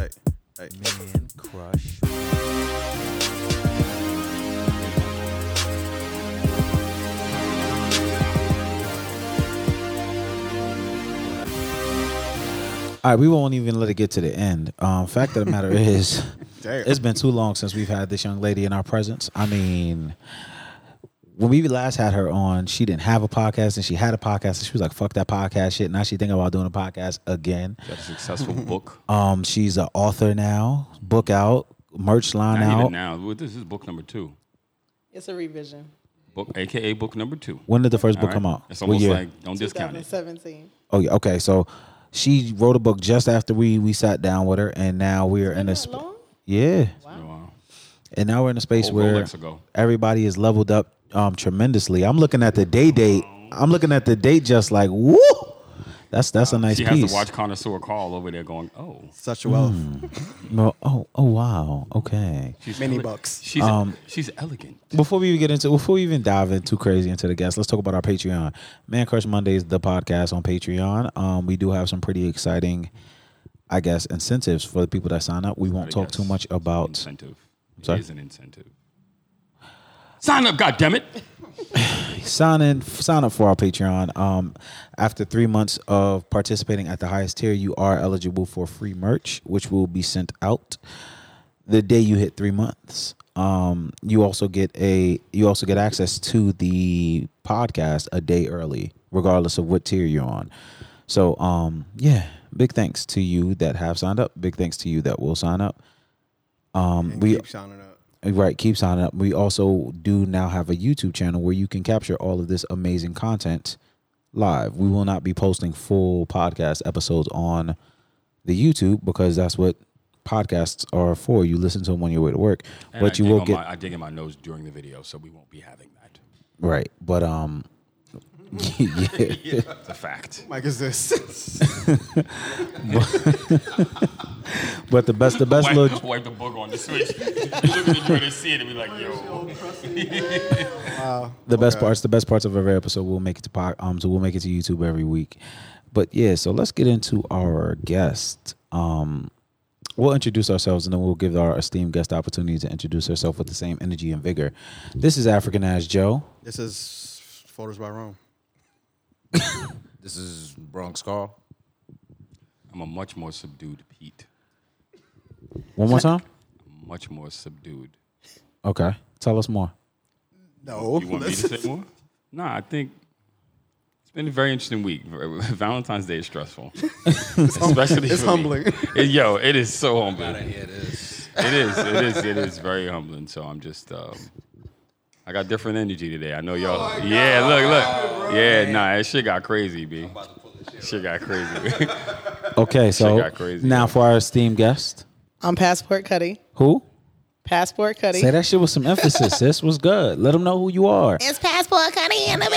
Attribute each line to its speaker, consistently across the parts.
Speaker 1: Hey.
Speaker 2: Man crush. All right, we won't even let it get to the end. Um, fact of the matter is,
Speaker 1: Damn.
Speaker 2: it's been too long since we've had this young lady in our presence. I mean, when we last had her on, she didn't have a podcast, and she had a podcast, and she was like, "Fuck that podcast shit." Now she thinking about doing a podcast again.
Speaker 3: Got a successful book.
Speaker 2: Um, she's an author now, book out, merch line
Speaker 3: Not
Speaker 2: out.
Speaker 3: even now. Well, This is book number two.
Speaker 4: It's a revision.
Speaker 3: Book, AKA book number two.
Speaker 2: When did the first
Speaker 3: All
Speaker 2: book
Speaker 3: right?
Speaker 2: come out?
Speaker 3: It's
Speaker 2: What
Speaker 3: almost
Speaker 2: year?
Speaker 3: like, don't discount it.
Speaker 4: 2017.
Speaker 2: oh yeah, okay. So she wrote a book just after we we sat down with her, and now we're in a
Speaker 4: that
Speaker 2: sp-
Speaker 4: long?
Speaker 2: yeah,
Speaker 3: Oh, Wow.
Speaker 2: and now we're in a space
Speaker 3: Old
Speaker 2: where
Speaker 3: Rolex ago.
Speaker 2: everybody is leveled up um tremendously. I'm looking at the day date. I'm looking at the date just like woo. That's that's a nice
Speaker 3: She has
Speaker 2: piece.
Speaker 3: to watch Connoisseur Carl over there going, oh.
Speaker 1: Such wealth.
Speaker 2: No, oh oh wow. Okay.
Speaker 3: She's
Speaker 1: Many
Speaker 3: ele-
Speaker 1: bucks.
Speaker 3: She's,
Speaker 2: Um,
Speaker 3: she's elegant.
Speaker 2: Before we even get into, before we even dive in too crazy into the guests, let's talk about our Patreon. Man Crush Mondays, the podcast on Patreon. Um, we do have some pretty exciting, I guess, incentives for the people that sign up. We won't talk too
Speaker 3: Yes.
Speaker 2: much about.
Speaker 3: Incentive. It
Speaker 2: Sorry?
Speaker 3: is an incentive. Sign up, goddammit.
Speaker 2: sign in sign up for our patreon um after three months of participating at the highest tier you are eligible for free merch which will be sent out the day you hit three months um you also get a you also get access to the podcast a day early regardless of what tier you're on so um yeah big thanks to you that have signed up big thanks to you that will sign up um we
Speaker 1: Keep shining up.
Speaker 2: Right, keep signing up. We also do now have a YouTube channel where you can capture all of this amazing content live. We will not be posting full podcast episodes on the YouTube because that's what podcasts are for. You listen to them on your way to work,
Speaker 3: And I
Speaker 2: but you
Speaker 3: dig
Speaker 2: will
Speaker 3: on
Speaker 2: get
Speaker 3: My, I dig in my nose during the video, so we won't be having that.
Speaker 2: right. But um, yeah.
Speaker 3: It's a fact.
Speaker 1: Mike is this.
Speaker 2: But the best, the best
Speaker 3: Wipe,
Speaker 2: little
Speaker 3: wipe the book on the switch. you look at the joint and see it and be like, yo.
Speaker 2: the best parts the best parts of every episode will make it to pod, um so we'll make it to YouTube every week. But yeah, so let's get into our guest. Um we'll introduce ourselves and then we'll give our esteemed guest the opportunity to introduce herself with the same energy and vigor. This is African Ass Joe.
Speaker 1: this is photos by Rome.
Speaker 5: This is Bronx Carl.
Speaker 3: I'm a much more subdued Pete.
Speaker 2: One more time?
Speaker 3: Much more subdued.
Speaker 2: Okay. Tell us more.
Speaker 1: No,
Speaker 3: You want me
Speaker 1: this-
Speaker 3: to say more? Nah, I think it's been a very interesting week. Valentine's Day is stressful, especially
Speaker 1: it's
Speaker 3: for me.
Speaker 1: humbling.
Speaker 3: It- yo, it is so humbling. It
Speaker 5: It is.
Speaker 3: is. It is. It is very humbling. So I'm just. Um, I got different energy today. Oh, I know y'all. yeah, look, look. Yeah, nah, that shit got crazy, b. Shit got crazy.
Speaker 2: Okay, so
Speaker 3: got crazy.
Speaker 2: now for our esteemed guest.
Speaker 4: I'm Passport Cuddy.
Speaker 2: Who?
Speaker 4: Passport Cuddy.
Speaker 2: Say that shit with some emphasis. this was good. Let them know who you are.
Speaker 4: It's Passport Cuddy in the building.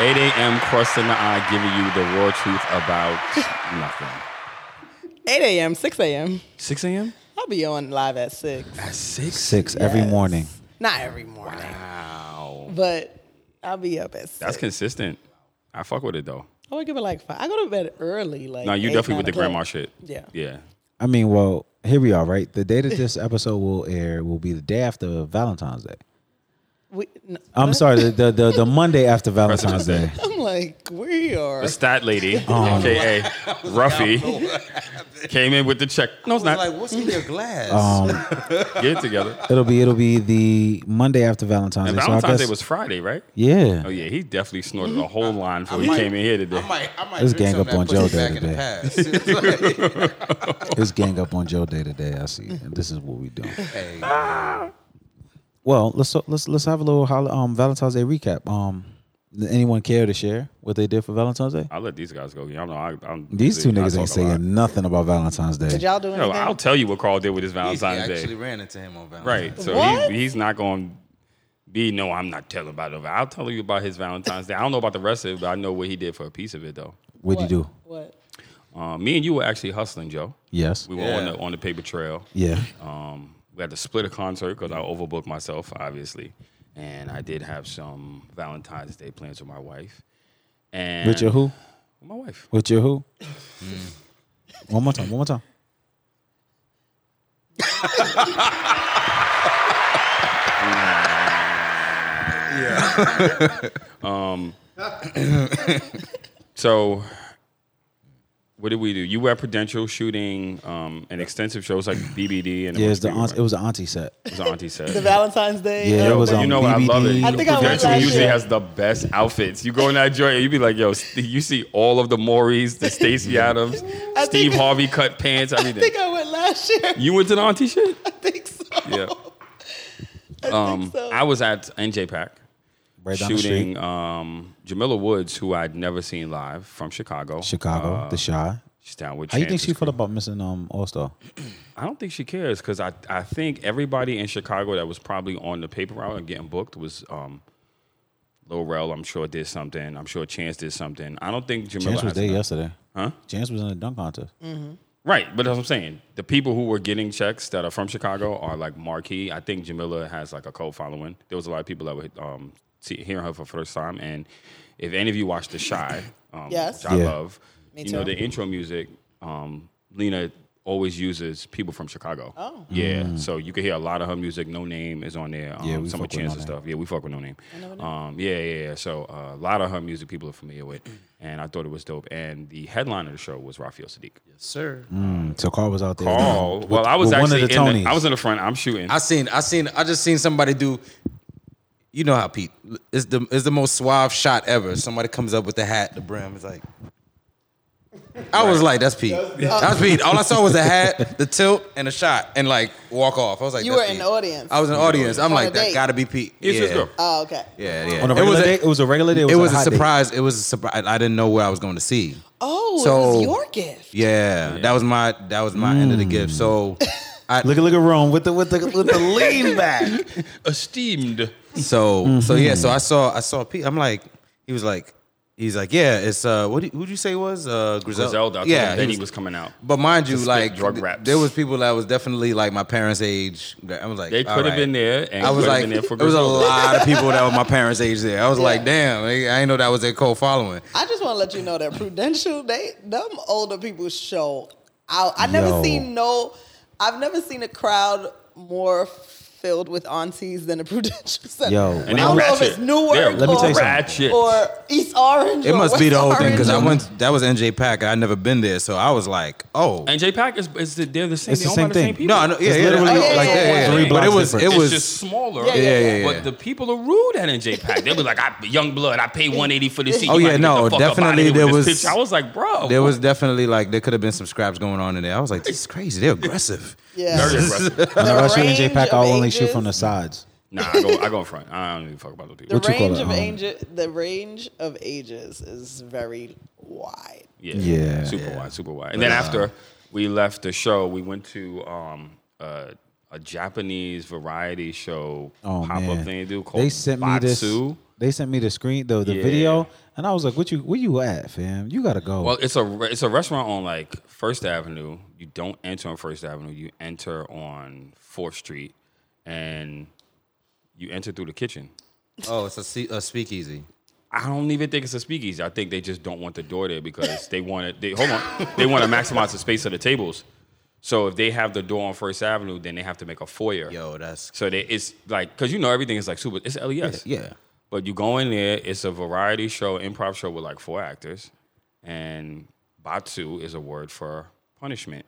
Speaker 2: And
Speaker 3: 8 a.m. crust in the eye, giving you the raw truth about nothing.
Speaker 4: 8 a.m., 6 a.m.
Speaker 3: 6 a.m.
Speaker 4: I'll be on live at 6.
Speaker 3: At six.
Speaker 2: six every
Speaker 4: Yes.
Speaker 2: morning.
Speaker 4: Not every morning,
Speaker 3: Wow.
Speaker 4: but I'll be up at 6.
Speaker 3: That's consistent. I fuck with it though.
Speaker 4: I wake up at like 5. I go to bed early. Like
Speaker 3: No, you
Speaker 4: eight,
Speaker 3: definitely with
Speaker 4: nine
Speaker 3: the grandma
Speaker 4: o'clock.
Speaker 3: shit.
Speaker 4: Yeah.
Speaker 3: Yeah.
Speaker 2: I mean, well, here we are, right? The day that this episode will air will be the day after Valentine's Day.
Speaker 4: We, n-
Speaker 2: I'm sorry, the the, the, the Monday after Valentine's
Speaker 3: President's Day.
Speaker 2: Day.
Speaker 4: I'm like, we are.
Speaker 3: The stat lady, aka
Speaker 5: Oh.
Speaker 3: Ruffy, came in with the check. No, it's
Speaker 5: I was
Speaker 3: not.
Speaker 5: like, what's in your glass?
Speaker 2: Um,
Speaker 3: Get it together.
Speaker 2: it'll be it'll be the Monday after Valentine's
Speaker 3: And
Speaker 2: Day.
Speaker 3: Valentine's
Speaker 2: so I guess,
Speaker 3: Day was Friday, right?
Speaker 2: yeah.
Speaker 3: Oh yeah, he definitely snorted a whole line before
Speaker 5: Mm-hmm. I
Speaker 3: he
Speaker 5: might-
Speaker 3: came in here today.
Speaker 5: I might, I might
Speaker 2: Let's
Speaker 5: drink
Speaker 2: gang up
Speaker 5: some
Speaker 2: on
Speaker 5: of that pussy
Speaker 2: Joe
Speaker 5: back
Speaker 2: Day
Speaker 5: in the past. It's like,
Speaker 2: It's gang up on Joe Day today. I see, and this is what we doing.
Speaker 5: hey,
Speaker 2: Well, let's let's let's have a little hol- um Valentine's Day recap. Um, does anyone care to share what they did for Valentine's Day?
Speaker 3: I'll let these guys go. Y'all know I, I'm
Speaker 2: These two
Speaker 3: I
Speaker 2: niggas
Speaker 3: talk
Speaker 2: ain't
Speaker 3: a lot.
Speaker 2: saying nothing about Valentine's
Speaker 4: Did
Speaker 2: Day.
Speaker 4: y'all do
Speaker 3: No,
Speaker 4: anything?
Speaker 3: I'll tell you what Carl did with his
Speaker 5: he
Speaker 3: Valentine's
Speaker 5: actually
Speaker 3: Day.
Speaker 5: ran into him on Valentine's.
Speaker 3: Right.
Speaker 5: Day.
Speaker 3: So
Speaker 4: What?
Speaker 3: He, he's not going to be, no, I'm not telling about it. I'll tell you about his Valentine's Day. I don't know about the rest of it, but I know what he did for a piece of it, though.
Speaker 2: What'd you do?
Speaker 4: What?
Speaker 3: Um, me and you were actually hustling, Joe.
Speaker 2: Yes.
Speaker 3: We were on,
Speaker 5: Yeah.
Speaker 3: the, on the paper trail.
Speaker 2: Yeah.
Speaker 3: Um, we had to split a concert because I overbooked myself, obviously. And I did have some Valentine's Day plans with my wife. And
Speaker 2: With your who?
Speaker 3: My wife. Hmm.
Speaker 2: With your who? One more time. One more time.
Speaker 3: So, what did we do? You were at Prudential shooting um, an extensive shows like BBD and
Speaker 2: Yeah, it was the
Speaker 3: Beautiful
Speaker 2: aunt, it was an auntie set.
Speaker 3: It was auntie set.
Speaker 4: The Valentine's Day.
Speaker 2: Yeah,
Speaker 4: uh,
Speaker 2: it was
Speaker 3: But
Speaker 2: on
Speaker 3: you know what? I love it.
Speaker 2: BBD.
Speaker 4: I think I went
Speaker 3: Prudential
Speaker 4: last
Speaker 3: usually
Speaker 4: year.
Speaker 3: has the best outfits. You go in that joint, you be like, yo, St- you see all of the Maury's, the Stacey Adams,
Speaker 4: I
Speaker 3: Steve
Speaker 4: think-
Speaker 3: Harvey cut pants,
Speaker 4: I think
Speaker 3: everything.
Speaker 4: I went last year.
Speaker 3: You went to the auntie shit?
Speaker 4: I think so.
Speaker 3: Yeah.
Speaker 4: I
Speaker 3: Um,
Speaker 4: think so.
Speaker 3: I was at NJ Pack
Speaker 2: Right down the
Speaker 3: shooting
Speaker 2: street.
Speaker 3: um, Jamila Woods, who I'd never seen live from Chicago.
Speaker 2: Chicago,
Speaker 3: Uh,
Speaker 2: the shy.
Speaker 3: she's down with
Speaker 2: How you think
Speaker 3: Chance's
Speaker 2: she felt
Speaker 3: crew.
Speaker 2: about missing um All Star?
Speaker 3: I don't think she cares because I, I think everybody in Chicago that was probably on the paper route and getting booked was um, Lorel, I'm sure, did something. I'm sure Chance did something. I don't think Jamila
Speaker 2: Chance was
Speaker 3: has-
Speaker 2: there yesterday.
Speaker 3: Huh?
Speaker 2: Chance was in the dunk contest.
Speaker 3: Right, but that's what I'm saying. The people who were getting checks that are from Chicago are like marquee. I think Jamila has like a cult following. There was a lot of people that were um, see, hearing her for the first time. And if any of you watched The Shy, um,
Speaker 4: Yes.
Speaker 3: which I
Speaker 2: Yeah.
Speaker 3: love,
Speaker 4: Me
Speaker 3: you know,
Speaker 4: too.
Speaker 3: the intro music, um, Lena always uses people from Chicago. Oh. Yeah, so you can hear a lot of her music. No Name is on there. Um,
Speaker 2: Mm. Yeah, we fuck
Speaker 3: some of
Speaker 2: with No
Speaker 3: Chance's
Speaker 2: Name.
Speaker 3: stuff. Yeah, we fuck with No Name. Um, yeah, yeah, yeah. So uh, a lot of her music people are familiar with. And I thought it was dope. And the headline of the show was Rafael Sadiq.
Speaker 5: Sir.
Speaker 2: Mm, So Carl was out there. um,
Speaker 3: Oh,
Speaker 2: with-
Speaker 3: well, I was
Speaker 2: with one
Speaker 3: actually
Speaker 2: of the
Speaker 3: in
Speaker 2: Tonys.
Speaker 3: the, I was in the front. I'm shooting.
Speaker 5: I seen I seen I just seen somebody do you know how Pete it's the it's the most suave shot ever. Somebody comes up with the hat, the brim is like I was like, that's Pete. That's Pete. All I saw was the hat, the tilt, and a shot, and like walk off. I was like,
Speaker 4: You
Speaker 5: that's
Speaker 4: were in
Speaker 5: Pete.
Speaker 4: the audience.
Speaker 5: I was in the audience. I'm
Speaker 4: On
Speaker 5: like,
Speaker 4: a
Speaker 5: that
Speaker 4: date.
Speaker 5: gotta be Pete.
Speaker 3: It's
Speaker 5: yeah.
Speaker 3: his girl.
Speaker 4: oh, okay.
Speaker 5: Yeah, yeah.
Speaker 2: on a
Speaker 5: it was
Speaker 2: regular
Speaker 5: a,
Speaker 2: day. It was a regular day. It was,
Speaker 5: it was
Speaker 2: a,
Speaker 5: a
Speaker 2: hot day.
Speaker 5: surprise. It was a surprise. I didn't know where I was going to see.
Speaker 4: Oh, it
Speaker 5: So-
Speaker 4: was your gift.
Speaker 5: Yeah, that was my that was my end of the
Speaker 2: Mm.
Speaker 5: gift. So, I,
Speaker 2: Look at look at Rome with the with the with the lean back.
Speaker 3: Esteemed.
Speaker 5: So so yeah, so I saw I saw Pete. I'm like, he was like, he's like, yeah, it's uh, what who would you say it was uh Griselda?
Speaker 3: Zelda.
Speaker 5: yeah,
Speaker 3: Yeah, then he was coming out.
Speaker 5: But mind you,
Speaker 3: spit
Speaker 5: like
Speaker 3: drug
Speaker 5: th-
Speaker 3: raps.
Speaker 5: there was people that was definitely like my parents' age. that I was like,
Speaker 3: They
Speaker 5: all
Speaker 3: could have
Speaker 5: right.
Speaker 3: been there, and
Speaker 5: I was
Speaker 3: could have
Speaker 5: like,
Speaker 3: been
Speaker 5: there
Speaker 3: there for
Speaker 5: was a
Speaker 3: Griselda.
Speaker 5: lot of people that were my parents' age there. I was like, damn, I I ain't know that was their co following.
Speaker 4: I just want to let you know that Prudential, they them older people show out. I never
Speaker 2: Yo.
Speaker 4: seen no, I've never seen a crowd more filled with aunties than a Prudential Center.
Speaker 2: Yo.
Speaker 4: I
Speaker 2: And
Speaker 3: they
Speaker 4: don't know if
Speaker 3: ratchet.
Speaker 4: it's Newark
Speaker 3: Yeah,
Speaker 2: let me
Speaker 4: or,
Speaker 2: tell you something.
Speaker 3: Ratchet.
Speaker 4: or East Orange.
Speaker 5: It
Speaker 4: or
Speaker 5: must be
Speaker 4: West
Speaker 5: the whole thing because I
Speaker 4: Orange.
Speaker 5: went. That was NJ Pack. I never been there, so I was like, oh.
Speaker 3: And J Pack is, is the, they're the same.
Speaker 2: It's the
Speaker 3: they're owned
Speaker 2: same
Speaker 3: by
Speaker 2: thing.
Speaker 3: same people.
Speaker 5: no, I know, yeah,
Speaker 2: It's
Speaker 5: yeah,
Speaker 2: literally
Speaker 5: I know, like,
Speaker 4: like
Speaker 5: yeah, yeah,
Speaker 2: three
Speaker 5: yeah. but it
Speaker 2: blocks
Speaker 5: was, it
Speaker 2: different.
Speaker 3: It's
Speaker 5: was,
Speaker 3: just smaller.
Speaker 4: Yeah, yeah,
Speaker 5: yeah, yeah.
Speaker 3: But the people are rude at NJ Pack. They were like, I, "Young blood, I paid 180 for this seat." You
Speaker 5: Oh, yeah,
Speaker 3: might get
Speaker 5: no,
Speaker 3: the fuck up outta
Speaker 5: definitely
Speaker 3: here
Speaker 5: there
Speaker 3: with this
Speaker 5: was-
Speaker 3: picture." I was like, "Bro,
Speaker 5: There was definitely like there could have been some scraps going on in there. I was like, this is crazy. They're aggressive.
Speaker 4: Yeah.
Speaker 3: very aggressive."
Speaker 4: The
Speaker 2: Whenever I shoot in J
Speaker 4: range
Speaker 2: Pack,
Speaker 4: of
Speaker 2: I only shoot
Speaker 4: ages-
Speaker 2: from the sides.
Speaker 3: Nah, I go, I go in front. I don't even fuck about those
Speaker 4: The
Speaker 3: people.
Speaker 2: What you call
Speaker 4: range
Speaker 2: it,
Speaker 4: of
Speaker 2: um,
Speaker 4: ages, the range of ages is very wide.
Speaker 3: Yeah,
Speaker 2: Yeah.
Speaker 3: super wide, super wide. And then after we left the show, we went to um, uh, a Japanese variety show
Speaker 2: Oh
Speaker 3: pop
Speaker 2: man,
Speaker 3: up thing they do called
Speaker 2: they sent me this.
Speaker 3: Batsu.
Speaker 2: They sent me the screen, the the
Speaker 3: Yeah.
Speaker 2: video, and I was like, "What you where you at, fam? You gotta go."
Speaker 3: Well, it's a re- it's a restaurant on like First Avenue. You don't enter on First Avenue. You enter on Fourth Street, and you enter through the kitchen.
Speaker 5: Oh, it's a, se- a speakeasy.
Speaker 3: I don't even think it's a speakeasy. I think they just don't want the door there because they want it. They hold on. They want to maximize the space of the tables. So if they have the door on First Avenue, then they have to make a foyer.
Speaker 5: Yo, that's
Speaker 3: So they, it's like because you know everything is like super. It's LES.
Speaker 5: yeah.
Speaker 3: But you go in there, it's a variety show, improv show with like four actors, and batsu is a word for punishment.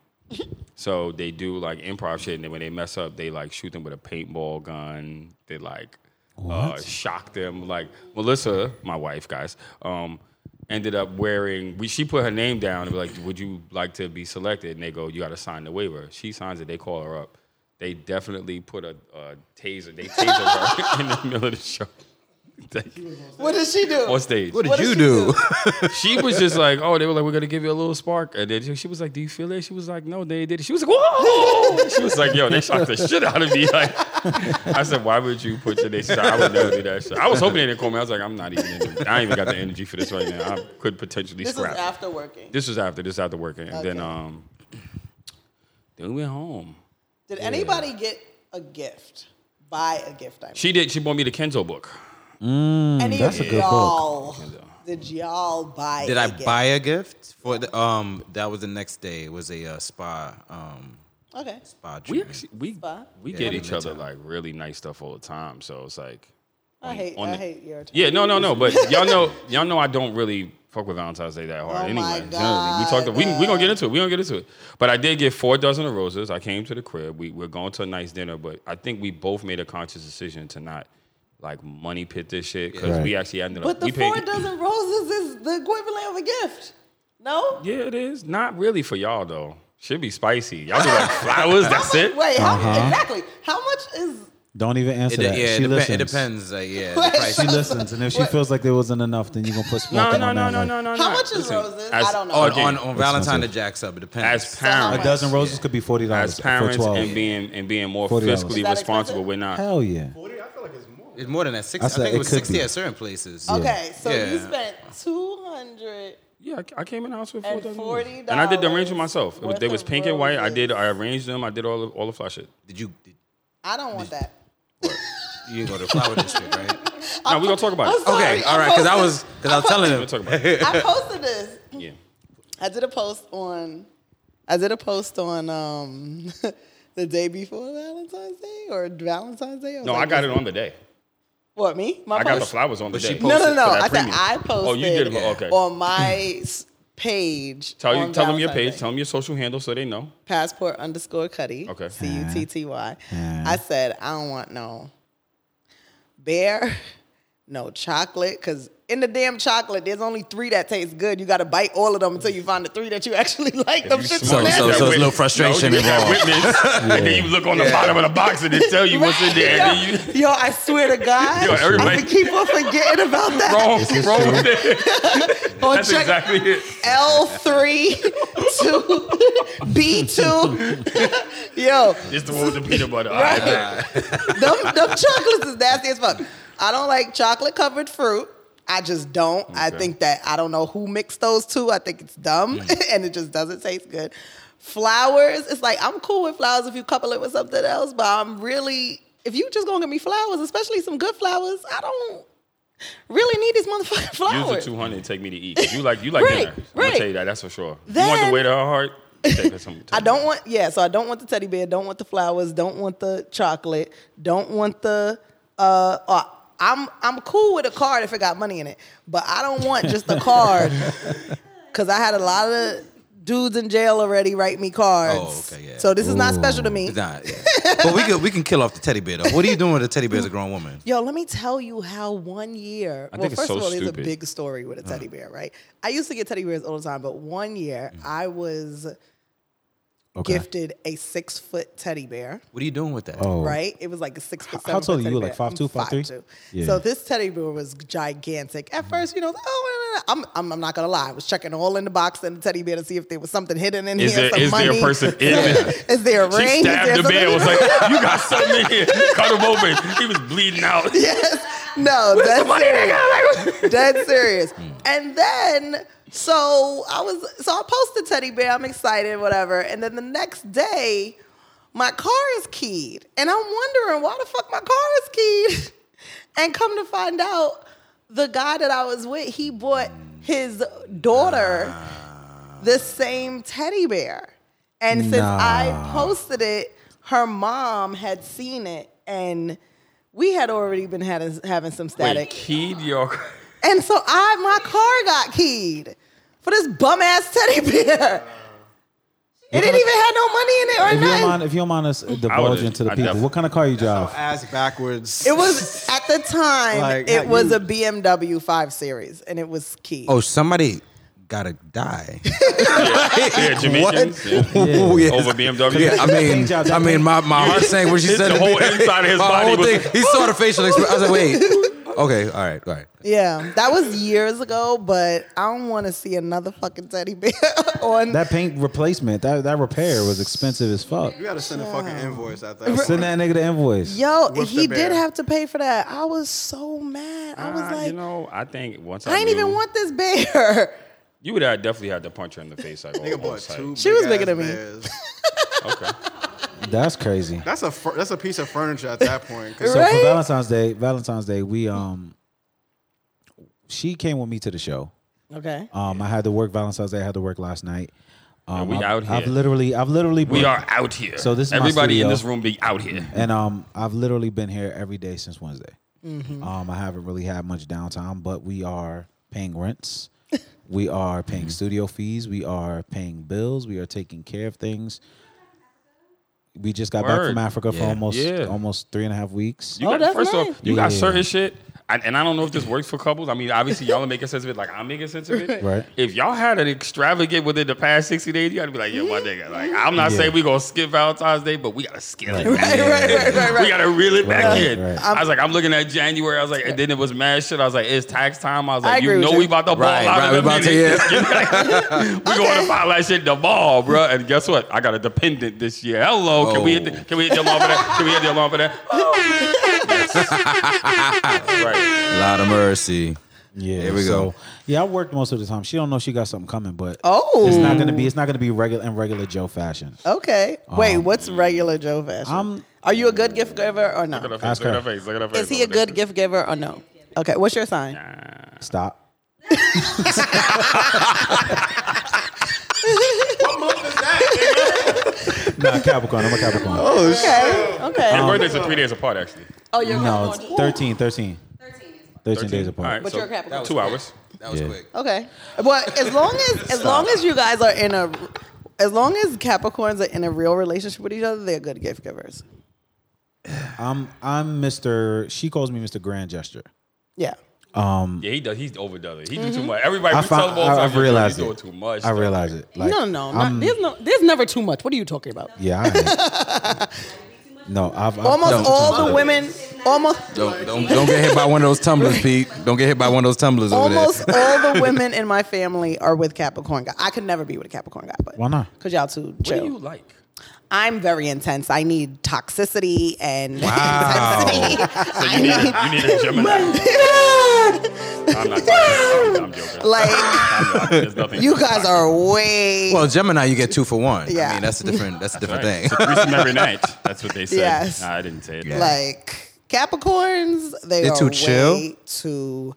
Speaker 3: so they do like improv shit, and then when they mess up, they like shoot them with a paintball gun. They like uh, shock them. Like Melissa, my wife, guys, um, ended up wearing. We, she put her name down and be like, "Would you like to be selected?" And they go, "You got to sign the waiver." She signs it. They call her up. They definitely put a, a taser. They taser her in the middle of the show.
Speaker 4: What did she do?
Speaker 3: on stage.
Speaker 5: What did
Speaker 4: What
Speaker 5: you
Speaker 4: does
Speaker 5: do?
Speaker 3: She was just like, oh, they were like, we're gonna give you a little spark, and then she was like, do you feel it? She was like, no, they did it. She was like, whoa! She was like, yo, they shocked the shit out of me. Like, I said, why would you put your name? She said, I would never do that shit. I was hoping they didn't call me. I was like, I'm not even. In, I ain't even got the energy for this right now. I could potentially
Speaker 4: this is
Speaker 3: scrap.
Speaker 4: after working.
Speaker 3: this was after. This was after working, and then
Speaker 4: Okay.
Speaker 3: um, then we went home.
Speaker 4: did anybody get a gift? Buy a gift, I mean.
Speaker 3: She did. She bought me the Kenzo book.
Speaker 4: Any
Speaker 2: Hmm, that's
Speaker 4: of
Speaker 2: a good book.
Speaker 4: y'all Did y'all buy?
Speaker 5: Did
Speaker 4: I
Speaker 5: I buy a gift for the um? That was the next day. It was a uh, spa um
Speaker 4: Okay.
Speaker 5: spa
Speaker 3: We
Speaker 5: treatment.
Speaker 3: actually, we
Speaker 4: Spa?
Speaker 3: we
Speaker 5: Yeah,
Speaker 3: get
Speaker 5: we
Speaker 3: each
Speaker 5: did
Speaker 3: other
Speaker 5: time.
Speaker 3: like really nice stuff all the time. So it's like,
Speaker 4: I hate.
Speaker 3: on
Speaker 4: I
Speaker 3: the-
Speaker 4: hate your. Turn.
Speaker 3: yeah, no, no, no. But y'all know, y'all know, I don't really fuck with Valentine's Day that hard.
Speaker 4: Oh
Speaker 3: anyway,
Speaker 4: my
Speaker 3: generally. we talked.
Speaker 4: God,
Speaker 3: We we gonna get into it. We gonna get into it. But I did get four dozen of roses. I came to the crib. We we're going to a nice dinner. But I think we both made a conscious decision to not like money pit this shit because
Speaker 2: Right.
Speaker 3: we actually ended up.
Speaker 4: But the
Speaker 3: we
Speaker 4: four dozen roses is the equivalent of a gift. No.
Speaker 3: Yeah, it is. Not really for y'all though. Should be spicy. Y'all be like flowers. That's it.
Speaker 4: Wait. How
Speaker 2: Uh-huh.
Speaker 4: exactly? How much is?
Speaker 2: Don't even answer
Speaker 5: It, de-
Speaker 2: that.
Speaker 5: yeah, it,
Speaker 2: she
Speaker 5: depen-
Speaker 2: listens.
Speaker 5: it depends. Like, yeah, the
Speaker 4: Wait,
Speaker 5: price.
Speaker 2: She listens, and if she feels like there wasn't enough, then you're gonna put
Speaker 3: No,
Speaker 2: smoking
Speaker 3: no,
Speaker 2: on
Speaker 3: no,
Speaker 2: that,
Speaker 3: no,
Speaker 2: like,
Speaker 3: no, no,
Speaker 4: How
Speaker 3: no.
Speaker 4: much is roses? I don't know.
Speaker 5: on,
Speaker 3: okay,
Speaker 5: on, on Valentine to jacks up. It depends.
Speaker 3: As
Speaker 4: how
Speaker 3: parents,
Speaker 4: much?
Speaker 2: A dozen roses could be forty
Speaker 3: as
Speaker 2: dollars for
Speaker 3: parents,
Speaker 2: twelve.
Speaker 3: and being and being more
Speaker 2: $40.
Speaker 3: fiscally
Speaker 4: Is that
Speaker 3: responsible,
Speaker 4: expensive?
Speaker 3: we're not.
Speaker 2: Hell yeah.
Speaker 1: Forty? I feel like it's more.
Speaker 5: it's more than that. Six,
Speaker 2: I
Speaker 5: I,
Speaker 2: said
Speaker 5: think
Speaker 2: it
Speaker 5: it was
Speaker 2: could
Speaker 5: sixty
Speaker 2: be.
Speaker 5: at certain places.
Speaker 4: Okay, so you
Speaker 5: Yeah.
Speaker 4: spent two hundred.
Speaker 3: Yeah, I- I came in the house with
Speaker 4: And
Speaker 3: $40.
Speaker 4: $40
Speaker 3: and I did the arrangement myself. It was,
Speaker 4: worth
Speaker 3: they was
Speaker 4: of
Speaker 3: pink and white. I did. I
Speaker 4: roses.
Speaker 3: arranged them. I did all of, all the fly shit.
Speaker 5: Did you? Did,
Speaker 4: I don't want that.
Speaker 5: you didn't go to the flower district, right?
Speaker 3: No, we gonna talk about it.
Speaker 4: I'm
Speaker 5: Okay,
Speaker 4: sorry,
Speaker 5: all right. Because I
Speaker 4: posted-
Speaker 5: was, because I was telling
Speaker 3: We gonna
Speaker 5: him.
Speaker 3: talk about it.
Speaker 4: I posted this.
Speaker 3: Yeah.
Speaker 4: I did a post on. I did a post on um, the day before Valentine's Day or Valentine's Day. was
Speaker 3: No, I
Speaker 4: like,
Speaker 3: got it on the day.
Speaker 4: What me? My
Speaker 3: I got the
Speaker 4: post?
Speaker 3: flowers on the
Speaker 5: she
Speaker 3: day.
Speaker 5: posted
Speaker 4: no, no, no.
Speaker 3: for that
Speaker 4: I said
Speaker 3: premium.
Speaker 4: I posted.
Speaker 3: Oh, you did. Okay.
Speaker 4: On my s- page.
Speaker 3: Tell you.
Speaker 4: on
Speaker 3: Tell them your
Speaker 4: Valentine's
Speaker 3: page.
Speaker 4: Day.
Speaker 3: Tell them your social handle so they know.
Speaker 4: passport underscore Cuddy.
Speaker 3: Okay.
Speaker 4: C U T T Y.
Speaker 2: Yeah.
Speaker 4: I said, I don't want no bear, no chocolate, because in the damn chocolate, there's only three that taste good. You got to bite all of them until you find the three that you actually like. Them
Speaker 3: You
Speaker 4: shit's
Speaker 3: smart.
Speaker 5: so-
Speaker 4: nasty.
Speaker 5: so it's a little frustration
Speaker 3: no, you got
Speaker 5: involved.
Speaker 3: Witness, and then you look on the bottom of the box and they tell you what's in there. And then you
Speaker 4: Yo, I swear to God,
Speaker 3: Yo, everybody-
Speaker 4: I can keep on forgetting about that.
Speaker 3: wrong,
Speaker 2: is
Speaker 3: wrong.
Speaker 2: true.
Speaker 4: on
Speaker 3: That's
Speaker 4: check
Speaker 3: exactly it.
Speaker 4: L three to B two. Yo,
Speaker 3: It's the one with the peanut butter.
Speaker 4: Right.
Speaker 3: I bet.
Speaker 4: them, them chocolates is nasty as fuck. I don't like chocolate covered fruit. I just don't. I
Speaker 3: Okay. Hmm.
Speaker 4: think that I don't know who mixed those two. I think it's dumb and it just doesn't taste good. Flowers, it's like I'm cool with flowers if you couple it with something else, but I'm really if you just gonna give me flowers, especially some good flowers, I don't really need these motherfucking
Speaker 3: Use the
Speaker 4: flowers.
Speaker 3: two hundred and take me to eat. You like you like
Speaker 4: Right,
Speaker 3: dinner. I'm gonna
Speaker 4: right.
Speaker 3: tell you that. That's for sure. you want
Speaker 4: Then-
Speaker 3: the way to her heart? Take her some.
Speaker 4: I don't want yeah, so I don't want the teddy bear, don't want the flowers, don't want the chocolate, don't want the uh, uh I'm I'm cool with a card if it got money in it, but I don't want just a card cuz I had a lot of dudes in jail already write me cards.
Speaker 5: Oh, okay, yeah.
Speaker 4: So this is not special to me.
Speaker 5: Nah, yeah. but we could we can kill off the teddy bear though. What are you doing with a teddy bear as a grown woman?
Speaker 4: Yo, let me tell you how one year.
Speaker 3: I
Speaker 4: well,
Speaker 3: think it's
Speaker 4: first
Speaker 3: so
Speaker 4: of all, there's a
Speaker 3: stupid.
Speaker 4: big story with a teddy bear, right? I used to get teddy bears all the time, but one year I was
Speaker 2: Okay.
Speaker 4: gifted a six foot teddy bear.
Speaker 5: What are you doing with that?
Speaker 2: Oh,
Speaker 4: right? It was like a six
Speaker 2: How-
Speaker 4: foot. Seven
Speaker 2: how tall
Speaker 4: foot
Speaker 2: are you?
Speaker 4: teddy
Speaker 2: Like
Speaker 4: bear.
Speaker 2: 5'2",,
Speaker 4: I'm
Speaker 2: 5'3"?
Speaker 4: 5'2".
Speaker 2: Yeah.
Speaker 4: So this teddy bear was gigantic. At first, you know, oh, no, no, no. I'm, I'm, I'm not gonna lie. I was checking all in the box and the teddy bear to see if there was something hidden in
Speaker 3: Is there
Speaker 4: here. some
Speaker 3: is
Speaker 4: money.
Speaker 3: there a person in there?
Speaker 4: Is there a ring?
Speaker 3: She
Speaker 4: Is there
Speaker 3: stabbed the
Speaker 4: something-
Speaker 3: man. Was like, you got something in here. Cut him open. He was bleeding out.
Speaker 4: yes. No, that's serious. Dead serious.
Speaker 2: Hmm.
Speaker 4: And then so I was so I posted teddy bear. I'm excited, whatever. And then the next day, my car is keyed, and I'm wondering why the fuck my car is keyed. And come to find out, the guy that I was with, he bought his daughter the same teddy bear. And since I posted it, her mom had seen it, and we had already been had, having some
Speaker 3: Wait,
Speaker 4: static.
Speaker 3: keyed your.
Speaker 4: And so I, my car got keyed for this bum ass teddy bear. It didn't even have no money in it or
Speaker 2: If you don't
Speaker 4: nothing.
Speaker 2: mind, if you don't mind us uh, divulging to the
Speaker 3: I
Speaker 2: people,
Speaker 3: def-
Speaker 2: what kind of car you drive?
Speaker 5: Ass backwards.
Speaker 4: It was at the time.
Speaker 5: Like,
Speaker 4: it
Speaker 5: how
Speaker 4: was
Speaker 5: you-
Speaker 4: a BMW 5 Series, and it was key.
Speaker 5: Oh, somebody gotta die.
Speaker 3: Yeah, Jamaicans. Yeah.
Speaker 5: Yeah.
Speaker 3: Over BMW.
Speaker 5: Yeah, I mean,
Speaker 2: job,
Speaker 5: I mean, my, my heart sank when she
Speaker 3: It's
Speaker 5: said
Speaker 3: the
Speaker 5: that
Speaker 3: whole
Speaker 5: thing.
Speaker 3: inside of his
Speaker 5: my
Speaker 3: body
Speaker 5: Whole
Speaker 3: was-
Speaker 5: thing. He saw the facial expression. I was like, wait, okay, all right, all right.
Speaker 4: Yeah, that was years ago, but I don't want to see another fucking teddy bear on.
Speaker 2: That paint replacement, that that repair was expensive as fuck.
Speaker 1: You gotta send a fucking invoice after that.
Speaker 2: Send that nigga the invoice.
Speaker 4: Yo,
Speaker 1: With the
Speaker 4: he
Speaker 1: bear.
Speaker 4: did have to pay for that. I was so mad. I was
Speaker 3: Ah,
Speaker 4: like,
Speaker 3: you know, I think once I,
Speaker 4: I ain't even
Speaker 3: knew-
Speaker 4: want this bear.
Speaker 3: You would have definitely had to punch her in the face. Like,
Speaker 1: Nigga
Speaker 3: on, on
Speaker 1: bought
Speaker 3: sight.
Speaker 1: two
Speaker 4: She was
Speaker 1: big-ass
Speaker 4: bigger than me.
Speaker 1: bears.
Speaker 3: Okay.
Speaker 2: That's crazy.
Speaker 1: That's a fur- that's a piece of furniture at that point. 'cause
Speaker 2: So
Speaker 4: Right?
Speaker 2: for Valentine's Day, Valentine's Day, we um she came with me to the show.
Speaker 4: Okay.
Speaker 2: Um, I had to work Valentine's Day. I had to work last night. Um,
Speaker 3: we
Speaker 2: I've,
Speaker 3: out here.
Speaker 2: I've literally, I've literally,
Speaker 3: We
Speaker 2: been-
Speaker 3: are out here.
Speaker 2: So this is my
Speaker 3: everybody in
Speaker 2: studio.
Speaker 3: this room be out here.
Speaker 2: and um, I've literally been here every day since Wednesday. Um, I haven't really had much downtime, but we are paying rents, we are
Speaker 3: Mm-hmm.
Speaker 2: paying studio fees, we are paying bills, we are taking care of things. We just got back
Speaker 3: Word.
Speaker 2: from Africa for
Speaker 5: Yeah.
Speaker 2: almost
Speaker 3: Yeah.
Speaker 2: almost three and a half weeks.
Speaker 3: You
Speaker 4: Oh,
Speaker 3: got,
Speaker 4: that's
Speaker 3: first
Speaker 4: nice.
Speaker 3: off, you got
Speaker 2: Yeah.
Speaker 3: certain shit, and, and I don't know if this works for couples. I mean, obviously, y'all are making sense of it, like I'm making sense of it.
Speaker 2: Right.
Speaker 3: If y'all had an extravagant within the past 60 days, you got to be like, yo, my nigga, like, I'm not
Speaker 2: Yeah.
Speaker 3: saying we going to skip Valentine's Day, but we got to scale it.
Speaker 4: Right, right, right, right,
Speaker 3: We
Speaker 4: right.
Speaker 3: got to reel it back
Speaker 2: Right,
Speaker 3: in.
Speaker 2: right.
Speaker 3: I was like, I'm looking at January. I was like, and then it was mad shit. I was like, it's tax time. I was
Speaker 4: I
Speaker 3: like,
Speaker 4: agree
Speaker 3: you
Speaker 4: with
Speaker 3: know
Speaker 4: you.
Speaker 3: we about to ball
Speaker 5: Right,
Speaker 3: out
Speaker 5: right,
Speaker 3: in a
Speaker 5: we about to,
Speaker 3: minute. we going to file that shit the ball, bro. And guess what? I got a dependent this year. Hello, can we hit the,
Speaker 5: Oh.
Speaker 3: can we hit the alarm for that? Can we hit the alarm for that? right.
Speaker 5: lot of mercy.
Speaker 2: Yeah,
Speaker 5: There we
Speaker 2: so-
Speaker 5: go.
Speaker 2: Yeah, I worked most of the time. She don't know she got something coming, but
Speaker 4: Oh.
Speaker 2: it's not gonna be it's not gonna be regular in regular Joe fashion.
Speaker 4: Okay. Wait, what's regular Joe fashion?
Speaker 2: I'm-
Speaker 4: Are you a good gift giver or
Speaker 3: Look
Speaker 4: no?
Speaker 3: at her face.
Speaker 2: Ask
Speaker 3: Look at her
Speaker 2: her.
Speaker 3: face. Look at her face.
Speaker 4: Is he a good gift giver or no? Okay. What's your sign?
Speaker 2: Stop. Nah, Capricorn. I'm a Capricorn.
Speaker 3: Oh.
Speaker 4: Okay. Okay.
Speaker 3: His birthdays are three days apart, actually.
Speaker 4: oh, you're
Speaker 2: no,
Speaker 4: going
Speaker 2: it's 13, 13. 13 days
Speaker 3: All right,
Speaker 2: apart.
Speaker 4: But
Speaker 3: so
Speaker 4: you're a Capricorn.
Speaker 3: Two hours.
Speaker 5: That was
Speaker 2: Yeah.
Speaker 5: quick.
Speaker 4: Okay. Well, as long as as long as you guys are in a as long as Capricorns are in a real relationship with each other, they're good gift givers.
Speaker 2: I'm I'm Mr. She calls me Mr. Grand Gesture.
Speaker 4: Yeah.
Speaker 3: Yeah, he does. He's overdoes it. He
Speaker 4: Mm-hmm.
Speaker 3: do too much. Everybody,
Speaker 2: I
Speaker 3: we tell
Speaker 2: found,
Speaker 3: him all the
Speaker 2: I,
Speaker 3: time,
Speaker 2: I've realized
Speaker 3: he's
Speaker 2: it.
Speaker 3: doing too much.
Speaker 2: I realize it. Like,
Speaker 4: no, no, no. not-
Speaker 2: I'm-
Speaker 4: there's no. There's never too much. What are you talking about?
Speaker 2: yeah. I am. no, I've, I've
Speaker 4: Almost
Speaker 5: Don't.
Speaker 4: all the women. Almost.
Speaker 5: Don't, don't, don't get hit by one of those tumblers, Pete. Don't get hit by one of those tumblers over there.
Speaker 4: Almost all the women in my family are with Capricorn guy. I could never be with a Capricorn guy, but
Speaker 2: Why not?
Speaker 4: Cause y'all too
Speaker 3: What do
Speaker 4: chill.
Speaker 3: you like?
Speaker 4: I'm very intense. I need toxicity and intensity.
Speaker 3: So you need, a, you need a Gemini. I'm not. I'm joking.
Speaker 4: like
Speaker 3: I'm not- There's nothing.
Speaker 4: you guys are way
Speaker 5: Well, Gemini, you get two for one.
Speaker 4: Yeah.
Speaker 5: I mean, that's a different. That's a different
Speaker 3: Right.
Speaker 5: thing.
Speaker 3: It's a threesome every night. That's what they said.
Speaker 4: Yes.
Speaker 3: Nah, I didn't say it.
Speaker 4: like Capricorns. They
Speaker 5: They're
Speaker 4: are
Speaker 5: too chill?
Speaker 4: way Too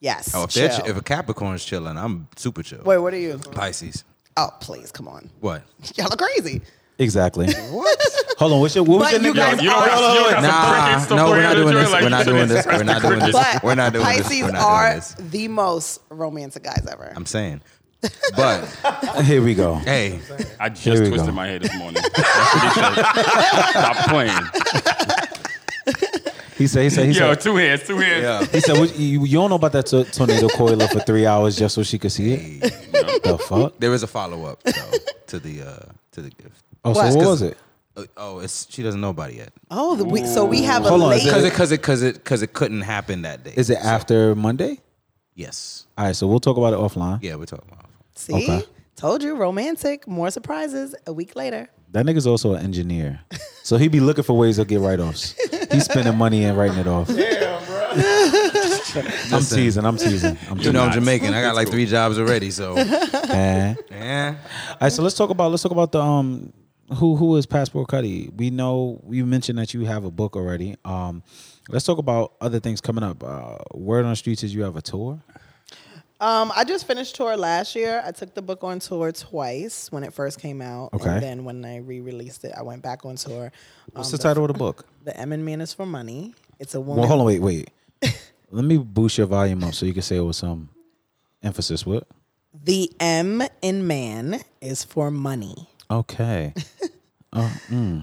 Speaker 4: yes.
Speaker 5: Oh, if,
Speaker 4: chill.
Speaker 5: they're chi- if a Capricorn's chilling, I'm super chill.
Speaker 4: Wait, what are you?
Speaker 5: Pisces.
Speaker 4: Oh, please, come on.
Speaker 5: What?
Speaker 4: Y'all are crazy.
Speaker 2: Exactly. what? Hold on. What's your, what was
Speaker 4: But
Speaker 2: your
Speaker 4: you
Speaker 2: nickname?
Speaker 3: Yo,
Speaker 4: guys
Speaker 3: you don't
Speaker 4: are-
Speaker 3: got, you don't got some
Speaker 5: Nah,
Speaker 3: crickets to
Speaker 5: no,
Speaker 3: play
Speaker 5: we're not
Speaker 3: in the
Speaker 5: doing
Speaker 3: joint
Speaker 5: this.
Speaker 3: like
Speaker 5: We're not
Speaker 3: you
Speaker 5: doing
Speaker 3: just
Speaker 5: this. We're not doing this.
Speaker 4: But
Speaker 5: We're not doing this.
Speaker 4: Pisces
Speaker 5: We're not
Speaker 4: are
Speaker 5: doing this.
Speaker 4: the most romantic guys ever.
Speaker 5: I'm saying. But
Speaker 2: Here we go.
Speaker 5: hey,
Speaker 3: I
Speaker 2: Here
Speaker 3: just
Speaker 2: we
Speaker 3: twisted
Speaker 2: go.
Speaker 3: my head this morning. That's what he said. Stop playing.
Speaker 2: He said, he said, he said.
Speaker 3: Yo, two hands, two hands.
Speaker 5: yeah.
Speaker 2: He said, "What- you, you don't know about that to- tornado coiler for three hours just so she could see it? The fuck?
Speaker 5: there is a follow up though to the uh to the gift.
Speaker 2: Oh,
Speaker 4: What?
Speaker 2: so what was it?
Speaker 5: Uh, Oh, it's she doesn't know about it yet
Speaker 4: oh, the, we, so we have a
Speaker 2: Hold on,
Speaker 4: late.
Speaker 2: is
Speaker 5: because it because it because it because it couldn't happen that day.
Speaker 2: Is it after Monday?
Speaker 5: Yes.
Speaker 2: All right, so we'll talk about it offline.
Speaker 5: Yeah, we're talking about.
Speaker 4: See,
Speaker 2: Okay.
Speaker 4: told you, romantic. More surprises a week later.
Speaker 2: That nigga's also an engineer, so he be looking for ways to get write offs. He's spending money and writing it off. I'm
Speaker 5: Listen.
Speaker 2: teasing. I'm teasing. I'm
Speaker 5: You
Speaker 2: teasing.
Speaker 5: know I'm Jamaican. I got like three jobs already, so
Speaker 2: Eh.
Speaker 5: yeah.
Speaker 2: All right, so let's talk about let's talk about the um who who is Passport Cuddy. We know you mentioned that you have a book already. Um, let's talk about other things coming up. Uh, word on the streets is you have a tour.
Speaker 4: Um, I just finished tour last year. I took the book on tour twice when it first came out,
Speaker 2: Okay.
Speaker 4: and then when I re-released it, I went back on tour.
Speaker 2: What's
Speaker 4: Um,
Speaker 2: the title of the book?
Speaker 4: The M and Man is for money. It's a woman.
Speaker 2: Well, hold on, wait, wait. Let me boost your volume up so you can say it with some emphasis. What?
Speaker 4: The M in man is for money.
Speaker 2: Okay.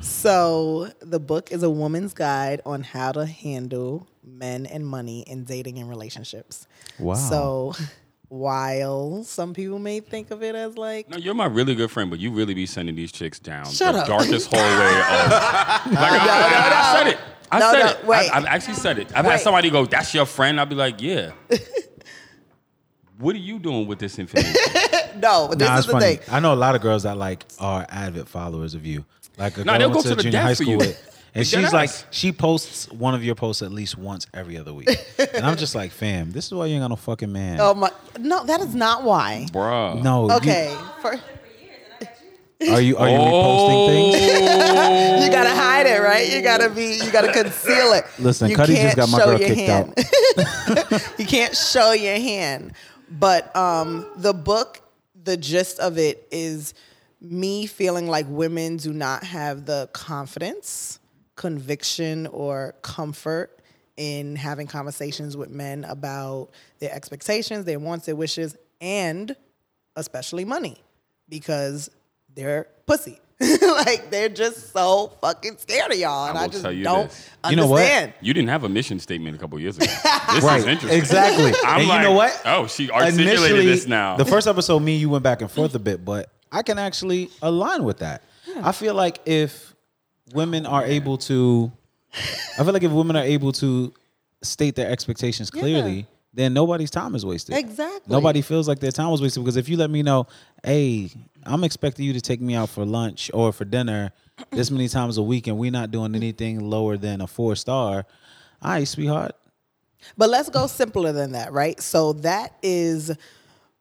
Speaker 4: So the book is a woman's guide on how to handle men and money in dating and relationships.
Speaker 2: Wow.
Speaker 4: So while some people may think of it as like
Speaker 3: No, you're my really good friend, but you really be sending these chicks down
Speaker 4: Shut
Speaker 3: the
Speaker 4: up.
Speaker 3: darkest hallway of. Like, I, I- I said it. I
Speaker 4: No,
Speaker 3: said
Speaker 4: no,
Speaker 3: it.
Speaker 4: wait.
Speaker 3: I, have actually said it. I've
Speaker 4: Wait.
Speaker 3: had somebody go, "That's your friend." I'll be like, "Yeah." what are you doing with this information?
Speaker 4: no, but this
Speaker 2: nah,
Speaker 4: is
Speaker 2: it's
Speaker 4: the
Speaker 2: funny.
Speaker 4: thing.
Speaker 2: I know a lot of girls that like are avid followers of you. Like a
Speaker 3: Nah,
Speaker 2: girl
Speaker 3: they'll
Speaker 2: I
Speaker 3: go
Speaker 2: went
Speaker 3: to the
Speaker 2: junior
Speaker 3: death
Speaker 2: high
Speaker 3: for
Speaker 2: school
Speaker 3: you.
Speaker 2: with. And
Speaker 3: Dead
Speaker 2: she's like,
Speaker 3: ass.
Speaker 2: she posts one of your posts at least once every other week. And I'm just like, fam, this is why you ain't got no fucking man.
Speaker 4: Oh my! No, that is not why.
Speaker 3: Bruh.
Speaker 2: no. you-
Speaker 4: Okay, for,
Speaker 2: Are you are you reposting
Speaker 3: Oh.
Speaker 2: things?
Speaker 4: You gotta hide it, right? You gotta be, you gotta conceal it.
Speaker 2: Listen,
Speaker 4: you
Speaker 2: Cuddy just
Speaker 4: can't
Speaker 2: got my
Speaker 4: show
Speaker 2: girl
Speaker 4: your
Speaker 2: kicked
Speaker 4: hand.
Speaker 2: out.
Speaker 4: you can't show your hand. But um, the book, the gist of it is me feeling like women do not have the confidence, conviction, or comfort in having conversations with men about their expectations, their wants, their wishes, and especially money because they're pussy. like they're just so fucking scared of y'all, and I,
Speaker 3: will
Speaker 4: just
Speaker 3: tell you
Speaker 4: don't
Speaker 3: this.
Speaker 4: understand.
Speaker 2: You know what?
Speaker 3: You didn't have a mission statement a couple years ago. This is interesting.
Speaker 2: Exactly.
Speaker 3: I'm
Speaker 2: and
Speaker 3: like,
Speaker 2: you know what?
Speaker 3: Oh, she articulated
Speaker 2: Initially,
Speaker 3: this now.
Speaker 2: The first episode, me and you went back and forth a bit, but I can actually align with that. I feel like if women are able to, I feel like if women are able to state their expectations clearly, then nobody's time is wasted.
Speaker 4: Exactly.
Speaker 2: Nobody feels like their time was wasted because if you let me know, hey, I'm expecting you to take me out for lunch or for dinner this many times a week, and we're not doing anything lower than a four star. All right, sweetheart.
Speaker 4: But let's go simpler than that, right? So that is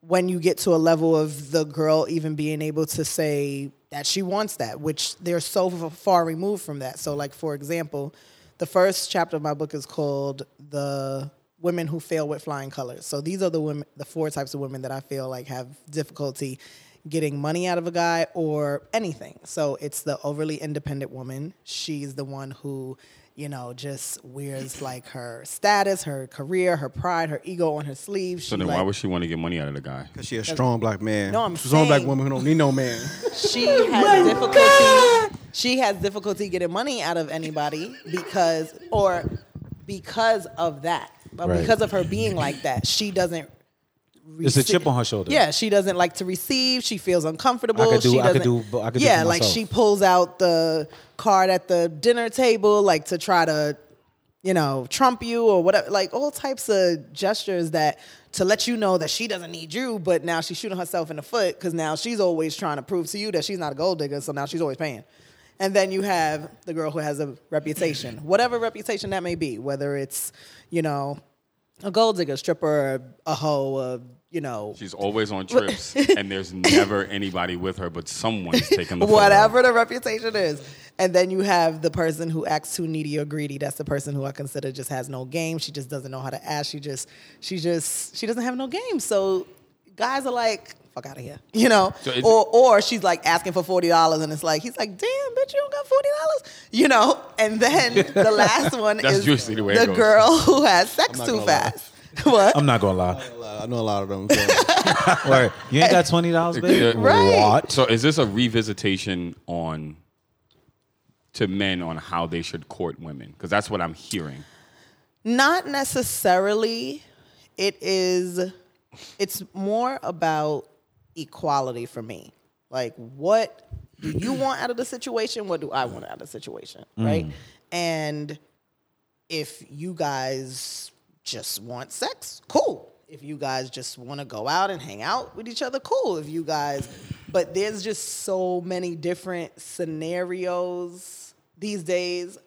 Speaker 4: when you get to a level of the girl even being able to say that she wants that, which they're so f- far removed from that. So, like for example, the first chapter of my book is called "The Women Who Fail with Flying Colors." So these are the women, the four types of women that I feel like have difficulty getting money out of a guy or anything. So it's the overly independent woman. She's the one who, you know, just wears like her status, her career, her pride, her ego on her sleeve.
Speaker 3: so
Speaker 4: She,
Speaker 3: then,
Speaker 4: like,
Speaker 3: why would she want to get money out of the guy?
Speaker 1: Cause she a strong black man.
Speaker 4: No, I'm
Speaker 1: strong black
Speaker 4: saying-
Speaker 1: woman who don't need no man.
Speaker 4: she has difficulty she has difficulty getting money out of anybody because or because of that but
Speaker 2: Right.
Speaker 4: because of her being like that she doesn't
Speaker 2: It's a
Speaker 4: rece-
Speaker 2: chip on her shoulder.
Speaker 4: yeah she doesn't like to receive she feels uncomfortable
Speaker 2: I could do-
Speaker 4: she
Speaker 2: I could
Speaker 4: doesn't-
Speaker 2: do- but I could do
Speaker 4: yeah
Speaker 2: for
Speaker 4: like
Speaker 2: myself.
Speaker 4: she pulls out the card at the dinner table like to try to you know trump you or whatever like all types of gestures that to let you know that she doesn't need you but now she's shooting herself in the foot because now she's always trying to prove to you that she's not a gold digger so now she's always paying and then you have the girl who has a reputation whatever reputation that may be whether it's you know a gold digger stripper a hoe a you know
Speaker 3: She's always on trips, and there's never anybody with her, but someone's taking the photo.
Speaker 4: whatever the reputation is. And then you have the person who acts too needy or greedy. That's the person who I consider just has no game. She just doesn't know how to ask. She just, she just, she doesn't have no game. So guys are like, fuck out of here, you know.
Speaker 3: So it's-
Speaker 4: or or she's like asking for forty dollars, and it's like he's like, damn, bitch, you don't got forty dollars, you know. And then the last one
Speaker 3: That's
Speaker 4: is
Speaker 3: usually the way it goes.
Speaker 4: girl who has sex
Speaker 1: not
Speaker 4: too
Speaker 1: gonna lie.
Speaker 4: fast. What?
Speaker 2: I'm not gonna lie.
Speaker 1: I know a lot of them. so-
Speaker 2: Word. You ain't got twenty dollars, baby.
Speaker 3: Yeah. Right.
Speaker 2: What?
Speaker 3: So is this a revisitation on to men on how they should court women? Because that's what I'm hearing.
Speaker 4: Not necessarily. It is it's more about equality for me. Like what do you want out of the situation? What do I want out of the situation? Right? And if you guys just want sex, cool. If you guys just want to go out and hang out with each other, cool. If you guys, but there's just so many different scenarios these days.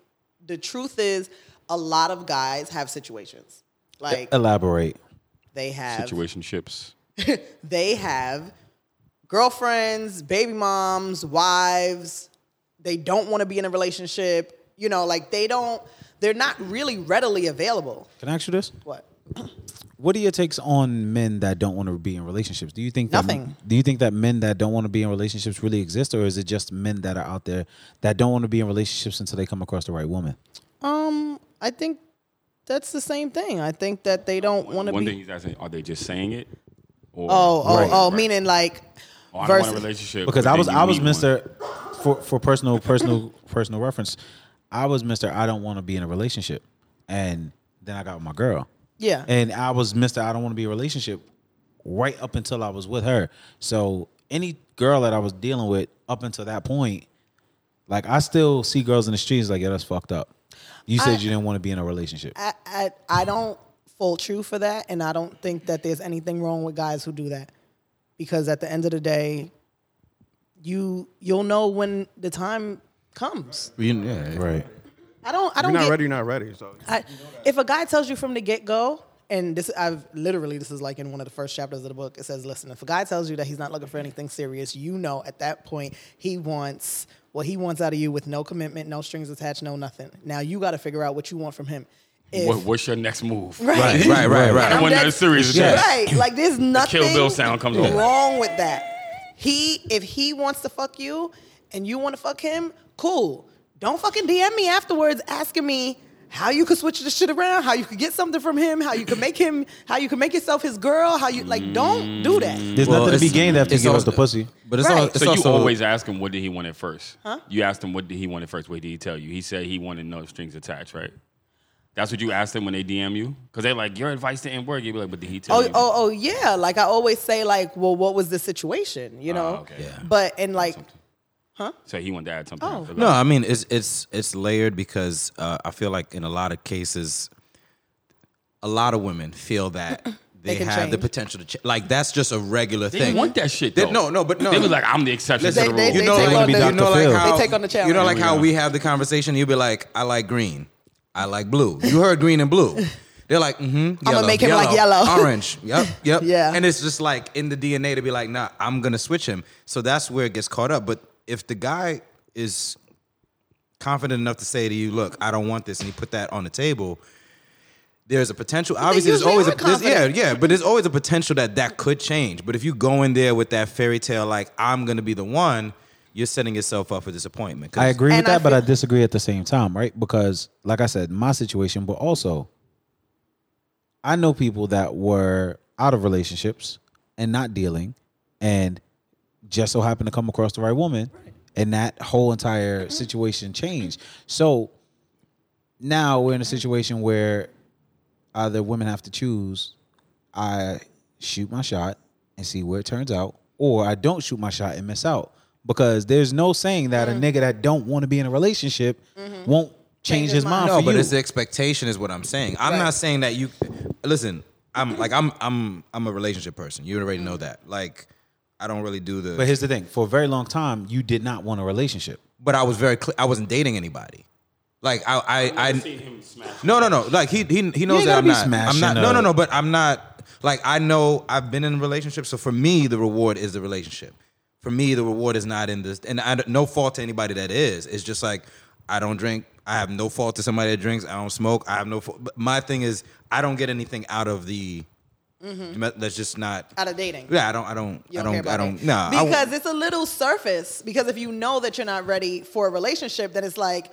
Speaker 4: The truth is, a lot of guys have situations. Like
Speaker 2: Elaborate.
Speaker 4: they have
Speaker 3: Situationships.
Speaker 4: they have girlfriends, baby moms, wives. They don't want to be in a relationship. You know, like they don't, they're not really readily available.
Speaker 2: Can I ask you this?
Speaker 4: What?
Speaker 2: What are your takes on men that don't want to be in relationships? Do you think that-
Speaker 4: Nothing.
Speaker 2: do you think that men that don't want to be in relationships really exist, or is it just men that are out there that don't want to be in relationships until they come across the right woman?
Speaker 4: Um, I think that's the same thing. I think that they don't want to
Speaker 3: One
Speaker 4: be.
Speaker 3: thing he's asking: Are they just saying it? Or,
Speaker 4: oh, oh,
Speaker 2: Right,
Speaker 4: oh,
Speaker 3: right.
Speaker 4: meaning like
Speaker 3: Oh, I don't want a
Speaker 4: versus.
Speaker 3: relationship
Speaker 2: Because
Speaker 3: but
Speaker 2: I
Speaker 3: then
Speaker 2: was
Speaker 3: you
Speaker 2: I was
Speaker 3: need one.
Speaker 2: Mister for for personal personal personal reference. I was Mister I don't want to be in a relationship, and then I got with my girl.
Speaker 4: Yeah.
Speaker 2: and I was Mister. I don't want to be in a relationship right up until I was with her. So any girl that I was dealing with up until that point, like I still see girls in the streets like, yeah, that's fucked up. You said
Speaker 4: I-
Speaker 2: you didn't want to be in a relationship.
Speaker 4: I, I, I don't fault true for that, and I don't think that there's anything wrong with guys who do that, because at the end of the day, you you'll know when the time comes.
Speaker 5: You- yeah.
Speaker 2: right.
Speaker 4: I don't. I
Speaker 1: If
Speaker 4: don't.
Speaker 1: you're not
Speaker 4: get,
Speaker 1: ready, you're not ready. So
Speaker 4: I, if a guy tells you from the get go, and this I've literally this is like in one of the first chapters of the book. It says, "Listen, if a guy tells you that he's not looking for anything serious, you know at that point he wants what he wants out of you with no commitment, no strings attached, no nothing. Now you got to figure out what you want from him. If-
Speaker 3: What, what's your next move?
Speaker 5: Right,
Speaker 3: I
Speaker 5: right, right,
Speaker 3: don't
Speaker 5: right.
Speaker 4: I'm
Speaker 3: want
Speaker 4: dead-
Speaker 3: nothing serious.
Speaker 5: Yeah.
Speaker 3: Yes.
Speaker 4: Right. Like there's nothing
Speaker 3: Kill Bill sound comes on.
Speaker 4: wrong with that. He if he wants to fuck you and you want to fuck him, cool. Don't fucking DM me afterwards asking me how you could switch this shit around, how you could get something from him, how you could make him, how you could make yourself his girl, how you like don't do that.
Speaker 2: There's nothing to be
Speaker 5: it's-
Speaker 2: gained after you
Speaker 5: it's
Speaker 2: give
Speaker 5: all-
Speaker 2: us the pussy.
Speaker 5: But it's
Speaker 4: Right.
Speaker 5: all. It's
Speaker 3: So you
Speaker 5: also,
Speaker 3: always ask him what did he want at first. Huh? You asked him what did he want at first. What did he tell you? He said he wanted no strings attached, right? That's what you asked them when they DM you, because they're like, your advice didn't work. You'd be like, but did he tell
Speaker 4: Oh,
Speaker 3: you?
Speaker 4: oh, oh, yeah. Like I always say, like, well, what was the situation? You know.
Speaker 3: Ah, okay.
Speaker 5: Yeah.
Speaker 4: But and like,
Speaker 3: So he wanted to add something.
Speaker 4: Oh.
Speaker 3: after that.
Speaker 5: No, I mean it's it's it's layered because uh, I feel like in a lot of cases, a lot of women feel that they,
Speaker 4: can
Speaker 5: have the
Speaker 4: change.
Speaker 5: potential to ch- like that's just a regular
Speaker 3: They
Speaker 5: thing.
Speaker 3: didn't want that shit.
Speaker 5: They-
Speaker 3: Though.
Speaker 5: no, no, but no.
Speaker 3: They was like, I'm the exception
Speaker 4: Listen,
Speaker 3: to the rule.
Speaker 4: They
Speaker 5: you know,
Speaker 4: take
Speaker 5: like,
Speaker 4: on
Speaker 5: you
Speaker 4: the-
Speaker 5: know,
Speaker 2: They
Speaker 5: like how
Speaker 4: take on the
Speaker 5: You know, like
Speaker 3: challenge.
Speaker 5: how we have the conversation. You'll be like, I like green, I like blue. You heard green and blue. They're like, mm-hmm.
Speaker 4: I'ma make him like yellow.
Speaker 5: orange. Yep, yep.
Speaker 4: Yeah.
Speaker 5: And it's just like in the DNA to be like, nah, I'm gonna switch him. So that's where it gets caught up. But if the guy is confident enough to say to you, look, I don't want this, and he put that on the table. There's a potential. Obviously, there's
Speaker 4: usually
Speaker 5: always a
Speaker 4: are
Speaker 5: there's- yeah,
Speaker 4: confident.
Speaker 5: yeah, but there's always a potential that that could change. But if you go in there with that fairy tale, like I'm gonna be the one, you're setting yourself up for disappointment. 'Cause-
Speaker 2: I agree with
Speaker 4: And I
Speaker 2: that, but I
Speaker 4: feel-
Speaker 2: disagree at the same time, right? Because, like I said, my situation, but also, I know people that were out of relationships and not dealing, and just so happened to come across the right woman, and that whole entire situation changed. So now we're in a situation where either women have to choose I shoot my shot and see where it turns out, or I don't shoot my shot and miss out. Because there's no saying that a nigga that don't want to be in a relationship won't Mm-hmm. change, his mind.
Speaker 5: No,
Speaker 2: for
Speaker 5: but
Speaker 2: you.
Speaker 5: it's the expectation is what I'm saying. I'm
Speaker 4: Right.
Speaker 5: not saying that you listen, I'm like I'm I'm I'm a relationship person. You already know that. Like I don't really do the
Speaker 2: But here's the thing: for a very long time, you did not want a relationship.
Speaker 5: but I was very clear I wasn't dating anybody. Like I I, I
Speaker 3: him smash.
Speaker 5: No, no, no. Like he he he knows
Speaker 2: ain't
Speaker 5: that
Speaker 2: gotta
Speaker 5: I'm
Speaker 2: be
Speaker 5: not. I'm
Speaker 2: smashing
Speaker 5: not. No,
Speaker 2: up.
Speaker 5: no, no. But I'm not. Like I know I've been in a relationship, so for me the reward is the relationship. For me the reward is not in this, and I don't- no fault to anybody that is. It's just like I don't drink. I have no fault to somebody that drinks. I don't smoke. I have no. Fault. But my thing is I don't get anything out of the. That's just not.
Speaker 4: out of dating.
Speaker 5: Yeah, I don't. I don't.
Speaker 4: Mm-hmm. You
Speaker 5: I
Speaker 4: don't care
Speaker 5: don't.
Speaker 4: about
Speaker 5: I don't.
Speaker 4: it.
Speaker 5: Nah. I won't-
Speaker 4: Because it's a little surface. Because if you know that you're not ready for a relationship, then it's like,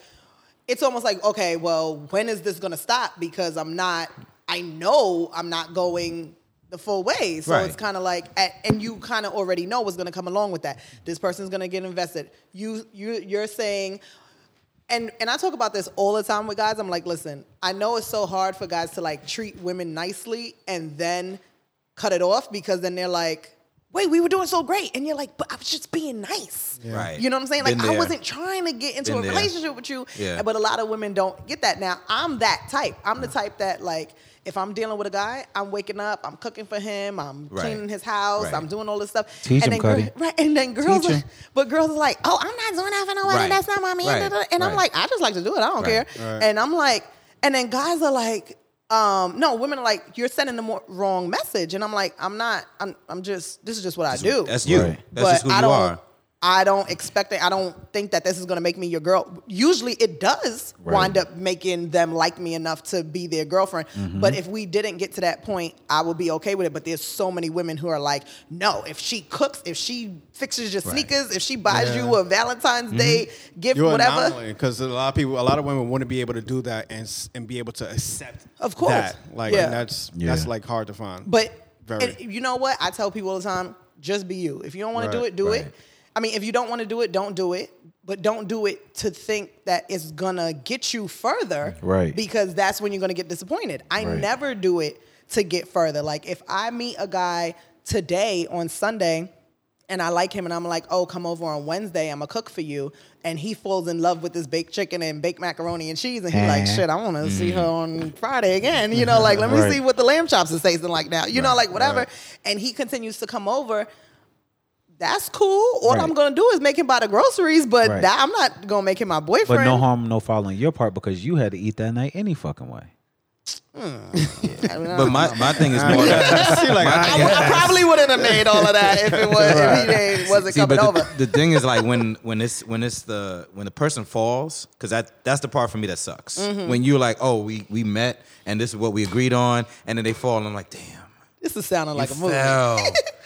Speaker 4: it's almost like, okay, well, when is this going to stop? Because I'm not, I know I'm not going the full way. So
Speaker 5: Right.
Speaker 4: it's kind of like, at, and you kind of already know what's going to come along with that. This person's going to get invested. You, you, you're saying, and and I talk about this all the time with guys. I'm like, listen, I know it's so hard for guys to like treat women nicely and then cut it off because then they're like, wait, we were doing so great, and you're like, but I was just being nice.
Speaker 5: Right.
Speaker 4: You know what I'm saying? Like
Speaker 5: Been
Speaker 4: I
Speaker 5: there.
Speaker 4: wasn't trying to get into
Speaker 5: Been
Speaker 4: a
Speaker 5: there.
Speaker 4: relationship with you.
Speaker 5: Yeah. Uh-huh.
Speaker 4: But a lot of women don't get that. Now I'm that type. I'm the type that like if I'm dealing with a guy, I'm waking up, I'm cooking for him, I'm
Speaker 5: Right.
Speaker 4: cleaning his house,
Speaker 5: Right.
Speaker 4: I'm doing all this stuff.
Speaker 2: Teach
Speaker 4: and
Speaker 2: him,
Speaker 4: then,
Speaker 2: Cuddy.
Speaker 4: gir- Right. And then girls,
Speaker 2: Teach
Speaker 4: are-
Speaker 2: him.
Speaker 4: but girls are like, oh, I'm not doing that for nobody.
Speaker 5: Right.
Speaker 4: That's not my man.
Speaker 5: Right.
Speaker 4: da-da-da." And I'm
Speaker 5: Right.
Speaker 4: like, I just like to do it. I don't
Speaker 5: Right.
Speaker 4: care. And I'm like, and then guys are like, um, no, women are like, you're sending the mo- wrong message. And I'm like, I'm not. I'm, I'm just. This is just what I do.
Speaker 5: That's you.
Speaker 2: Right.
Speaker 5: That's just who
Speaker 4: I
Speaker 5: you
Speaker 4: don't.
Speaker 5: are.
Speaker 4: I don't expect it. I don't think that this is going to make me your girl. Usually, it does
Speaker 2: Right.
Speaker 4: wind up making them like me enough to be their girlfriend.
Speaker 5: Mm-hmm.
Speaker 4: But if we didn't get to that point, I would be okay with it. But there's so many women who are like, no, if she cooks, if she fixes your sneakers, if she buys you a Valentine's Day
Speaker 5: Mm-hmm.
Speaker 4: gift,
Speaker 1: You're
Speaker 4: whatever.
Speaker 1: because a lot of people, a lot of women want to be able to do that and s- and be able to accept.
Speaker 4: Of course.
Speaker 1: that. like
Speaker 4: Yeah.
Speaker 1: and that's
Speaker 2: Yeah.
Speaker 1: that's like hard to find.
Speaker 4: But
Speaker 1: Very.
Speaker 4: and you know what? I tell people all the time: just be you. If you don't want to do
Speaker 1: Right,
Speaker 4: it, do
Speaker 5: right.
Speaker 4: it. I mean, if you don't want to do it, don't do it. But don't do it to think that it's gonna get you further,
Speaker 2: Right.
Speaker 4: Because that's when you're gonna get disappointed. I
Speaker 2: Right.
Speaker 4: never do it to get further. Like if I meet a guy today on Sunday. And I like him, and I'm like, oh, come over on Wednesday. I'm gonna cook for you. And he falls in love with this baked chicken and baked macaroni and cheese. And he's like,
Speaker 5: Eh.
Speaker 2: Uh-huh.
Speaker 4: shit, I wanna
Speaker 5: Mm.
Speaker 4: see her on Friday again. You know, like, let me
Speaker 2: Right.
Speaker 4: see what the lamb chops is tasting like now. You know, like whatever. And he continues to come over. That's cool. All
Speaker 2: Right.
Speaker 4: I'm gonna do is make him buy the groceries, but
Speaker 2: Right.
Speaker 4: that, I'm not gonna make him my
Speaker 2: But
Speaker 4: boyfriend.
Speaker 2: no harm, no foul on your part because you had to eat that night any fucking way.
Speaker 4: I mean, I
Speaker 5: But my, my thing is more.
Speaker 1: See, like, I-
Speaker 4: I, w- I probably wouldn't have made all of that if it was if he didn't- wasn't
Speaker 5: See,
Speaker 4: coming
Speaker 5: but
Speaker 4: over.
Speaker 5: The, the thing is, like when when it's when it's the when the person falls, because that that's the part for me that sucks.
Speaker 2: Mm-hmm.
Speaker 5: When you're like, oh, we we met and this is what we agreed on, and then they fall, and I'm like, damn,
Speaker 4: this is sounding like a
Speaker 5: you
Speaker 4: movie.
Speaker 5: fell.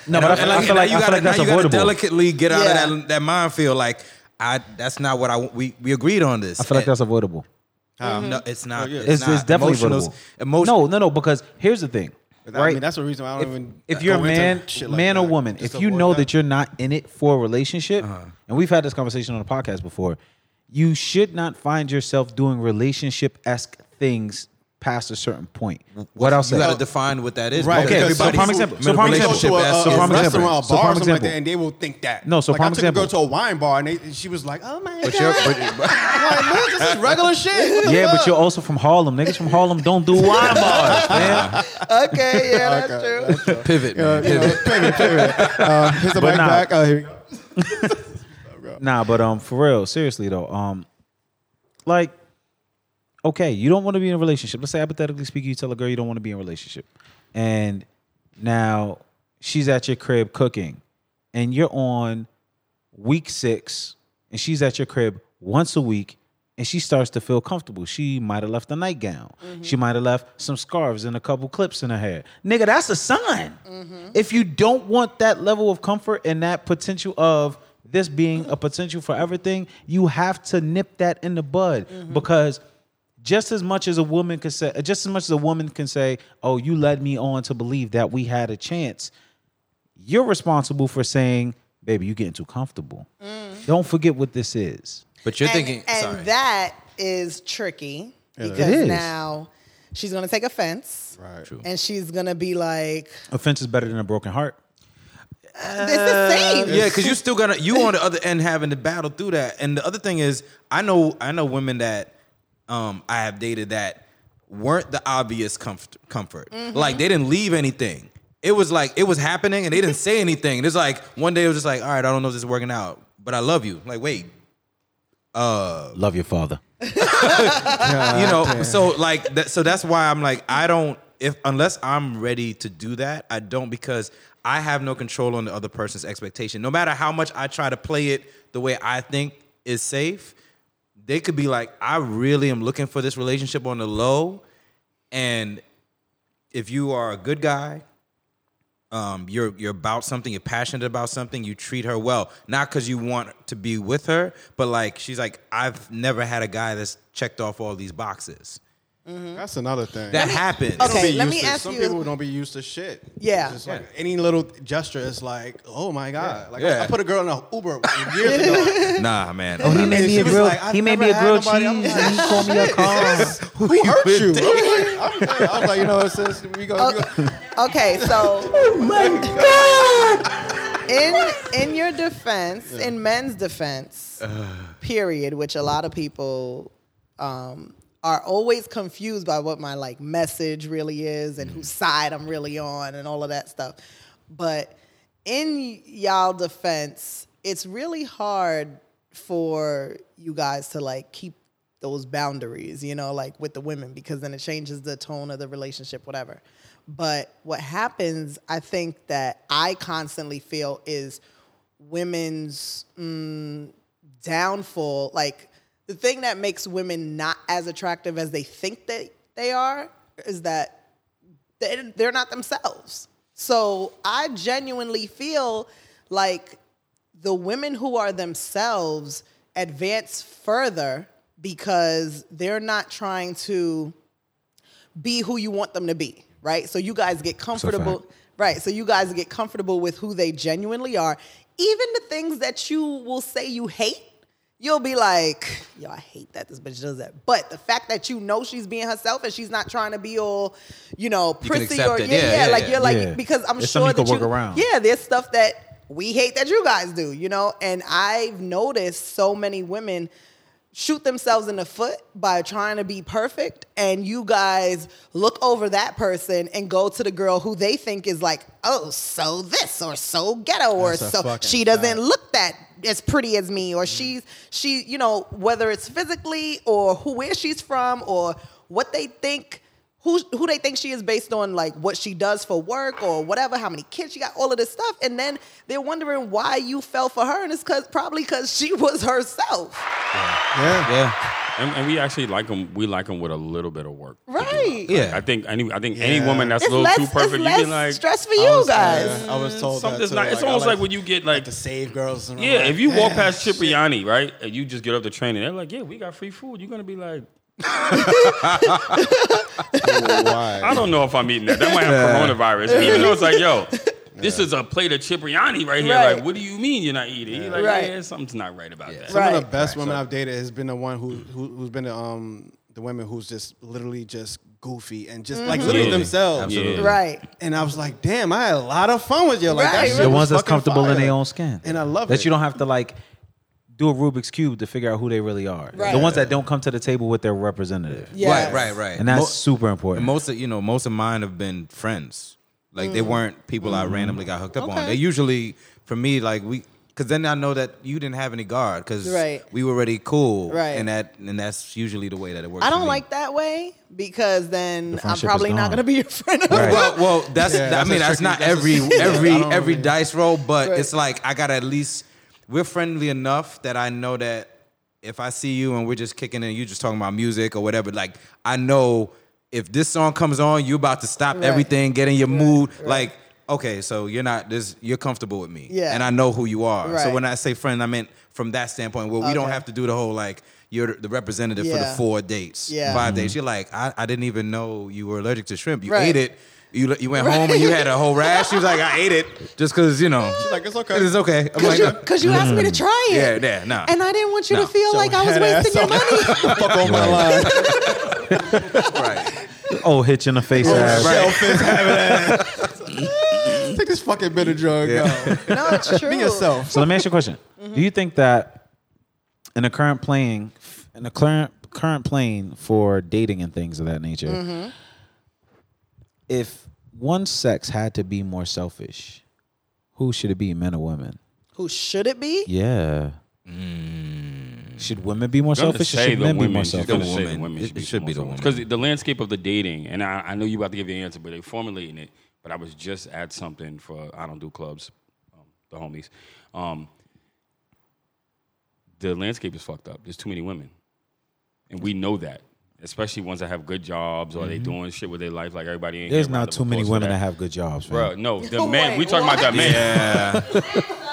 Speaker 2: No, but I feel- I feel
Speaker 5: now
Speaker 2: like- I feel like that's
Speaker 5: now you
Speaker 2: avoidable.
Speaker 5: gotta delicately get out
Speaker 4: Yeah.
Speaker 5: of that that minefield. Like I, that's not what I want- we we agreed on this.
Speaker 2: I feel like
Speaker 5: And-
Speaker 2: that's avoidable.
Speaker 5: no, it's not. It's,
Speaker 2: It's, it's,
Speaker 5: not.
Speaker 2: definitely
Speaker 5: Emotionals-
Speaker 2: avoidable.
Speaker 5: Emotion-
Speaker 2: No, no, no. Because here's the thing,
Speaker 1: I
Speaker 2: right?
Speaker 1: mean, that's the reason why I don't even.
Speaker 2: if you're a
Speaker 1: go into
Speaker 2: man,
Speaker 1: shit like
Speaker 2: man or
Speaker 1: that.
Speaker 2: woman,
Speaker 1: Just Uh-huh.
Speaker 2: if you
Speaker 1: avoid
Speaker 2: know that. you're not in it for a relationship, and we've had this conversation on the podcast before, you should not find yourself doing relationship esque things past a certain point. What else?
Speaker 5: You got to define what that is.
Speaker 1: Right,
Speaker 5: because
Speaker 2: Okay,
Speaker 1: because
Speaker 2: so
Speaker 1: like,
Speaker 2: prime
Speaker 1: you-
Speaker 2: example.
Speaker 1: you
Speaker 2: So prime
Speaker 1: go
Speaker 2: example.
Speaker 1: to a, a,
Speaker 5: Relationship, so
Speaker 1: a
Speaker 5: prime
Speaker 1: restaurant,
Speaker 2: example.
Speaker 1: or a bar,
Speaker 2: So prime
Speaker 1: or something like
Speaker 2: example.
Speaker 1: that, and they will think that.
Speaker 2: No, so
Speaker 1: like,
Speaker 2: prime
Speaker 1: I took a girl to
Speaker 2: example.
Speaker 1: a wine bar, and, they, and she was like, "Oh my
Speaker 5: But you're-
Speaker 1: god,
Speaker 5: but- but-
Speaker 1: I'm like, man, this is regular shit." What the
Speaker 2: Yeah,
Speaker 1: fuck?
Speaker 2: but you're also from Harlem. Niggas from Harlem don't do wine bars, man.
Speaker 4: Okay, yeah, that's true.
Speaker 5: pivot, man.
Speaker 1: You know,
Speaker 5: pivot.
Speaker 1: pivot, pivot. Uh, here's the
Speaker 2: But
Speaker 1: mic
Speaker 2: nah.
Speaker 1: back. Uh, here we go.
Speaker 2: Nah, but um, for real, seriously though, um, like, okay, you don't want to be in a relationship. Let's say hypothetically speaking, you tell a girl you don't want to be in a relationship, and now she's at your crib cooking, and you're on week six, and she's at your crib once a week. And she starts to feel comfortable. She might have left a nightgown. She might have left some scarves and a couple clips in her hair. Nigga, that's a sign. If you don't want that level of comfort and that potential of this being a potential for everything, you have to nip that in the bud because just as much as a woman can say, just as much as a woman can say, "Oh, you led me on to believe that we had a chance," you're responsible for saying, "Baby, you're getting too comfortable. Don't forget what this is."
Speaker 5: But you're
Speaker 4: and,
Speaker 5: thinking.
Speaker 4: and
Speaker 5: sorry.
Speaker 4: that is tricky because
Speaker 2: is.
Speaker 4: now she's gonna take offense,
Speaker 1: Right. True.
Speaker 4: and she's gonna be like,
Speaker 2: Offense is better than a broken heart.
Speaker 4: "It's the same."
Speaker 5: Yeah, because you still gonna you on the other end having to battle through that. And the other thing is, I know I know women that um I have dated that weren't the obvious comfort comfort. Like they didn't leave anything. It was like it was happening and they didn't say anything. And it's like one day it was just like, all right, I don't know if this is working out, but I love you. Like, wait,
Speaker 2: Love your father.
Speaker 5: you know so like that, so that's why i'm like i don't if unless i'm ready to do that i don't because i have no control on the other person's expectation no matter how much i try to play it the way i think is safe they could be like i really am looking for this relationship on the low and if you are a good guy um, you're you're about something, you're passionate about something, you treat her well, not because you want to be with her, but like she's like, I've never had a guy that's checked off all these boxes.
Speaker 1: That's another thing.
Speaker 5: That
Speaker 1: They
Speaker 5: happens.
Speaker 1: don't
Speaker 4: Okay,
Speaker 1: be
Speaker 4: let
Speaker 1: used
Speaker 4: me
Speaker 1: to-
Speaker 4: ask
Speaker 1: Some
Speaker 4: you-
Speaker 1: people don't be used to shit.
Speaker 4: Yeah.
Speaker 1: It's just like any little gesture is like, oh my god. Like
Speaker 5: Yeah.
Speaker 1: I, I put a girl in an Uber years ago.
Speaker 5: Nah, man.
Speaker 2: Oh, he
Speaker 1: made
Speaker 2: made
Speaker 1: me
Speaker 2: me
Speaker 1: she
Speaker 2: a
Speaker 1: a was grill-
Speaker 2: grilled.
Speaker 1: like, I've
Speaker 2: he
Speaker 1: he
Speaker 2: made
Speaker 1: made
Speaker 2: me
Speaker 1: never
Speaker 2: a
Speaker 1: me a
Speaker 2: grilled
Speaker 1: grilled
Speaker 2: cheese.
Speaker 1: had nobody- I'm cheese,
Speaker 2: and
Speaker 1: and
Speaker 2: he called me a car.
Speaker 1: Who hurt you? I was like, I was like, you know, it's just, we
Speaker 4: Uh,
Speaker 1: go. we go.
Speaker 4: Okay, so
Speaker 2: Oh
Speaker 4: in in your defense, in men's defense, period, which a lot of people um, are always confused by what my like message really is and whose side I'm really on and all of that stuff. But in y'all defense, it's really hard for you guys to like keep those boundaries, you know, like with the women, because then it changes the tone of the relationship, whatever. But what happens, I think that I constantly feel is women's mm, downfall. Like the thing that makes women not as attractive as they think that they are is that they- they're not themselves. So I genuinely feel like the women who are themselves advance further because they're not trying to be who you want them to be, right? So you guys get comfortable, right? So you guys get comfortable with who they genuinely are. Even the things that you will say you hate, you'll be like, yo, I hate that this bitch does that. But the fact that you know she's being herself and she's not trying to be all, you know,
Speaker 5: You can
Speaker 4: prissy
Speaker 5: accept
Speaker 4: or
Speaker 5: it.
Speaker 4: yeah,
Speaker 5: Yeah,
Speaker 4: yeah,
Speaker 5: yeah,
Speaker 4: like
Speaker 5: yeah.
Speaker 4: you're like
Speaker 2: Yeah.
Speaker 4: because I'm
Speaker 2: There's
Speaker 4: sure
Speaker 2: something you
Speaker 4: that
Speaker 2: can work
Speaker 4: you,
Speaker 2: around.
Speaker 4: yeah, there's stuff that we hate that you guys do, you know. And I've noticed so many women shoot themselves in the foot by trying to be perfect, and you guys look over that person and go to the girl who they think is like, oh, so this or so ghetto or
Speaker 1: That's a
Speaker 4: so
Speaker 1: fucking
Speaker 4: she doesn't
Speaker 1: fact. Mm.
Speaker 4: look that as pretty as me or she's she you know whether it's physically or who where she's from or what they think who who they think she is based on like what she does for work or whatever, how many kids she got, all of this stuff, and then they're wondering why you fell for her, and it's cause probably because she was herself,
Speaker 1: Yeah.
Speaker 5: Yeah.
Speaker 3: And, and we actually like them. We like them with a little bit of work.
Speaker 4: right?
Speaker 5: Yeah.
Speaker 3: I think any. I think
Speaker 1: Yeah.
Speaker 3: any woman that's
Speaker 4: It's
Speaker 3: a little
Speaker 4: less,
Speaker 3: too perfect,
Speaker 4: it's
Speaker 3: you can
Speaker 4: less
Speaker 3: like.
Speaker 4: stress for you guys.
Speaker 1: I was told that
Speaker 3: Something's
Speaker 1: too.
Speaker 3: not. It's
Speaker 1: I
Speaker 3: almost like, when you get like
Speaker 1: to save girls. And I'm
Speaker 3: Yeah,
Speaker 1: like,
Speaker 3: if you walk
Speaker 1: "Yeah,
Speaker 3: past
Speaker 1: shit."
Speaker 3: Cipriani, right, and you just get up the train and they're like, "Yeah, we got free food," you're gonna be like, "I
Speaker 1: Why?
Speaker 3: don't know if I'm eating that. That might have coronavirus." Even though it's like, "Yo, this is a plate of Cipriani right here."
Speaker 4: Right.
Speaker 3: Like, what do you mean you're not eating? You're like,
Speaker 4: Right.
Speaker 3: "Yeah, something's not right about that."
Speaker 1: Some of
Speaker 4: Right.
Speaker 1: the best women I've dated has been the one who, who who's been the um the women who's just literally just goofy and just like literally
Speaker 3: Yeah.
Speaker 1: themselves.
Speaker 3: Mm-hmm. Absolutely.
Speaker 4: Right.
Speaker 1: And I was like, damn, I had a lot of fun with you. Like that
Speaker 4: Right.
Speaker 1: shit
Speaker 2: the
Speaker 1: was
Speaker 2: ones that's
Speaker 1: fucking
Speaker 2: comfortable in
Speaker 1: fire.
Speaker 2: their own skin,
Speaker 1: And I love
Speaker 2: that
Speaker 1: it.
Speaker 2: you don't have to like do a Rubik's cube to figure out who they really are.
Speaker 4: Right.
Speaker 2: The ones that don't come to the table with their representative,
Speaker 4: Yes.
Speaker 5: Right, right, right.
Speaker 2: and that's
Speaker 5: Mo-
Speaker 2: super
Speaker 5: And
Speaker 2: important.
Speaker 5: most of you know, most of mine have been friends. Like they weren't people I
Speaker 2: Mm-hmm.
Speaker 5: randomly got hooked up on.
Speaker 4: Mm. Okay.
Speaker 5: They usually for me like we because then I know that you didn't have any guard because
Speaker 4: Right.
Speaker 5: we were already cool.
Speaker 4: Right.
Speaker 5: And that and that's usually the way that it works.
Speaker 4: I
Speaker 5: for
Speaker 4: don't
Speaker 5: me.
Speaker 4: like that way because then I'm
Speaker 2: friendship is
Speaker 4: probably not
Speaker 2: gone.
Speaker 4: gonna be your friend.
Speaker 5: Well, well, that's,
Speaker 1: Yeah, that's
Speaker 5: I mean,
Speaker 1: a
Speaker 5: that's
Speaker 1: tricky-
Speaker 5: not
Speaker 1: that's a-
Speaker 5: every
Speaker 1: yeah,
Speaker 5: every
Speaker 1: I don't
Speaker 5: every
Speaker 1: really-
Speaker 5: dice roll, but
Speaker 4: Right.
Speaker 5: it's like I gotta at least we're friendly enough that I know that if I see you and we're just kicking and you just talking about music or whatever, like I know if this song comes on, you're about to stop
Speaker 4: Right.
Speaker 5: everything, get in your mood, like. Okay, so you're not this. You're comfortable with me,
Speaker 4: Yeah.
Speaker 5: and I know who you are. So
Speaker 4: Right.
Speaker 5: when I say friend, I meant from that standpoint where we don't
Speaker 4: Okay.
Speaker 5: have to do the whole like you're the representative for
Speaker 4: Yeah.
Speaker 5: the four dates,
Speaker 4: Yeah.
Speaker 5: five days. You're like, I, I didn't even know you were allergic to shrimp. You
Speaker 4: Right.
Speaker 5: ate it. You you went home and you had a whole rash. She was like, I ate it just because you know. She's
Speaker 1: like, "It's okay."
Speaker 5: It's okay. I'm
Speaker 4: Cause
Speaker 5: like,
Speaker 4: you,
Speaker 5: "No."
Speaker 4: cause you asked me to try it.
Speaker 5: Yeah, yeah, nah.
Speaker 4: And I didn't want you
Speaker 5: Nah.
Speaker 4: to feel
Speaker 1: Yo,
Speaker 4: like I was
Speaker 1: head
Speaker 4: wasting your
Speaker 1: ass
Speaker 4: money.
Speaker 1: Fuck on my line.
Speaker 5: right.
Speaker 2: oh, hitch in the face, ass.
Speaker 1: Shellfish having ass. Take this fucking Benadryl. Yeah. Go.
Speaker 4: no, it's true.
Speaker 1: Be yourself.
Speaker 2: So let me ask you a question:
Speaker 3: Mm-hmm.
Speaker 2: Do you think that in the current playing, in the current current plane for dating and things of that nature,
Speaker 3: Mm-hmm.
Speaker 2: if one sex had to be more selfish, who should it be, men or women?
Speaker 4: Who should it be?
Speaker 2: Yeah. Mm. Should women be more
Speaker 3: I'm gonna
Speaker 2: selfish or
Speaker 3: Mm. say
Speaker 2: should men be more
Speaker 3: She's
Speaker 2: selfish?
Speaker 3: gonna
Speaker 5: The
Speaker 3: say the
Speaker 5: woman.
Speaker 3: women
Speaker 5: It- it should be the woman.
Speaker 3: Because the landscape of the dating, and I, I know you about to give your answer, but they're formulating it. But I was just at something for I don't do clubs, um, the homies. Um, the landscape is fucked up. There's too many women, and we know that. Especially ones that have good jobs or they doing shit with their life, like everybody. ain't
Speaker 2: There's
Speaker 3: here. Round
Speaker 2: not
Speaker 3: of
Speaker 2: too many
Speaker 3: applause for
Speaker 2: women that have good jobs, man.
Speaker 3: Bro, no, the
Speaker 4: Wait,
Speaker 3: men. We talking about that
Speaker 4: what?
Speaker 3: man.
Speaker 5: Yeah.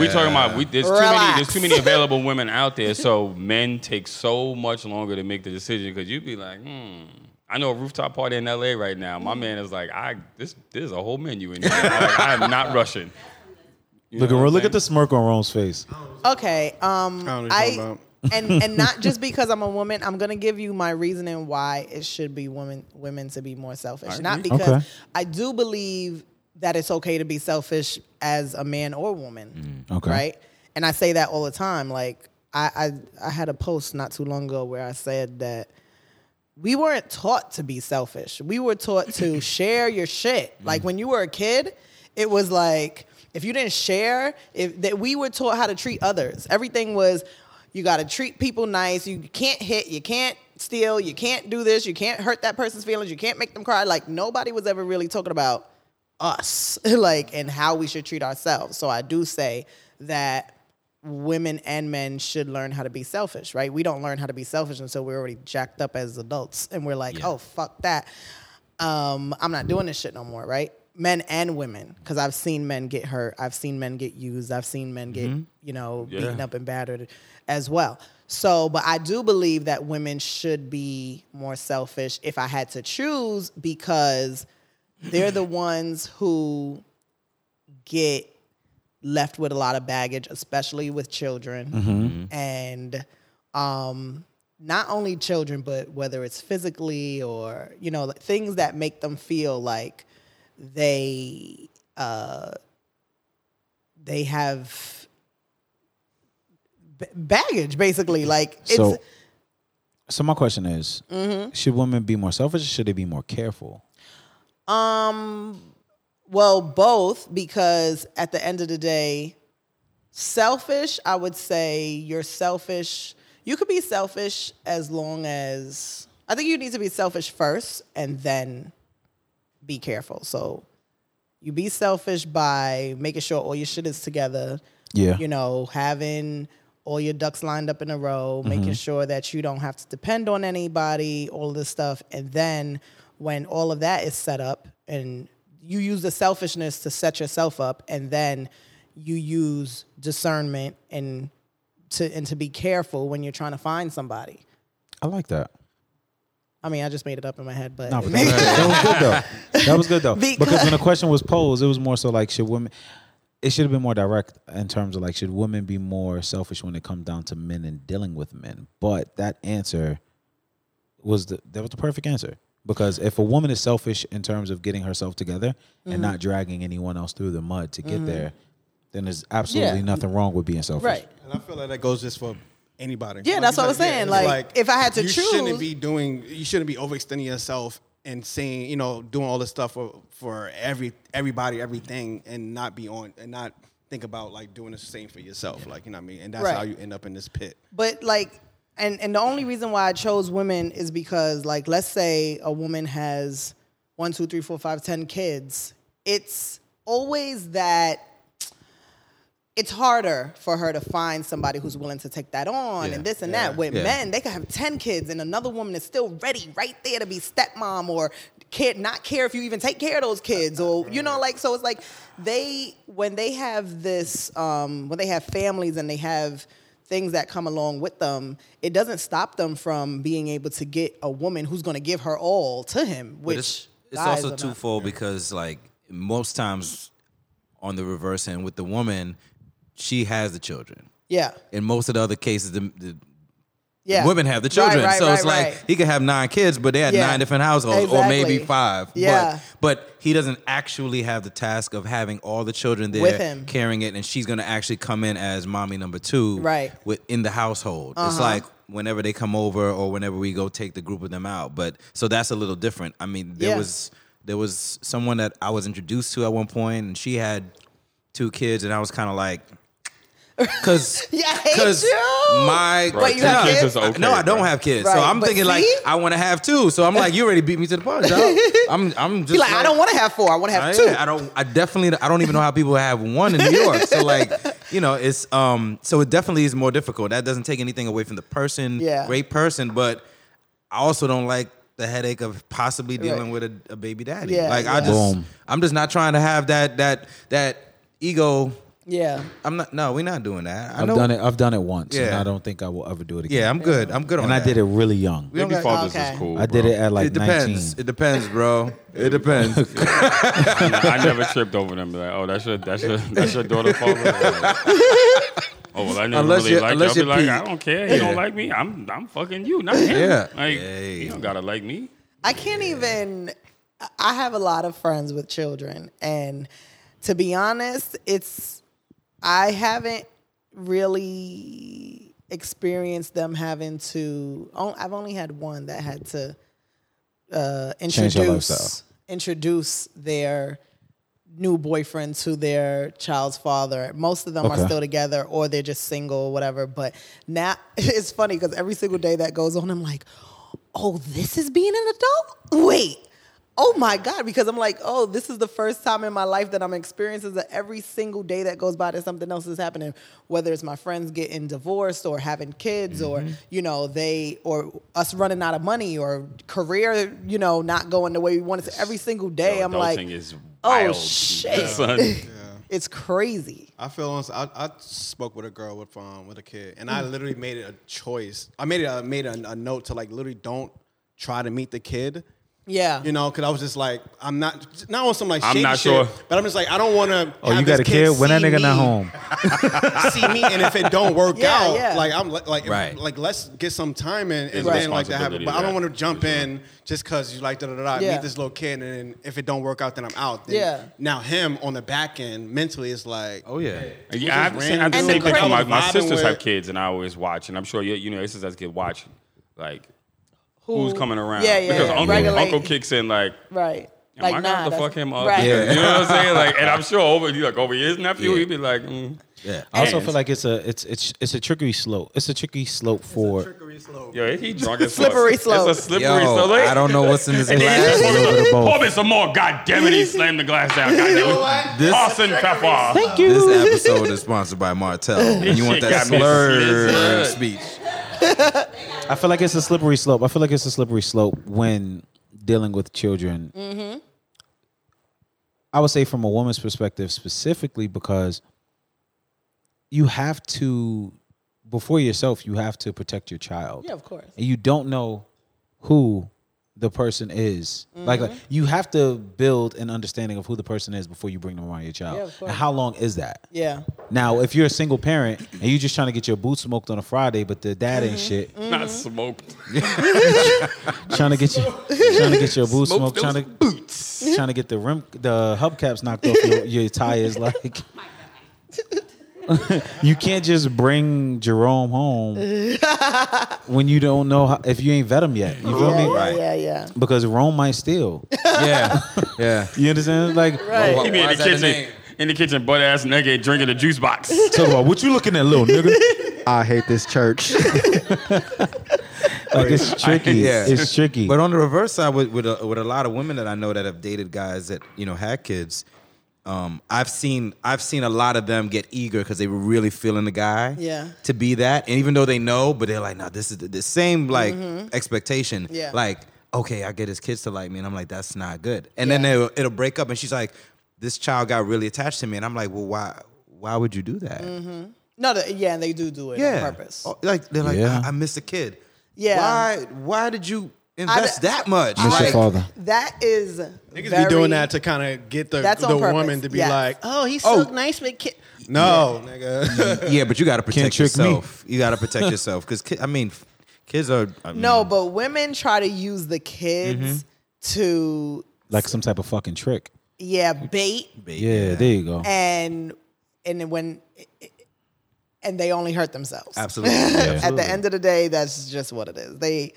Speaker 3: We talking about we, there's too many
Speaker 4: Relax.
Speaker 3: there's too many available women out there, so men take so much longer to make the decision because you'd be like, hmm. I know a rooftop party in LA right now. My man is like, I this there's a whole menu in here. I'm like, I am not rushing. You
Speaker 2: Look,
Speaker 3: know
Speaker 2: at
Speaker 3: what I'm
Speaker 2: look at
Speaker 3: saying?
Speaker 2: the smirk on Rome's face.
Speaker 4: Okay. Um,
Speaker 1: I don't know what you're
Speaker 4: I
Speaker 1: talking
Speaker 4: and and not just because I'm a woman. I'm gonna give you my reasoning why it should be women women to be more selfish. Not because
Speaker 2: Okay.
Speaker 4: I do believe that it's okay to be selfish as a man or woman.
Speaker 2: Mm. okay.
Speaker 4: Right. And I say that all the time. Like I I, I had a post not too long ago where I said that we weren't taught to be selfish. We were taught to share your shit. Like when you were a kid, it was like if you didn't share, if that we were taught how to treat others. Everything was you got to treat people nice. You can't hit, you can't steal, you can't do this, you can't hurt that person's feelings, you can't make them cry. Like nobody was ever really talking about us, like and how we should treat ourselves. So I do say that women and men should learn how to be selfish, right? We don't learn how to be selfish until we're already jacked up as adults and we're like, oh, fuck that. Um, I'm not doing this shit no more, right? Men and women, because I've seen men get hurt, I've seen men get used, I've seen men get, you know, beaten up and battered as well. So, but I do believe that women should be more selfish if I had to choose because they're the ones who get left with a lot of baggage, especially with children. And um, not only children, but whether it's physically or, you know, like, things that make them feel like they uh, they have b- baggage basically like it's
Speaker 2: So, so my question is:
Speaker 3: Mm-hmm.
Speaker 2: Should women be more selfish? or Should they be more careful?
Speaker 4: Well, both, because at the end of the day, selfish, I would say you're selfish. You could be selfish as long as I think you need to be selfish first and then be careful. So you be selfish by making sure all your shit is together.
Speaker 2: Yeah.
Speaker 4: You know, having all your ducks lined up in a row, making sure that you don't have to depend on anybody, all this stuff. And then when all of that is set up and you use the selfishness to set yourself up and then you use discernment and to and to be careful when you're trying to find somebody.
Speaker 2: I like that.
Speaker 4: I mean, I just made it up in my head, but
Speaker 2: No, but that, was, that was good though. That was good though. Because,
Speaker 4: Because-
Speaker 2: when the question was posed, it was more so like should women it should have been more direct in terms of like should women be more selfish when it comes down to men and dealing with men? But that answer was the that was the perfect answer. Because if a woman is selfish in terms of getting herself together and not dragging anyone else through the mud to get there, then there's absolutely
Speaker 4: Yeah.
Speaker 2: nothing wrong with being selfish.
Speaker 4: right.
Speaker 1: And I feel like that goes just for anybody.
Speaker 4: Yeah, that's what I was
Speaker 1: yeah,
Speaker 4: saying.
Speaker 1: it's
Speaker 4: Like, if I had to
Speaker 1: you
Speaker 4: choose-
Speaker 1: shouldn't be doing. You shouldn't be overextending yourself and saying, you know, doing all this stuff for for every everybody, everything, and not be on and not think about like doing the same for yourself. Like, you know what I mean? And that's
Speaker 4: Right.
Speaker 1: how you end up in this pit.
Speaker 4: But like, and and the only reason why I chose women is because like, let's say a woman has one, two, three, four, five, ten kids. It's always that. It's harder for her to find somebody who's willing to take that on
Speaker 5: Yeah,
Speaker 4: and this and that.
Speaker 5: yeah,
Speaker 4: With
Speaker 5: yeah.
Speaker 4: men, they could have ten kids and another woman is still ready right there to be stepmom or care not care if you even take care of those kids or you know like so it's like they when they have this um, when they have families and they have things that come along with them it doesn't stop them from being able to get a woman who's going to give her all to him which
Speaker 5: But it's, it's
Speaker 4: guys
Speaker 5: also
Speaker 4: are not.
Speaker 5: twofold because like most times on the reverse end with the woman, she has the children.
Speaker 4: yeah
Speaker 5: In most of the other cases, the, the
Speaker 4: yeah
Speaker 5: women have the
Speaker 4: Right,
Speaker 5: children.
Speaker 4: right,
Speaker 5: so
Speaker 4: right,
Speaker 5: it's like
Speaker 4: right.
Speaker 5: he could have nine kids, but they had
Speaker 4: Yeah.
Speaker 5: nine different households, or maybe
Speaker 4: Exactly.
Speaker 5: five.
Speaker 4: Yeah.
Speaker 5: But, but he doesn't actually have the task of having all the children there
Speaker 4: With him.
Speaker 5: carrying it, and she's gonna actually come in as mommy number two,
Speaker 4: Right. Uh-huh.
Speaker 5: Within the household, it's like whenever they come over or whenever we go take the group of them out. But so that's a little different. I mean, there
Speaker 4: Yeah.
Speaker 5: was there was someone that I was introduced to at one point, and she had two kids, and I was kind of like. Cause,
Speaker 4: Yeah, I hate
Speaker 5: cause
Speaker 4: you.
Speaker 5: my
Speaker 4: Bro, Wait, you have
Speaker 5: Yeah.
Speaker 4: kids?
Speaker 3: is okay,
Speaker 5: no, I don't
Speaker 3: bro.
Speaker 5: have kids, so
Speaker 4: Right,
Speaker 5: I'm
Speaker 4: but
Speaker 5: thinking like
Speaker 4: see?
Speaker 5: I want to have two. So I'm like, you already beat me to the punch. dog. I'm, I'm just
Speaker 4: Be like, i don't want to have four i want to have
Speaker 5: I-
Speaker 4: two
Speaker 5: I don't. I definitely. I don't even know how people have one in New York. So like, you know, it's um. So it definitely is more difficult. That doesn't take anything away from the person.
Speaker 4: Yeah.
Speaker 5: Great person, but I also don't like the headache of possibly dealing
Speaker 4: Right.
Speaker 5: with a, a baby daddy.
Speaker 4: Yeah,
Speaker 5: Like
Speaker 4: yeah.
Speaker 5: I just,
Speaker 2: Boom.
Speaker 5: I'm just not trying to have that that that ego.
Speaker 4: yeah
Speaker 5: I'm not. No, we're not doing that. I
Speaker 2: I've
Speaker 5: know.
Speaker 2: done it I've done it once and
Speaker 5: Yeah.
Speaker 2: I don't think I will ever do it again.
Speaker 5: Yeah, I'm good. I'm good on
Speaker 2: and I
Speaker 5: that.
Speaker 2: did it really young.
Speaker 5: don't
Speaker 3: Baby
Speaker 5: got-
Speaker 3: fathers
Speaker 4: okay.
Speaker 3: is cool.
Speaker 2: I did
Speaker 3: bro.
Speaker 2: it at like
Speaker 5: it depends.
Speaker 2: 19.
Speaker 5: It depends, bro. It depends.
Speaker 3: I never tripped over them. Like, oh, that's your that's your that's your daughter father. oh well, I never
Speaker 5: Unless
Speaker 3: really
Speaker 5: you-
Speaker 3: liked you.
Speaker 5: unless
Speaker 3: I'll be
Speaker 5: you
Speaker 3: like,
Speaker 5: Pete.
Speaker 3: I don't care. He don't like me. I'm I'm fucking you, not him.
Speaker 5: Yeah.
Speaker 3: like
Speaker 5: Hey.
Speaker 3: you don't gotta like me.
Speaker 4: I can't even. I have a lot of friends with children, and to be honest, it's I haven't really experienced them having to. on- I've only had one that had to uh,
Speaker 2: Change their
Speaker 4: introduce
Speaker 2: lifestyle.
Speaker 4: introduce their new boyfriend to their child's father. Most of them
Speaker 2: Okay.
Speaker 4: are still together or they're just single or whatever. But now it's funny because every single day that goes on, I'm like, oh, this is being an adult? Wait. Oh my God, because I'm like, oh, this is the first time in my life that I'm experiencing that every single day that goes by that something else is happening, whether it's my friends getting divorced or having kids
Speaker 3: Mm-hmm.
Speaker 4: or, you know, they, or us running out of money or career, you know, not going the way we want it to. Every single day,
Speaker 3: Yo,
Speaker 4: I'm like,
Speaker 3: adulting is
Speaker 4: oh
Speaker 3: wild,
Speaker 4: shit.
Speaker 3: son.
Speaker 4: It's crazy.
Speaker 1: I feel on, I, I spoke with a girl with um with a kid, and
Speaker 4: Mm.
Speaker 1: I literally made it a choice. I made it I made a, a note to like literally don't try to meet the kid.
Speaker 4: Yeah.
Speaker 1: You know, because I was just like, I'm not not on some like
Speaker 3: I'm
Speaker 1: shady
Speaker 3: not
Speaker 1: shit,
Speaker 3: sure.
Speaker 1: but I'm just like, I don't want to.
Speaker 2: Oh, you got a kid? When that nigga not home.
Speaker 1: see me, and if it don't work
Speaker 4: Yeah,
Speaker 1: out,
Speaker 4: yeah.
Speaker 1: like I'm li- like
Speaker 5: Right.
Speaker 1: like let's get some time in,
Speaker 3: There's
Speaker 1: and
Speaker 3: a
Speaker 1: then like that happen.
Speaker 3: responsibility
Speaker 1: But I don't
Speaker 3: there,
Speaker 1: want to jump
Speaker 3: for sure.
Speaker 1: in just because you like da da da da.
Speaker 4: Yeah.
Speaker 1: Meet this little kid, and then if it don't work out, then I'm out. Then
Speaker 4: Yeah.
Speaker 1: Now him on the back end mentally is like,
Speaker 5: oh yeah.
Speaker 3: Yeah, I have the same, I have the
Speaker 4: And
Speaker 3: same
Speaker 4: the
Speaker 3: thing.
Speaker 4: crowd
Speaker 3: My,
Speaker 1: was
Speaker 3: my
Speaker 1: vibing
Speaker 3: sisters
Speaker 1: with-
Speaker 3: have kids, and I always watch. And I'm sure you, you know, your sisters as kids watch, like who's coming around.
Speaker 4: Yeah, yeah.
Speaker 3: Because
Speaker 4: yeah.
Speaker 3: uncle,
Speaker 4: Regulate.
Speaker 3: uncle kicks in like.
Speaker 4: Right.
Speaker 3: Am I
Speaker 4: nah,
Speaker 3: gonna have to
Speaker 4: that's-
Speaker 3: fuck him up?
Speaker 4: Right.
Speaker 3: You know what I'm saying? Like, and I'm sure over you like over his nephew,
Speaker 5: Yeah.
Speaker 3: he'd be like, mm.
Speaker 5: Yeah.
Speaker 2: I also
Speaker 3: And-
Speaker 2: feel like it's a it's it's it's a tricky slope. It's a tricky slope for
Speaker 1: trickery slope.
Speaker 3: Yo, he drunk as fuck.
Speaker 4: Slippery slope.
Speaker 3: It's a slippery
Speaker 5: Yo,
Speaker 3: slope. Like,
Speaker 5: I don't know what's in this
Speaker 3: And then
Speaker 5: glass.
Speaker 3: he
Speaker 2: Glass.
Speaker 3: just
Speaker 2: Little
Speaker 3: poured
Speaker 2: bowl.
Speaker 3: Pour me some more. God damn it. He slammed the glass down. God damn it.
Speaker 5: This-
Speaker 3: Carson Pepper.
Speaker 2: Thank you.
Speaker 5: This episode is sponsored by Martell. And you want
Speaker 3: shit
Speaker 5: that
Speaker 3: got me
Speaker 5: slur
Speaker 3: slizzled.
Speaker 5: speech?
Speaker 2: I feel like it's a slippery slope. I feel like it's a slippery slope when dealing with children. Mm-hmm. I would say from a woman's perspective specifically because you have to before yourself, you have to protect your child.
Speaker 4: Yeah, of course.
Speaker 2: And you don't know who the person is. Like,
Speaker 4: Mm-hmm.
Speaker 2: like, you have to build an understanding of who the person is before you bring them around your child.
Speaker 4: Yeah, of course.
Speaker 2: and how long is that?
Speaker 4: Yeah.
Speaker 2: Now, if you're a single parent and you're just trying to get your boots smoked on a Friday, but the dad
Speaker 4: Mm-hmm.
Speaker 2: ain't shit,
Speaker 3: Not smoked.
Speaker 2: trying to get you, trying to get your boots smoked,
Speaker 3: Smoked
Speaker 2: trying
Speaker 3: those
Speaker 2: to
Speaker 3: boots.
Speaker 2: trying to get the rim, the hubcaps knocked off your, your tires. Like, you can't just bring Jerome home when you don't know how, if you ain't vet him yet. You feel
Speaker 4: Yeah,
Speaker 2: me?
Speaker 5: Right.
Speaker 4: yeah, yeah,
Speaker 2: Because Rome might steal.
Speaker 5: Yeah, yeah.
Speaker 2: You understand? Like,
Speaker 4: yeah.
Speaker 5: Why-
Speaker 4: Right.
Speaker 3: He be
Speaker 5: why
Speaker 3: in
Speaker 5: is
Speaker 3: the
Speaker 5: that the
Speaker 3: kitchen.
Speaker 5: name?
Speaker 3: In the kitchen, butt ass nigga drinking the juice box.
Speaker 2: talk about what you looking at, little nigga.
Speaker 1: I hate this church.
Speaker 2: Like, it's tricky.
Speaker 5: Yeah.
Speaker 2: It's tricky.
Speaker 5: But on the reverse side, with with a, with a lot of women that I know that have dated guys that you know had kids, um, I've seen I've seen a lot of them get eager because they were really feeling the guy,
Speaker 4: Yeah.
Speaker 5: to be that. And even though they know, but they're like, no, this is the, the same like expectation,
Speaker 4: Mm-hmm. Yeah.
Speaker 5: Like, okay, I get his kids to like me, and I'm like, that's not good. And then it'll, it'll break up, and she's like, this child got really attached to me, and I'm like, well, why? Why would you do that?
Speaker 4: No, the, yeah, and they do do it
Speaker 5: Yeah,
Speaker 4: on Mm-hmm. purpose.
Speaker 5: Oh, Like they're like,
Speaker 2: Yeah.
Speaker 5: I, I miss a kid.
Speaker 4: Yeah.
Speaker 5: Why? Why did you invest
Speaker 4: I-
Speaker 5: that much?
Speaker 2: Miss your
Speaker 5: Like,
Speaker 2: father.
Speaker 4: That is
Speaker 1: Niggas
Speaker 4: very,
Speaker 1: be doing that to kind of get the,
Speaker 4: That's
Speaker 1: the
Speaker 4: on purpose.
Speaker 1: woman to be
Speaker 4: Yes.
Speaker 1: like,
Speaker 4: oh, he's
Speaker 5: Oh.
Speaker 4: so nice, but kid.
Speaker 1: no, nigga.
Speaker 5: Yeah, but you got to protect
Speaker 2: trick me.
Speaker 5: yourself. You got to protect yourself because I mean, f- kids are I mean,
Speaker 1: Mm-hmm.
Speaker 4: No, but women try to use the kids to
Speaker 2: like some type of fucking trick.
Speaker 4: yeah bait
Speaker 5: big.
Speaker 2: Yeah, there you go.
Speaker 4: and and then when and they only hurt themselves.
Speaker 5: absolutely.
Speaker 4: At the end of the day, that's just what it is. They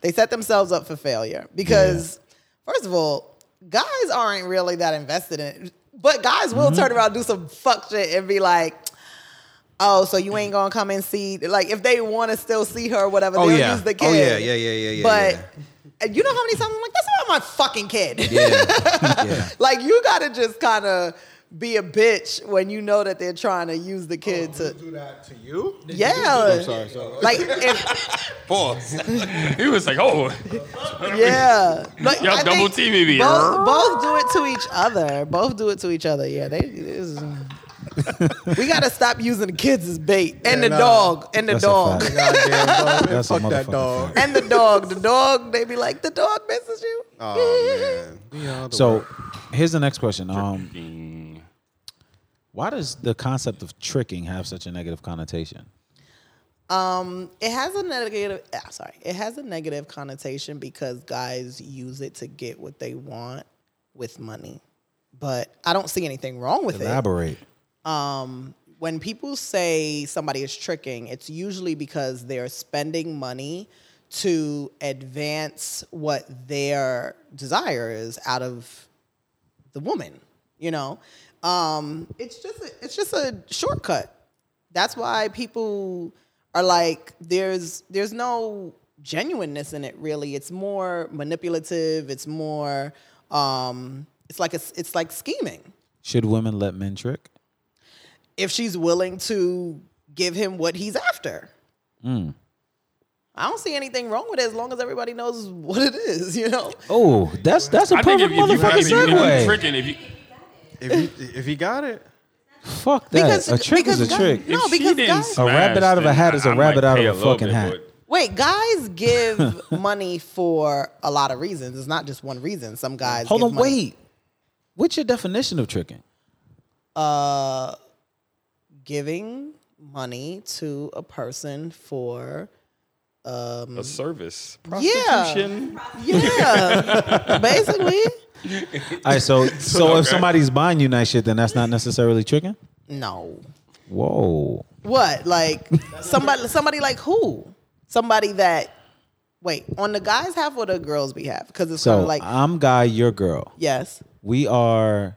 Speaker 4: they set themselves up for failure because first of all, guys aren't really that invested in. But guys will
Speaker 5: Mm-hmm.
Speaker 4: turn around, do some fuck shit, and be like. Oh, so you ain't gonna come and see? Like, if they want to still see her, or whatever,
Speaker 5: Oh,
Speaker 4: they'll
Speaker 5: yeah.
Speaker 4: use the kid.
Speaker 5: Oh, yeah, yeah, yeah, yeah, yeah,
Speaker 4: But
Speaker 5: yeah.
Speaker 4: and you know how many times I'm like, that's not my fucking kid.
Speaker 5: Yeah, yeah.
Speaker 4: Like you gotta just kind of be a bitch when you know that they're trying to use the kid to.
Speaker 1: Do that to you?
Speaker 4: Mm-hmm. Yeah.
Speaker 1: Sorry, sorry.
Speaker 4: Like if
Speaker 5: Pause.
Speaker 3: he was like, oh,
Speaker 4: yeah. Like,
Speaker 3: Y'all
Speaker 4: I
Speaker 3: double
Speaker 4: think
Speaker 3: teaming me.
Speaker 4: Both, both do it to each other. Both do it to each other. Yeah. They. Is, we gotta stop using the kids as bait and the
Speaker 1: nah.
Speaker 4: dog and the
Speaker 2: That's a
Speaker 4: dog.
Speaker 2: fact.
Speaker 1: Goddamn dog. Man,
Speaker 2: That's a
Speaker 1: fuck that
Speaker 2: motherfucking
Speaker 1: dog.
Speaker 4: And the dog, the dog, they be like, the dog misses you.
Speaker 1: Oh man. We all the
Speaker 2: So,
Speaker 1: worst.
Speaker 2: here's the next question. Um, why does the concept of tricking have such a negative connotation?
Speaker 4: It has a negative. ah, Sorry, it has a negative connotation because guys use it to get what they want with money. But I don't see anything wrong with it.
Speaker 2: Elaborate.
Speaker 4: When people say somebody is tricking, it's usually because they're spending money to advance what their desire is out of the woman. You know, um, it's just a, it's just a shortcut. That's why people are like, there's there's no genuineness in it really. It's more manipulative. It's more, um, it's like a, it's like scheming.
Speaker 2: Should women let men trick?
Speaker 4: If she's willing to give him what he's after.
Speaker 2: Mm.
Speaker 4: I don't see anything wrong with it as long as everybody knows what it is, you know?
Speaker 2: Oh, that's that's a
Speaker 3: I think if
Speaker 2: perfect
Speaker 3: you, if you,
Speaker 2: motherfucking
Speaker 3: if you, if you
Speaker 2: segue.
Speaker 3: tricking, if you,
Speaker 1: if he, if he got it,
Speaker 2: Fuck that. a trick is a
Speaker 4: guys-
Speaker 2: trick.
Speaker 4: No,
Speaker 3: if she
Speaker 4: because
Speaker 3: didn't
Speaker 4: guys,
Speaker 2: A rabbit
Speaker 3: smash,
Speaker 2: out of a
Speaker 3: then
Speaker 2: hat is a
Speaker 3: I- I
Speaker 2: rabbit
Speaker 3: might
Speaker 2: out
Speaker 3: pay
Speaker 2: of a
Speaker 3: little
Speaker 2: fucking
Speaker 3: bit,
Speaker 2: hat.
Speaker 3: but-
Speaker 4: Wait, guys give money for a lot of reasons. It's not just one reason. Some guys
Speaker 2: Hold
Speaker 4: give
Speaker 2: on,
Speaker 4: money-
Speaker 2: wait. What's your definition of tricking?
Speaker 4: giving money to a person for um,
Speaker 3: a service
Speaker 4: Yeah.
Speaker 3: prostitution.
Speaker 4: yeah, basically.
Speaker 2: All right, so so if somebody's buying you nice shit, then that's not necessarily tricking.
Speaker 4: No,
Speaker 2: Whoa.
Speaker 4: what like somebody somebody like who somebody that wait on the guys half or the girls behalf because it's kind
Speaker 2: So
Speaker 4: of like
Speaker 2: I'm guy, you're girl.
Speaker 4: yes
Speaker 2: We are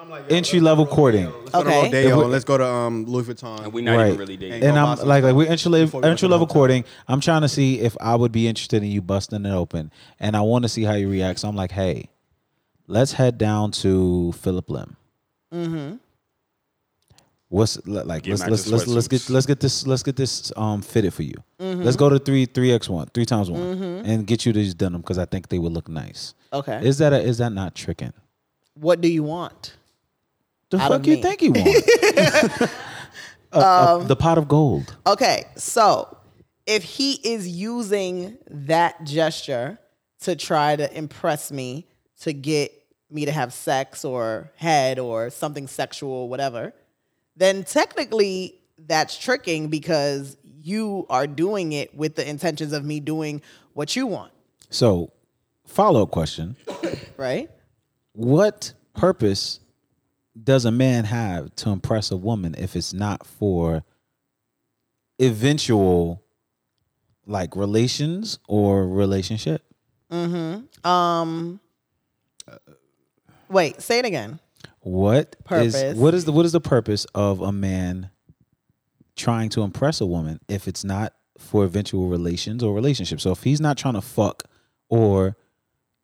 Speaker 1: if
Speaker 2: entry level courting.
Speaker 4: Okay.
Speaker 1: Rodeo. Let's go to um, Louis
Speaker 3: And
Speaker 1: Vuitton.
Speaker 3: we're not
Speaker 2: right.
Speaker 3: even really dating.
Speaker 2: and
Speaker 1: Go
Speaker 2: I'm
Speaker 1: buy some
Speaker 2: like, like we're entry
Speaker 1: before we
Speaker 2: level
Speaker 1: went to
Speaker 2: entry
Speaker 1: the
Speaker 2: level
Speaker 1: hotel.
Speaker 2: courting. I'm trying to see if I would be interested in you busting it open, and I want to see how you react. So I'm like, hey, let's head down to Philip Lim. Mm-hmm. What's li- like?
Speaker 3: Get
Speaker 2: let's
Speaker 3: matching
Speaker 2: let's let's, let's get
Speaker 3: sweatsuits. Mm-hmm.
Speaker 2: let's get this let's get this um fitted for you. Let's go to three three x one three times one and get you these denim because I think they would look nice.
Speaker 4: Okay.
Speaker 2: Is that a, is that not tricking?
Speaker 4: what do you want?
Speaker 2: The
Speaker 4: Out of
Speaker 2: fuck you
Speaker 4: me.
Speaker 2: think you want? A- a-
Speaker 3: Um,
Speaker 2: the pot of gold.
Speaker 4: Okay, so if he is using that gesture to try to impress me, to get me to have sex or head or something sexual, whatever, then technically that's tricking because you are doing it with the intentions of me doing what you want,
Speaker 2: So, follow up question.
Speaker 4: right?
Speaker 2: what purpose does a man have to impress a woman if it's not for eventual like relations or relationship
Speaker 4: Wait, say it again.
Speaker 2: What is
Speaker 4: Purpose.
Speaker 2: what is the what is the purpose of a man trying to impress a woman if it's not for eventual relations or relationships so if he's not trying to fuck or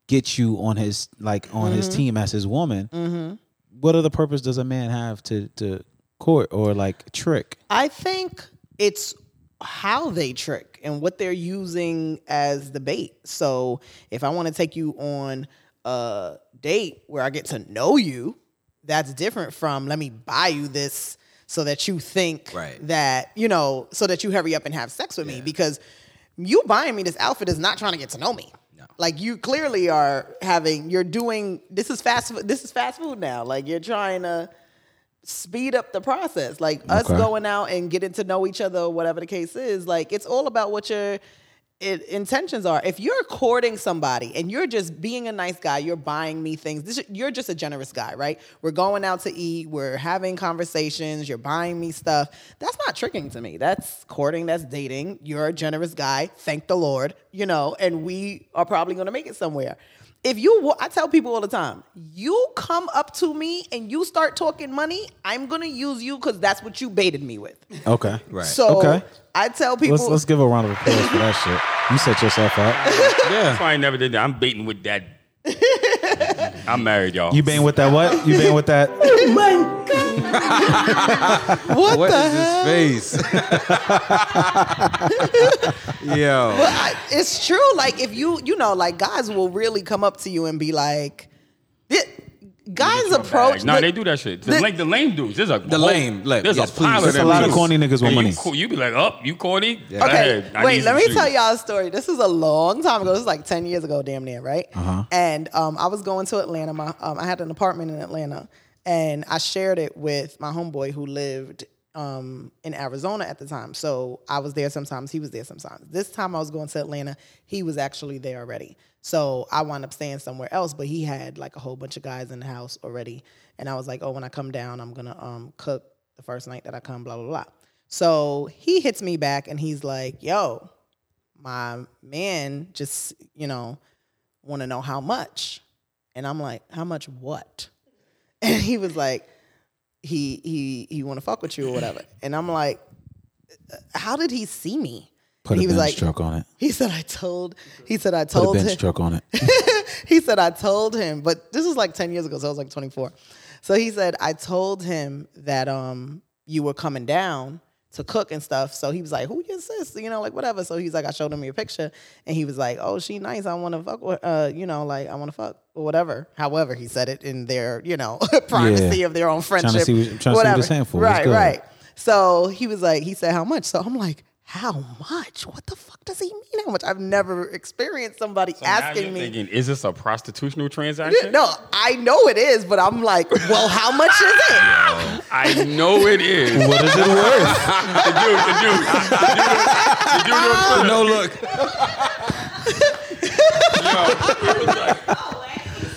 Speaker 2: get you on his like on his
Speaker 4: Mm-hmm.
Speaker 2: team as his woman what other purpose does a man have to to court or like trick
Speaker 4: I think it's how they trick and what they're using as the bait. So if I want to take you on a date where I get to know you, that's different from let me buy you this so that you think
Speaker 5: Right.
Speaker 4: that, you know, so that you hurry up and have sex with me because you buying me this outfit is not trying to get to know me. Like you clearly are having you're doing this is fast food this is fast food now. Like you're trying to speed up the process. Like us
Speaker 2: Okay.
Speaker 4: going out and getting to know each other, whatever the case is, like it's all about what your it, intentions are. If you're courting somebody and you're just being a nice guy, you're buying me things. This, you're just a generous guy, right? We're going out to eat, we're having conversations, you're buying me stuff. That's not tricking to me. That's courting, that's dating. You're a generous guy, thank the Lord, you know, and we are probably going to make it somewhere if you wa- i tell people all the time you come up to me and you start talking money i'm gonna use you because that's what you baited me with
Speaker 2: okay
Speaker 5: Right.
Speaker 4: so
Speaker 2: Okay.
Speaker 4: i tell people
Speaker 2: let's let's give a round of applause for that shit you set yourself up
Speaker 3: That's why I never did that. I'm baiting with that. I'm married, y'all.
Speaker 2: you been with that what you been with that
Speaker 4: what,
Speaker 5: What
Speaker 4: the
Speaker 5: is his face? Yo.
Speaker 4: I- it's true. Like if you, you know, like guys will really come up to you and be like, "Thi- guys approach.
Speaker 3: No,
Speaker 4: the-
Speaker 3: they do that shit. The,
Speaker 4: the-
Speaker 3: lame, the lame dudes. There's a the
Speaker 5: lame, like,
Speaker 3: There's
Speaker 5: yes,
Speaker 3: a
Speaker 5: please.
Speaker 3: pile
Speaker 5: There's
Speaker 2: a
Speaker 3: them
Speaker 2: lot of
Speaker 3: dudes.
Speaker 2: corny niggas with
Speaker 3: And
Speaker 2: money.
Speaker 3: You, cool- you be like, oh, you corny? Go
Speaker 4: Okay,
Speaker 3: ahead. I
Speaker 4: wait,
Speaker 3: need
Speaker 4: let
Speaker 3: some
Speaker 4: me
Speaker 3: shoes.
Speaker 4: tell y'all a story. This is a long time ago. This is like 10 years ago, damn near, right? And um, I was going to Atlanta. My, um, I had an apartment in Atlanta, and I shared it with my homeboy who lived um, in Arizona at the time. So I was there sometimes, he was there sometimes. This time I was going to Atlanta, he was actually there already. So I wound up staying somewhere else, but he had like a whole bunch of guys in the house already. And I was like, oh, when I come down, I'm going to um, cook the first night that I come, blah, blah, blah. So he hits me back and he's like, yo, my man just, you know, want to know how much. And I'm like, how much what? And he was like, he he he want to fuck with you or whatever. And I'm like, how did he see me?
Speaker 2: put
Speaker 4: And
Speaker 2: a
Speaker 4: he was
Speaker 2: bench
Speaker 4: like,
Speaker 2: truck on it
Speaker 4: he said I told, he said I
Speaker 2: put a
Speaker 4: told him
Speaker 2: bench truck on it
Speaker 4: he said, I told him, but this was like 10 years ago, so I was like 24. So he said, I told him that um you were coming down to cook and stuff. So he was like, Who your sis? You know, like whatever. So he's like, I showed him your picture and he was like, Oh, she nice. I wanna fuck with uh, you know, like I wanna fuck or whatever. However, he said it in their, you know, privacy
Speaker 2: Yeah.
Speaker 4: of their own friendship.
Speaker 2: see what- trying to see what
Speaker 4: whatever.
Speaker 2: it's saying for. It's
Speaker 4: Right,
Speaker 2: good.
Speaker 4: right. So he was like, he said, How much? So I'm like, how much? What the fuck does he mean? How much? I've never experienced somebody
Speaker 3: So now
Speaker 4: asking
Speaker 3: you're
Speaker 4: me.
Speaker 3: Thinking, is this a prostitutional transaction?
Speaker 4: No, I know it is, but I'm like, well, how much is it?
Speaker 3: I know it is. the dude,
Speaker 2: what is it worth
Speaker 3: the dude, the dude, the dude,
Speaker 5: No look.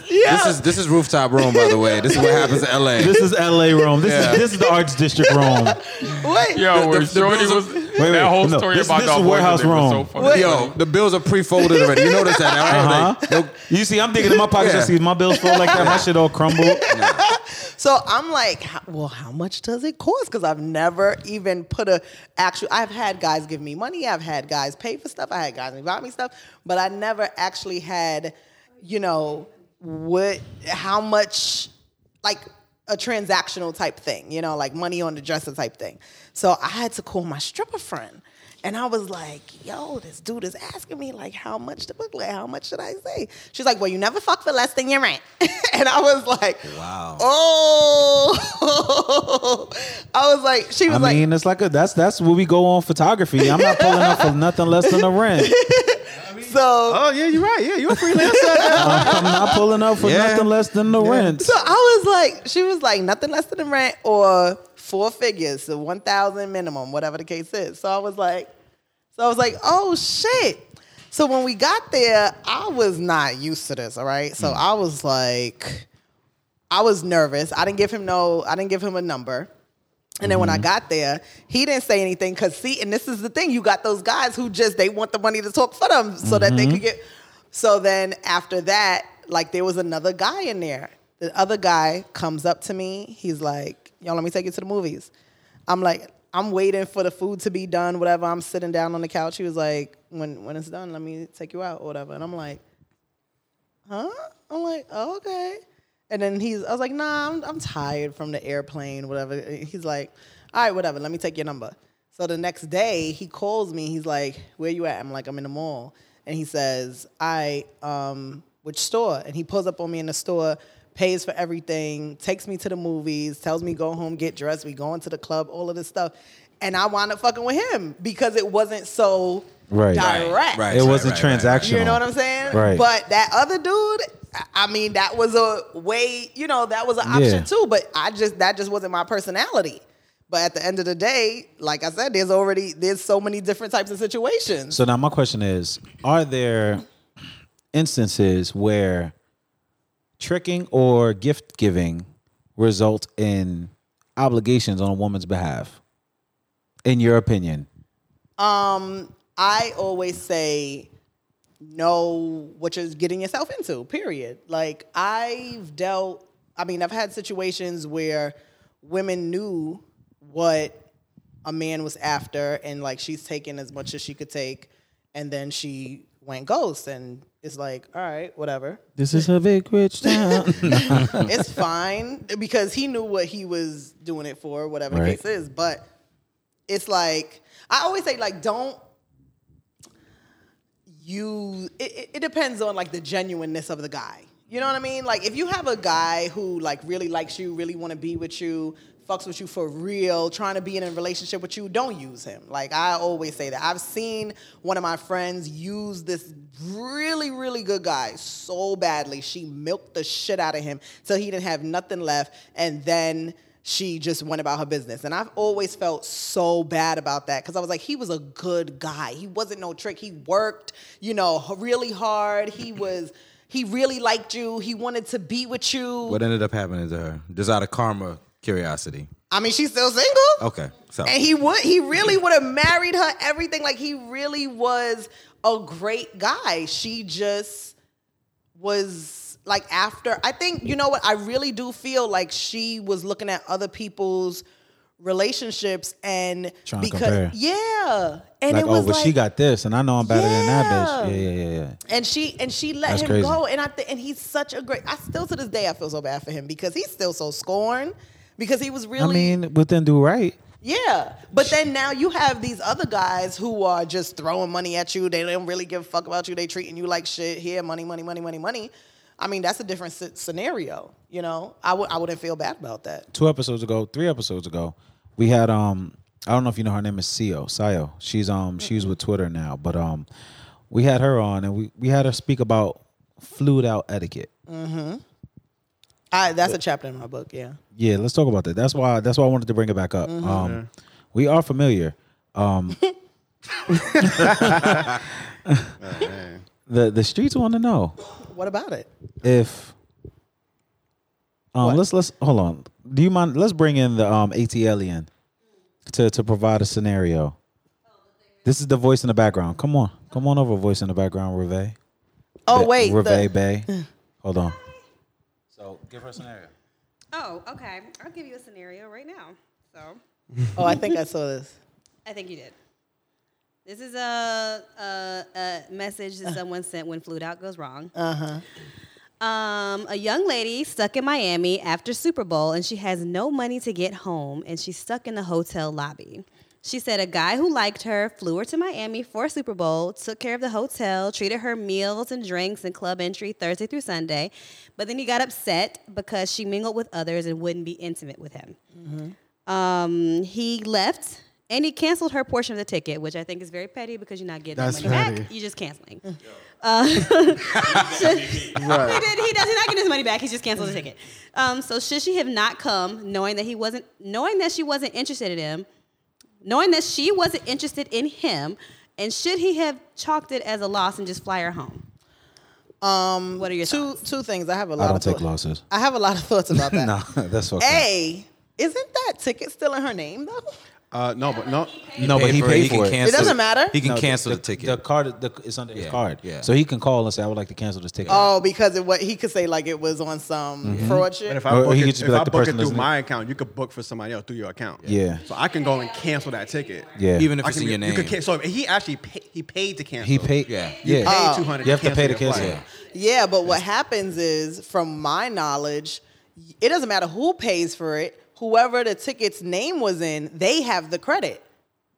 Speaker 5: This is this is rooftop room, by the way. This is what happens in LA.
Speaker 2: This is LA Rome. This
Speaker 5: Yeah.
Speaker 2: is this is the Arts District Rome.
Speaker 4: Wait,
Speaker 3: Yo,
Speaker 5: The-
Speaker 3: when
Speaker 5: the- the
Speaker 3: Shorty
Speaker 5: bills-
Speaker 3: was
Speaker 2: wait,
Speaker 3: that whole
Speaker 2: no,
Speaker 3: story
Speaker 2: this-
Speaker 3: about
Speaker 2: this
Speaker 3: the
Speaker 2: is
Speaker 3: boy
Speaker 2: Warehouse
Speaker 3: was
Speaker 2: Room.
Speaker 3: so funny.
Speaker 5: Yo, the bills are pre-folded already. You notice that
Speaker 2: Uh-huh.
Speaker 5: now, right?
Speaker 2: Huh? You see, I'm digging in my pockets.
Speaker 5: Yeah.
Speaker 2: I see my bills fall like that. My shit all crumbled.
Speaker 4: So I'm like, "How- well, how much does it cost? Because I've never even put a actual. I've had guys give me money. I've had guys pay for stuff. I had guys invite me stuff, but I never actually had, you know, what how much like a transactional type thing, you know, like money on the dresser type thing. So I had to call my stripper friend. And I was like, yo, this dude is asking me, like, how much the booklet, how much should I say? She's like, well, you never fuck for less than your rent. and I was like, wow. Oh. I was like, she was
Speaker 2: I
Speaker 4: like,
Speaker 2: mean, it's like a, that's that's what we go on photography. I'm not pulling up for nothing less than a rent.
Speaker 4: so.
Speaker 1: Oh yeah, you're right. Yeah, you're a freelancer.
Speaker 2: I'm not pulling up for
Speaker 5: Yeah.
Speaker 2: nothing less than the rent.
Speaker 4: So I was like, she was like, nothing less than the rent or four figures, so one thousand minimum, whatever the case is. So I was like, so I was like, oh shit. So when we got there, I was not used to this. All right,
Speaker 2: Hmm.
Speaker 4: so I was like, I was nervous. I didn't give him no. I didn't give him a number. And then when I got there, he didn't say anything because see, and this is the thing, you got those guys who just they want the money to talk for them so that they could get. So then after that, like there was another guy in there. The other guy comes up to me. He's like, "Yo, let me take you to the movies." I'm like, I'm waiting for the food to be done, whatever. I'm sitting down on the couch. He was like, "When when it's done, let me take you out or whatever." And I'm like, huh? I'm like, oh, okay. And then he's, I was like, nah, I'm, I'm tired from the airplane, whatever. He's like, all right, whatever, let me take your number. So the next day, he calls me. He's like, where you at? I'm like, I'm in the mall. And he says, I, um, which store? And he pulls up on me in the store, pays for everything, takes me to the movies, tells me go home, get dressed. We go into the club, all of this stuff. And I wound up fucking with him because it wasn't so
Speaker 2: Right. Right,
Speaker 4: direct.
Speaker 5: right.
Speaker 2: it wasn't
Speaker 5: right, right, right.
Speaker 2: transactional.
Speaker 4: You know what I'm saying?
Speaker 2: Right.
Speaker 4: But that other dude, I- I mean, that was a way, you know, that was an option
Speaker 2: Yeah.
Speaker 4: too. But I just that just wasn't my personality. But at the end of the day, like I said, there's already there's so many different types of situations.
Speaker 2: So now my question is: Are there instances where tricking or gift giving result in obligations on a woman's behalf? In your opinion,
Speaker 4: I always say know what you're getting yourself into, period. Like I've dealt I mean, I've had situations where women knew what a man was after and like she's taking as much as she could take and then she went ghost and it's like, all right, whatever.
Speaker 2: this is a big rich town.
Speaker 4: it's fine because he knew what he was doing it for, whatever the
Speaker 2: Right.
Speaker 4: case is. But it's like I always say, like, don't you? It, it, it depends on like the genuineness of the guy. You know what I mean? Like, if you have a guy who like really likes you, really want to be with you, fucks with you for real, trying to be in a relationship with you, don't use him. Like I always say that. I've seen one of my friends use this really, really good guy so badly. She milked the shit out of him till he didn't have nothing left, and then she just went about her business. And I've always felt so bad about that because I was like, he was a good guy. He wasn't no trick. He worked, you know, h- really hard. He was, he really liked you. He wanted to be with you.
Speaker 5: What ended up happening to her? Just out of karma, curiosity.
Speaker 4: I mean, she's still single.
Speaker 5: Okay, so
Speaker 4: And he would, he really would have married her, everything. Like, he really was a great guy. She just was like, after, I think, you know what? I really do feel like she was looking at other people's relationships and
Speaker 2: Trying to compare.
Speaker 4: yeah. And
Speaker 2: like,
Speaker 4: it
Speaker 2: oh,
Speaker 4: was
Speaker 2: but
Speaker 4: like,
Speaker 2: she got this, and I know I'm better than that
Speaker 4: Yeah.
Speaker 2: bitch. Yeah, yeah, yeah, yeah.
Speaker 4: and she and she let
Speaker 2: That's
Speaker 4: him
Speaker 2: crazy.
Speaker 4: go. And I think and he's such a great. I still to this day I feel so bad for him because he's still so scorned because he was really
Speaker 2: I mean, but then do right.
Speaker 4: yeah. But then now you have these other guys who are just throwing money at you. They don't really give a fuck about you. They treating you like shit. Here, money, money, money, money, money. I mean, that's a different sce- scenario. You know, I would I wouldn't feel bad about that.
Speaker 2: two episodes ago, three episodes ago, we had um I don't know if you know her name is Sio, Sio. She's um she's with Twitter now, but um we had her on and we we had her speak about fluid out etiquette.
Speaker 4: Mm. I, that's a chapter in my book. Yeah.
Speaker 2: Yeah, let's talk about that. That's why that's why I wanted to bring it back up.
Speaker 4: Mm-hmm.
Speaker 2: Um we are familiar. Um The the streets want to know
Speaker 4: What about it?
Speaker 2: if um let's let's hold on. Do you mind let's bring in the um ATL in to to provide a scenario. This is the voice in the background. Come on. Come on over voice in the background, Reve.
Speaker 4: Oh
Speaker 2: Ba-
Speaker 4: wait,
Speaker 2: Reve
Speaker 4: the,
Speaker 2: Bay. Hold on. So give her a scenario.
Speaker 6: Oh, okay. I'll give you a scenario right now. So
Speaker 4: Oh, I think I saw this.
Speaker 6: I think you did. This is a, a, a message that someone sent when Flute Out Goes Wrong. Uh huh. Um, a young lady stuck in Miami after Super Bowl, and she has no money to get home, and she's stuck in the hotel lobby. She said a guy who liked her flew her to Miami for Super Bowl, took care of the hotel, treated her meals and drinks and club entry Thursday through Sunday, but then he got upset because she mingled with others and wouldn't be intimate with him. Um, he left and he canceled her portion of the ticket, which I think is very petty because you're not getting
Speaker 7: That's
Speaker 6: that money back.
Speaker 7: petty.
Speaker 6: You're just canceling. Uh, he did. He does. He's not getting his money back. He just canceled the ticket. Um, so should she have not come, knowing that he wasn't, knowing that she wasn't interested in him, knowing that she wasn't interested in him, and should he have chalked it as a loss and just fly her home? Um, what are your
Speaker 4: Two
Speaker 6: thoughts?
Speaker 4: two things. I have a lot.
Speaker 2: I don't
Speaker 4: of
Speaker 2: take
Speaker 4: thought-
Speaker 2: losses.
Speaker 4: I have a lot of thoughts about that.
Speaker 2: No, that's okay.
Speaker 4: A, isn't that ticket still in her name though?
Speaker 1: Uh, no, but no.
Speaker 2: No, but he
Speaker 5: it,
Speaker 2: paid
Speaker 5: can
Speaker 2: for it.
Speaker 5: cancel
Speaker 4: It doesn't matter.
Speaker 5: He can
Speaker 2: No,
Speaker 5: cancel the, ticket.
Speaker 2: The card, the, it's under his
Speaker 5: Yeah,
Speaker 2: card.
Speaker 5: yeah.
Speaker 2: So he can call and say, "I would like to cancel this ticket."
Speaker 4: Oh, because it what he could say like it was on some
Speaker 2: Mm-hmm.
Speaker 4: fraud shit.
Speaker 1: But if
Speaker 2: Or
Speaker 1: I book,
Speaker 2: he
Speaker 1: it,
Speaker 2: could just be
Speaker 1: if
Speaker 2: like
Speaker 1: I
Speaker 2: the
Speaker 1: book it
Speaker 2: person
Speaker 1: through
Speaker 2: listening.
Speaker 1: my account, you could book for somebody else through your account.
Speaker 2: Yeah.
Speaker 1: So I can go and cancel that ticket.
Speaker 2: yeah.
Speaker 5: Even if
Speaker 1: I
Speaker 5: it's
Speaker 1: can
Speaker 5: in
Speaker 1: be-
Speaker 5: your name.
Speaker 1: You could, can- so he actually pay, he paid to cancel.
Speaker 2: he paid,
Speaker 5: Yeah.
Speaker 2: yeah.
Speaker 1: paid two hundred.
Speaker 2: You have to pay to cancel.
Speaker 5: Yeah.
Speaker 4: Yeah, but what happens is, from my knowledge, it doesn't matter who pays for it. Whoever the ticket's name was in, they have the credit.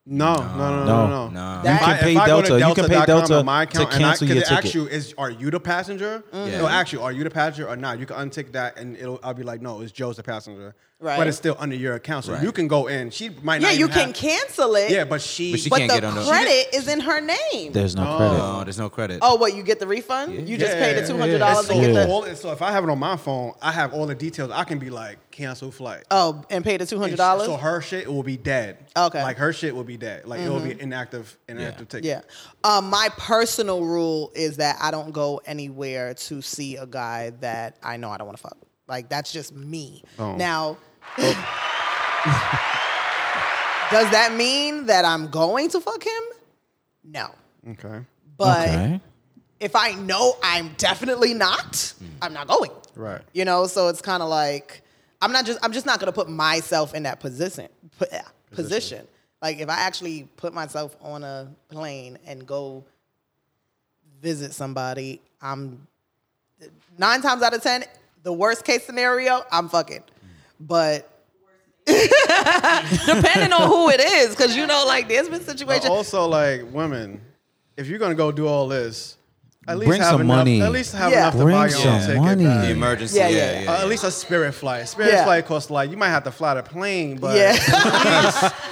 Speaker 1: No, no, no, no,
Speaker 2: No.
Speaker 1: no.
Speaker 5: No. You
Speaker 1: If
Speaker 2: can
Speaker 1: I- if
Speaker 2: pay
Speaker 1: I go to
Speaker 2: Delta. You can pay
Speaker 1: delta.com
Speaker 2: Delta
Speaker 1: on my
Speaker 2: to
Speaker 1: account and I-
Speaker 2: cancel
Speaker 1: 'cause
Speaker 2: your
Speaker 1: it
Speaker 2: ticket.
Speaker 1: asks you, is are you the passenger?
Speaker 5: Yeah.
Speaker 1: It'll ask you, are you the passenger or not? You can untick that, and it'll. I'll be like, no, it's Joe's the passenger.
Speaker 4: Right.
Speaker 1: But it's still under your account, so
Speaker 5: Right.
Speaker 1: you can go in. She might.
Speaker 4: Yeah,
Speaker 1: not
Speaker 4: you
Speaker 1: even
Speaker 4: can
Speaker 1: have-
Speaker 4: cancel it.
Speaker 1: Yeah, but she.
Speaker 5: But she
Speaker 4: but
Speaker 5: can't
Speaker 4: the
Speaker 5: get on the-
Speaker 4: credit is in her name.
Speaker 2: There's no credit.
Speaker 5: no, there's no credit.
Speaker 4: oh, what? You get the refund? You just pay the
Speaker 1: Yeah.
Speaker 4: two hundred dollars
Speaker 1: So,
Speaker 4: and get the
Speaker 1: all- so if I have it on my phone, I have all the details. I can be like, cancel flight.
Speaker 4: oh, and pay the two hundred
Speaker 1: And sh-
Speaker 4: dollars.
Speaker 1: So her shit will be dead.
Speaker 4: Okay. Mm-hmm.
Speaker 1: Like her shit will be dead. Like it will be inactive, inactive ticket.
Speaker 4: Yeah. Um, my personal rule is that I don't go anywhere to see a guy that I know I don't want to fuck. Like that's just me. Now, does that mean that I'm going to fuck him? No.
Speaker 1: Okay.
Speaker 4: But
Speaker 2: okay.
Speaker 4: if I know I'm definitely not, I'm not going.
Speaker 1: Hmm. Right.
Speaker 4: You know, so it's kind of like I'm not just I'm just not gonna put myself in that position. p- eh, Position. Like if I actually put myself on a plane and go visit somebody, I'm nine times out of ten, the worst case scenario, I'm fucking. But depending on who it is, because you know, like there's been
Speaker 1: But
Speaker 4: situations.
Speaker 1: also, like women, if you're gonna go do all this, at least
Speaker 2: Bring
Speaker 1: have
Speaker 2: some
Speaker 1: enough,
Speaker 2: money.
Speaker 1: At least have
Speaker 4: Yeah.
Speaker 1: enough to
Speaker 2: Bring
Speaker 1: buy your
Speaker 2: some
Speaker 1: own ticket.
Speaker 2: money.
Speaker 1: man.
Speaker 5: the emergency.
Speaker 4: Yeah,
Speaker 5: Yeah,
Speaker 4: yeah.
Speaker 5: yeah.
Speaker 1: Uh,
Speaker 5: yeah.
Speaker 1: at least a spirit flight. Spirit
Speaker 4: Yeah.
Speaker 1: flight costs like you might have to fly the plane, but
Speaker 4: yeah.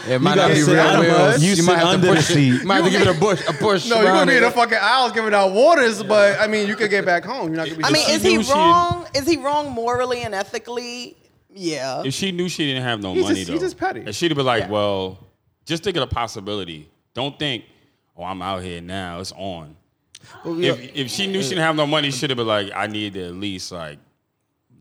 Speaker 5: It might
Speaker 1: gotta
Speaker 5: not be
Speaker 1: sit
Speaker 5: real
Speaker 1: under
Speaker 5: wheels.
Speaker 1: us.
Speaker 2: You
Speaker 5: You, might
Speaker 2: sit
Speaker 5: have
Speaker 2: under
Speaker 5: to
Speaker 2: the
Speaker 5: push
Speaker 2: seat.
Speaker 5: it. You might have to give it a push. A push.
Speaker 1: no, you're gonna
Speaker 5: around
Speaker 1: be in
Speaker 5: it.
Speaker 1: the fucking aisles giving out waters, but I mean you could get back home. You're not gonna be.
Speaker 4: I mean,
Speaker 1: just-
Speaker 4: is he
Speaker 3: knew she-
Speaker 4: wrong? Is he wrong morally and ethically? Yeah.
Speaker 3: If she knew she didn't have no
Speaker 1: He's
Speaker 3: money,
Speaker 1: just-
Speaker 3: though,
Speaker 1: he's just petty.
Speaker 3: and she'd have been like, "Well, just think of the possibility. Don't think, oh, I'm out here now. It's on." If, if she knew she didn't have no money, she'd have been like, "I need to at least like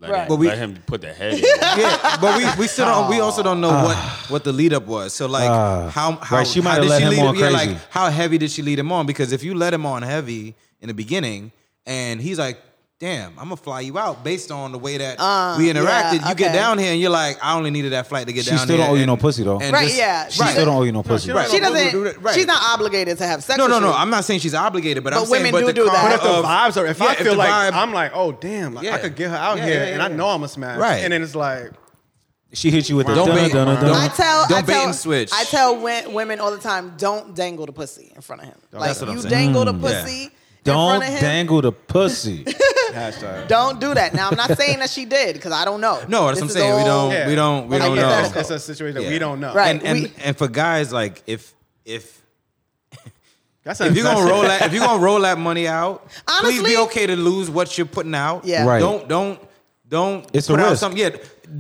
Speaker 3: let,
Speaker 4: Right.
Speaker 3: him,
Speaker 5: But we-
Speaker 3: let him put the head." in.
Speaker 5: yeah, but we, we still don't, we also don't know what, what the lead up was. So like
Speaker 2: Ah.
Speaker 5: how how,
Speaker 2: Right, she might
Speaker 5: how
Speaker 2: have
Speaker 5: did
Speaker 2: let
Speaker 5: she
Speaker 2: him
Speaker 5: lead
Speaker 2: on
Speaker 5: yeah,
Speaker 2: crazy.
Speaker 5: like how heavy did she lead him on? Because if you let him on heavy in the beginning, and he's like, "Damn, I'm gonna fly you out," based on the way that we interacted,
Speaker 4: yeah,
Speaker 5: you get
Speaker 4: okay.
Speaker 5: down here and you're like, "I only needed that flight to get
Speaker 2: She
Speaker 5: down."
Speaker 2: still
Speaker 5: here
Speaker 2: don't owe you
Speaker 5: and-
Speaker 2: no pussy, though.
Speaker 5: and
Speaker 4: Right,
Speaker 5: just-
Speaker 4: yeah,
Speaker 2: She
Speaker 4: right.
Speaker 2: still don't owe you no pussy.
Speaker 1: don't.
Speaker 4: She
Speaker 1: Right.
Speaker 4: doesn't.
Speaker 5: Right.
Speaker 4: She's not obligated to have sex.
Speaker 5: No, no,
Speaker 4: with
Speaker 5: no.
Speaker 4: you.
Speaker 5: I'm not saying she's obligated, but,
Speaker 4: But
Speaker 5: I'm saying,
Speaker 4: women
Speaker 5: but
Speaker 4: do
Speaker 5: the
Speaker 4: do that.
Speaker 5: karma
Speaker 1: But if the
Speaker 5: of-
Speaker 1: vibes are, if
Speaker 5: yeah,
Speaker 1: I feel
Speaker 5: the
Speaker 1: like
Speaker 5: vibe-
Speaker 1: I'm like, oh damn, like,
Speaker 5: Yeah.
Speaker 1: I could get her out
Speaker 5: Yeah,
Speaker 1: here,
Speaker 5: yeah, yeah,
Speaker 1: and I know I'm a smash,
Speaker 5: Right.
Speaker 1: And then it's like,
Speaker 2: She hit you with the
Speaker 1: Don't
Speaker 2: dunna,
Speaker 1: be-
Speaker 2: dunna, dunna.
Speaker 4: I tell, I
Speaker 5: Don't bait
Speaker 4: tell,
Speaker 5: and switch.
Speaker 4: I tell wi- women all the time, don't dangle the pussy in front of him. Like
Speaker 5: what I'm
Speaker 4: you
Speaker 5: saying.
Speaker 4: dangle the
Speaker 5: Mm, yeah.
Speaker 4: pussy in
Speaker 2: Don't
Speaker 4: front of him.
Speaker 2: dangle the pussy.
Speaker 1: hashtag.
Speaker 4: don't do that. Now I'm not saying that she did because I don't know.
Speaker 5: No, that's
Speaker 4: This
Speaker 5: what I'm
Speaker 4: is
Speaker 5: saying. We
Speaker 4: all-
Speaker 5: don't. We don't. We
Speaker 1: Like,
Speaker 5: don't
Speaker 1: it's
Speaker 5: know.
Speaker 1: a- It's a situation that
Speaker 5: Yeah.
Speaker 1: we don't know.
Speaker 4: Right.
Speaker 5: And and
Speaker 4: we-
Speaker 5: and for guys, like if if
Speaker 1: That's
Speaker 5: if you're gonna
Speaker 1: that's-
Speaker 5: roll that if you're gonna roll that money out, please
Speaker 4: Honestly-
Speaker 5: be okay to lose what you're putting out.
Speaker 4: Yeah. Right.
Speaker 5: Don't don't don't
Speaker 2: It's a
Speaker 5: put out
Speaker 2: risk.
Speaker 5: something. Yeah.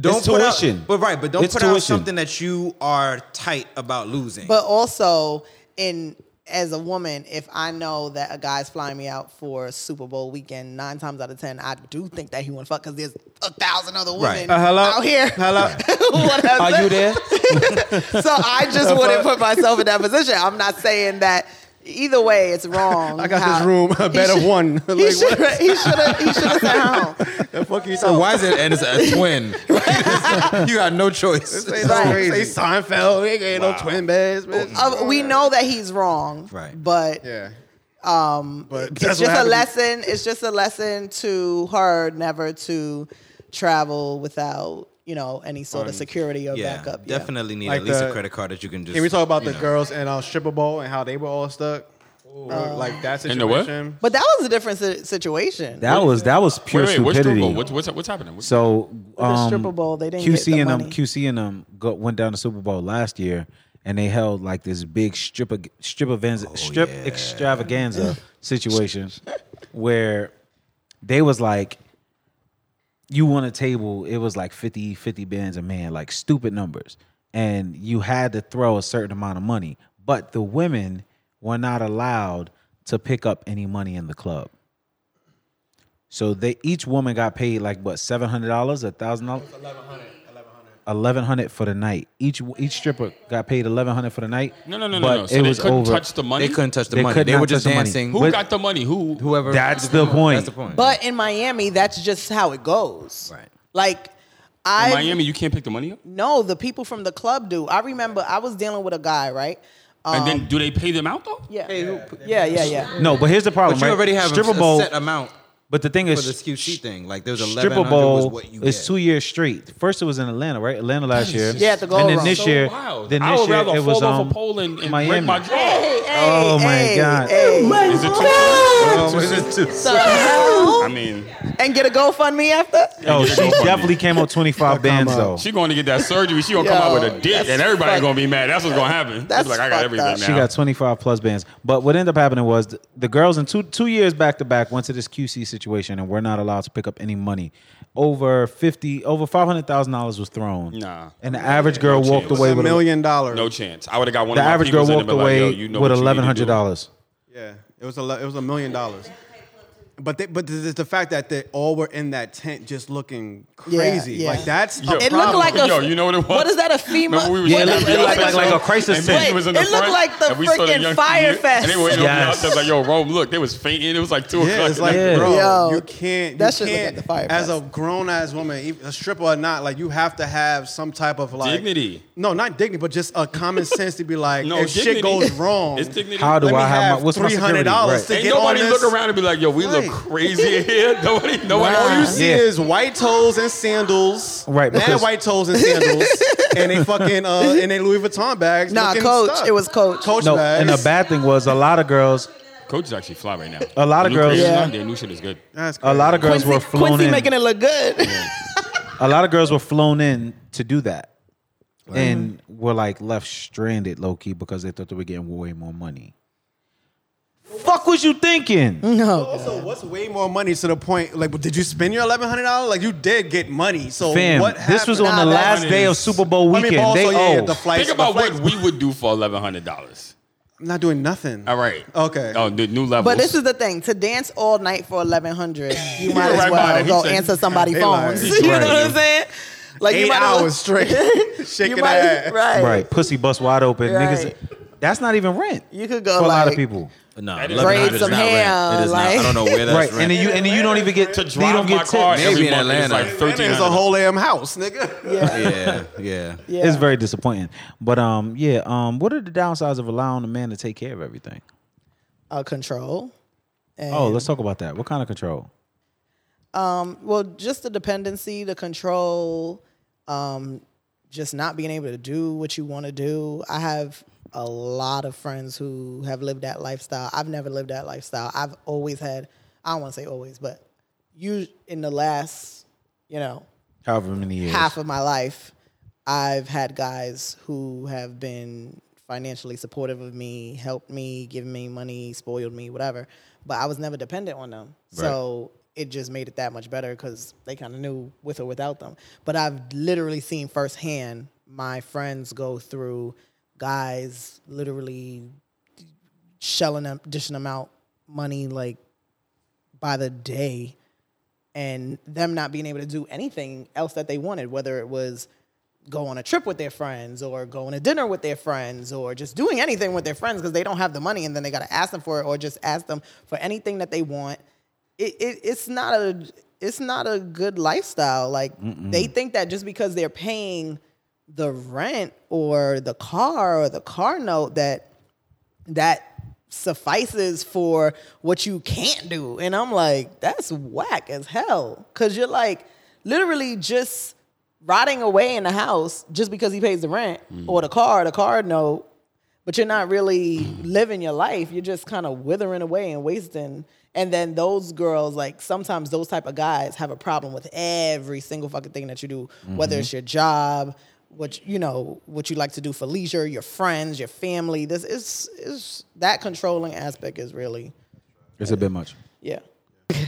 Speaker 5: Don't
Speaker 2: It's
Speaker 5: put
Speaker 2: tuition.
Speaker 5: out. But right. But don't
Speaker 2: It's
Speaker 5: put out
Speaker 2: tuition.
Speaker 5: something that you are tight about losing.
Speaker 4: But also, in as a woman, if I know that a guy's flying me out for Super Bowl weekend, nine times out of ten, I do think that he want to fuck because there's a thousand other women
Speaker 5: Right.
Speaker 1: Uh, hello?
Speaker 4: out here.
Speaker 1: Hello?
Speaker 4: Are you there? so I just wouldn't put myself in that position. I'm not saying that. Either way, it's wrong.
Speaker 1: I got this room, a bed of one. Like,
Speaker 4: He
Speaker 1: what
Speaker 4: should have. He should have. He should have sent her home.
Speaker 1: the fuck you
Speaker 5: So
Speaker 1: talking?
Speaker 5: why is it and it's a twin? you got no choice.
Speaker 1: Say,
Speaker 4: Right.
Speaker 1: say Seinfeld. Nigga, ain't no twin
Speaker 3: Oh
Speaker 1: beds, man.
Speaker 4: Uh, we know that he's wrong,
Speaker 5: Right.
Speaker 4: But
Speaker 1: yeah. Um, but that's
Speaker 4: it's
Speaker 1: what
Speaker 4: just a
Speaker 1: happened.
Speaker 4: lesson. It's just a lesson to her never to travel without you know any sort of security or
Speaker 5: Yeah,
Speaker 4: backup. Yeah.
Speaker 5: definitely need
Speaker 1: Like
Speaker 5: at least
Speaker 1: the-
Speaker 5: a credit card that you can just.
Speaker 1: Can we talk about
Speaker 5: you
Speaker 1: the
Speaker 5: know.
Speaker 1: girls and uh, stripper bowl and how they were all stuck? Uh, like that
Speaker 3: In the what?
Speaker 1: situation.
Speaker 4: But that was a different si- situation.
Speaker 2: That was that was pure
Speaker 3: Wait, wait, what's,
Speaker 2: stupidity.
Speaker 3: doing- what's, what's, what's happening? What's-
Speaker 2: So um,
Speaker 4: stripper bowl, they didn't
Speaker 2: QC
Speaker 4: get the
Speaker 2: and them
Speaker 4: money.
Speaker 2: QC and them go, went down to Super Bowl last year, and they held like this big strip ag- strip events, strip extravaganza situation where they was like, you won a table. It was like 50, 50 bands a man, like stupid numbers, and you had to throw a certain amount of money, but the women were not allowed to pick up any money in the club. So they each woman got paid like what seven hundred dollars, a thousand dollars, eleven hundred for the night. Each each stripper got paid eleven hundred for the night.
Speaker 3: no, no, no,
Speaker 2: but
Speaker 3: no, no. So
Speaker 2: it
Speaker 3: they
Speaker 2: was
Speaker 3: couldn't
Speaker 2: over.
Speaker 3: touch the money.
Speaker 5: They couldn't touch the
Speaker 2: They
Speaker 5: money.
Speaker 2: could
Speaker 5: They
Speaker 2: not
Speaker 5: were just
Speaker 2: touch the money.
Speaker 5: dancing.
Speaker 3: Who
Speaker 2: but-
Speaker 3: got the money? Who?
Speaker 5: Whoever.
Speaker 2: That's the
Speaker 5: That's
Speaker 2: point.
Speaker 5: the point.
Speaker 4: But in Miami, that's just how it goes.
Speaker 5: Right.
Speaker 4: Like I
Speaker 3: in Miami, you can't pick the money up.
Speaker 4: No, the people from the club do. I remember I was dealing with a guy, right?
Speaker 3: and then do they pay them out though?
Speaker 4: Yeah. yeah, yeah, yeah.
Speaker 2: No, but here's the problem.
Speaker 5: But you
Speaker 2: right?
Speaker 5: already have
Speaker 2: stripper
Speaker 5: a,
Speaker 2: bowl.
Speaker 5: a set amount
Speaker 2: but the thing
Speaker 5: for the
Speaker 2: is,
Speaker 5: QC thing. Like there's
Speaker 2: stripper
Speaker 5: 1100 was
Speaker 2: bowl
Speaker 5: what you
Speaker 2: is
Speaker 5: get.
Speaker 2: two years straight. First, it was in Atlanta, right? Atlanta last year.
Speaker 4: Yeah, at the Gold
Speaker 2: And then
Speaker 4: Room.
Speaker 2: this
Speaker 4: So
Speaker 2: year,
Speaker 3: Wow.
Speaker 2: then
Speaker 3: I
Speaker 2: this
Speaker 3: would
Speaker 2: year
Speaker 3: rather
Speaker 2: it
Speaker 3: fall
Speaker 2: was
Speaker 3: off
Speaker 2: um,
Speaker 3: a pole and, and break
Speaker 2: Miami.
Speaker 3: my jaw.
Speaker 2: Oh my God. Oh
Speaker 4: Hey.
Speaker 3: Is it too
Speaker 4: The hell?
Speaker 3: I mean,
Speaker 4: And get a GoFundMe after?
Speaker 2: Oh,
Speaker 3: You're
Speaker 2: she
Speaker 3: gonna go
Speaker 2: definitely came out twenty five bands though.
Speaker 3: she going to get that surgery. She gonna come out with a
Speaker 4: Yo,
Speaker 3: dick,
Speaker 4: that's
Speaker 3: and everybody
Speaker 4: fucked-
Speaker 3: gonna be mad. That's what's gonna happen. She's
Speaker 4: That's
Speaker 3: like I got
Speaker 4: fucked
Speaker 3: everything
Speaker 4: up.
Speaker 3: now.
Speaker 2: She got 25 plus bands. But what ended up happening was the, the girls in two two years back to back went to this QC situation and we're not allowed to pick up any money. Over 50, over $500,000 was thrown.
Speaker 3: Nah.
Speaker 2: And the average girl
Speaker 3: No
Speaker 2: walked
Speaker 3: chance.
Speaker 2: away
Speaker 1: A
Speaker 2: with
Speaker 1: million dollars.
Speaker 3: no chance. I would have got one.
Speaker 2: The
Speaker 3: of my
Speaker 2: average girl
Speaker 3: peoples in
Speaker 2: walked
Speaker 3: and been like,
Speaker 2: away
Speaker 3: yo, you know
Speaker 2: with
Speaker 3: what you need to do.
Speaker 2: $1,100.
Speaker 1: Yeah, it was a le- it was a million dollars. But they, but the, the fact that they all were in that tent just looking
Speaker 4: Yeah,
Speaker 1: crazy
Speaker 4: yeah.
Speaker 1: like that's
Speaker 3: Yo.
Speaker 1: a
Speaker 4: It looked
Speaker 1: problem.
Speaker 4: like a.
Speaker 3: Yo, you know what it was?
Speaker 4: What is that, a FEMA?
Speaker 3: Remember we was
Speaker 2: Yeah, it
Speaker 3: at
Speaker 2: looked-
Speaker 3: the
Speaker 2: it looked
Speaker 3: outside
Speaker 2: like- like a
Speaker 3: show,
Speaker 2: crisis
Speaker 3: and Benji
Speaker 2: center.
Speaker 3: was in the
Speaker 4: It looked
Speaker 3: front,
Speaker 4: like the
Speaker 3: and we saw
Speaker 4: freaking
Speaker 3: young-
Speaker 4: fire fest.
Speaker 3: And they were
Speaker 2: Yes.
Speaker 3: yes. out there like, yo, Rome, look, they was fainting. It was like two
Speaker 1: Yeah,
Speaker 3: o'clock.
Speaker 1: it's like,
Speaker 2: Yeah.
Speaker 1: bro,
Speaker 4: Yo,
Speaker 1: you can't.
Speaker 4: that
Speaker 1: you
Speaker 4: shit look
Speaker 1: can't
Speaker 4: like the fire
Speaker 1: as a
Speaker 4: fest.
Speaker 1: grown ass woman, e- a stripper or not, like you have to have some type of like
Speaker 3: Dignity.
Speaker 1: No, not dignity, but just a common sense to be like,
Speaker 3: no,
Speaker 1: if
Speaker 3: dignity.
Speaker 1: shit goes wrong,
Speaker 3: it's dignity.
Speaker 2: How do
Speaker 1: let me
Speaker 2: I have,
Speaker 1: have
Speaker 2: my what's my
Speaker 1: three hundred
Speaker 2: security?
Speaker 1: dollars
Speaker 2: Right.
Speaker 1: to
Speaker 3: Ain't
Speaker 1: get
Speaker 3: nobody
Speaker 1: on
Speaker 3: look
Speaker 1: this.
Speaker 3: around and be like, yo, we
Speaker 1: Right.
Speaker 3: look crazy in here. Nobody, nobody.
Speaker 1: All you
Speaker 3: All
Speaker 1: see
Speaker 2: Yeah.
Speaker 1: is white toes and sandals,
Speaker 2: Right,
Speaker 1: And
Speaker 2: because-
Speaker 1: white toes and sandals, and they fucking uh, and they Louis Vuitton bags.
Speaker 4: Nah,
Speaker 1: looking
Speaker 4: Coach.
Speaker 1: stuck.
Speaker 4: It was Coach.
Speaker 1: coach
Speaker 2: No,
Speaker 1: bags.
Speaker 2: and the bad thing was a lot of girls
Speaker 3: Coach is actually fly right now.
Speaker 2: A lot of
Speaker 3: The new
Speaker 2: girls-
Speaker 3: creation's
Speaker 4: Yeah.
Speaker 3: done. Their new shit is good.
Speaker 1: That's crazy.
Speaker 2: a lot of girls
Speaker 4: Quincy,
Speaker 2: were flown
Speaker 4: Quincy
Speaker 2: in.
Speaker 4: making it look good.
Speaker 2: a lot of girls were flown in to do that and were like left stranded low key because they thought they were getting way more money. Fuck was you thinking?
Speaker 4: Mm-hmm.
Speaker 1: Also, what's way more money to the point? Like, but did you spend your eleven hundred dollars? Like, you did get money. So
Speaker 2: Fam,
Speaker 1: what?
Speaker 2: this was on
Speaker 1: happened?
Speaker 2: the
Speaker 4: Nah, that
Speaker 2: last day of
Speaker 3: is-
Speaker 2: Super Bowl
Speaker 1: I mean,
Speaker 2: weekend.
Speaker 1: but also,
Speaker 2: they
Speaker 1: yeah, yeah,
Speaker 2: owe.
Speaker 1: the flights.
Speaker 3: Think about
Speaker 1: the flights,
Speaker 3: what we would do for eleven hundred dollars.
Speaker 1: I'm not doing nothing.
Speaker 3: All right.
Speaker 1: Okay.
Speaker 3: Oh, the new level.
Speaker 4: But this is the thing: to dance all night for eleven hundred, you might as
Speaker 3: Right
Speaker 4: well
Speaker 3: about it. He
Speaker 4: go
Speaker 3: said-
Speaker 4: answer somebody's
Speaker 1: They lying.
Speaker 4: phones. You know what I'm saying? Like
Speaker 1: Eight
Speaker 4: you might
Speaker 1: hours
Speaker 4: as
Speaker 1: straight,
Speaker 4: well, you
Speaker 1: shaking
Speaker 4: might,
Speaker 1: ass.
Speaker 4: right?
Speaker 2: right, pussy bust wide open, niggas.
Speaker 4: Right.
Speaker 2: That's not even rent.
Speaker 4: You could go
Speaker 2: for a lot of
Speaker 4: like-
Speaker 2: people.
Speaker 5: No,
Speaker 3: That is-
Speaker 5: 1100
Speaker 3: Braid
Speaker 5: is
Speaker 4: some
Speaker 5: not
Speaker 4: hair,
Speaker 5: rent. It is not.
Speaker 4: like-
Speaker 5: I don't know where
Speaker 2: Right,
Speaker 5: that's
Speaker 2: and then
Speaker 5: rent.
Speaker 2: you and then you don't even get
Speaker 3: to
Speaker 2: they
Speaker 3: drive
Speaker 2: don't
Speaker 3: my
Speaker 2: get
Speaker 3: car
Speaker 2: tips.
Speaker 3: every
Speaker 5: Maybe in
Speaker 3: month is like
Speaker 5: Atlanta.
Speaker 1: That
Speaker 3: thirteen
Speaker 1: is a whole damn house, nigga.
Speaker 4: Yeah.
Speaker 5: Yeah, yeah.
Speaker 4: Yeah.
Speaker 2: It's very disappointing. But um, yeah. Um, what are the downsides of allowing a man to take care of everything?
Speaker 4: uh, control. And,
Speaker 2: Oh, let's talk about that. What kind of control?
Speaker 4: well, just the dependency, the control, um, just not being able to do what you want to do. I have a lot of friends who have lived that lifestyle. I've never lived that lifestyle. I've always had. I don't want to say always, but you in the last, you know,
Speaker 2: However many years.
Speaker 4: half of my life, I've had guys who have been financially supportive of me, helped me, given me money, spoiled me, whatever. But I was never dependent on them. So it just made it that much better because they kind of knew with or without them. But I've literally seen firsthand my friends go through guys literally shelling them, dishing them out money like by the day and them not being able to do anything else that they wanted, whether it was go on a trip with their friends or go on a dinner with their friends or just doing anything with their friends because they don't have the money and then they got to ask them for it or just ask them for anything that they want. It, it, it's not a it's not a good lifestyle. Like they think that just because they're paying the rent or the car or the car note that that suffices for what you can't do. And I'm like, that's whack as hell. Cause you're like literally just rotting away in the house just because he pays the rent or the car, the car note, but you're not really living your life. You're just kind of withering away and wasting. And then those girls, like sometimes those type of guys have a problem with every single fucking thing that you do,
Speaker 5: Mm-hmm.
Speaker 4: whether it's your job, what you know, what you like to do for leisure, your friends, your family. This is is that controlling aspect is really
Speaker 2: It's a bit much.
Speaker 4: yeah.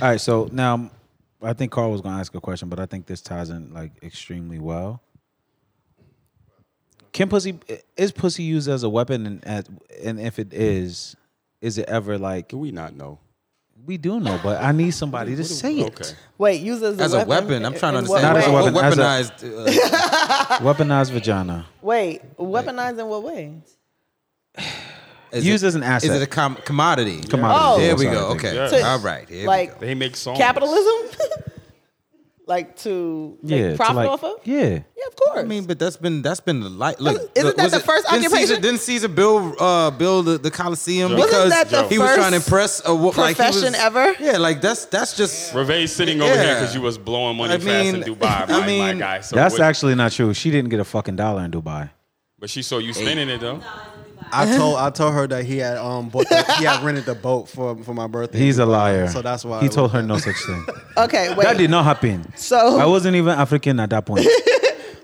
Speaker 2: All right, so now I think Carl was going to ask a question, but I think this ties in like extremely well. Can pussy is pussy used as a weapon, and as, and if it is, is it ever like
Speaker 3: Do we not know?
Speaker 2: we do know? But I need somebody to say it.
Speaker 3: Okay.
Speaker 4: Wait, use it as,
Speaker 5: As a weapon, I'm trying to
Speaker 4: In what
Speaker 5: understand.
Speaker 2: Not as a
Speaker 4: way?
Speaker 2: weapon, as
Speaker 5: Weaponized. uh,
Speaker 2: Weaponized vagina.
Speaker 4: Wait, weaponized in what way?
Speaker 5: is
Speaker 2: Used
Speaker 5: it-
Speaker 2: as an asset.
Speaker 5: Is it a com- commodity?
Speaker 2: Commodity.
Speaker 4: Oh.
Speaker 5: There we
Speaker 2: Sorry,
Speaker 5: go.
Speaker 2: I think.
Speaker 5: Okay.
Speaker 3: Yeah.
Speaker 5: All right. Here
Speaker 4: like
Speaker 3: They make songs.
Speaker 4: capitalism? like to make
Speaker 2: Yeah, to,
Speaker 4: profit
Speaker 2: like-
Speaker 4: off of?
Speaker 2: Yeah,
Speaker 4: Yeah, of course.
Speaker 5: I mean, but that's been that's been the light. Look,
Speaker 4: Wasn't- isn't
Speaker 5: look,
Speaker 4: that
Speaker 5: was
Speaker 4: the
Speaker 5: it-
Speaker 4: first
Speaker 5: didn't
Speaker 4: occupation?
Speaker 5: Caesar, didn't Caesar build uh, build the, the Colosseum
Speaker 3: Wasn't
Speaker 5: because
Speaker 4: that the
Speaker 5: he was
Speaker 4: first
Speaker 5: trying to impress a wo- like he was-
Speaker 4: profession ever?
Speaker 5: Yeah, like that's that's just
Speaker 3: Reve's sitting over here
Speaker 5: Yeah.
Speaker 3: because you was blowing money
Speaker 5: I
Speaker 3: fast in
Speaker 5: mean-
Speaker 3: Dubai, my,
Speaker 5: I
Speaker 3: my
Speaker 5: mean,
Speaker 3: guy. So
Speaker 2: that's
Speaker 3: what-
Speaker 2: actually not true. She didn't get a fucking dollar in Dubai.
Speaker 3: But she saw you spending it though.
Speaker 1: I told I told her that he had um bought the, he had rented the boat for for my birthday.
Speaker 2: He's a liar.
Speaker 1: So that's why
Speaker 2: he
Speaker 1: I
Speaker 2: told
Speaker 1: looked
Speaker 2: her
Speaker 1: at-
Speaker 2: no such thing.
Speaker 4: okay, wait.
Speaker 2: that did not happen.
Speaker 4: So-
Speaker 2: I wasn't even African at that point.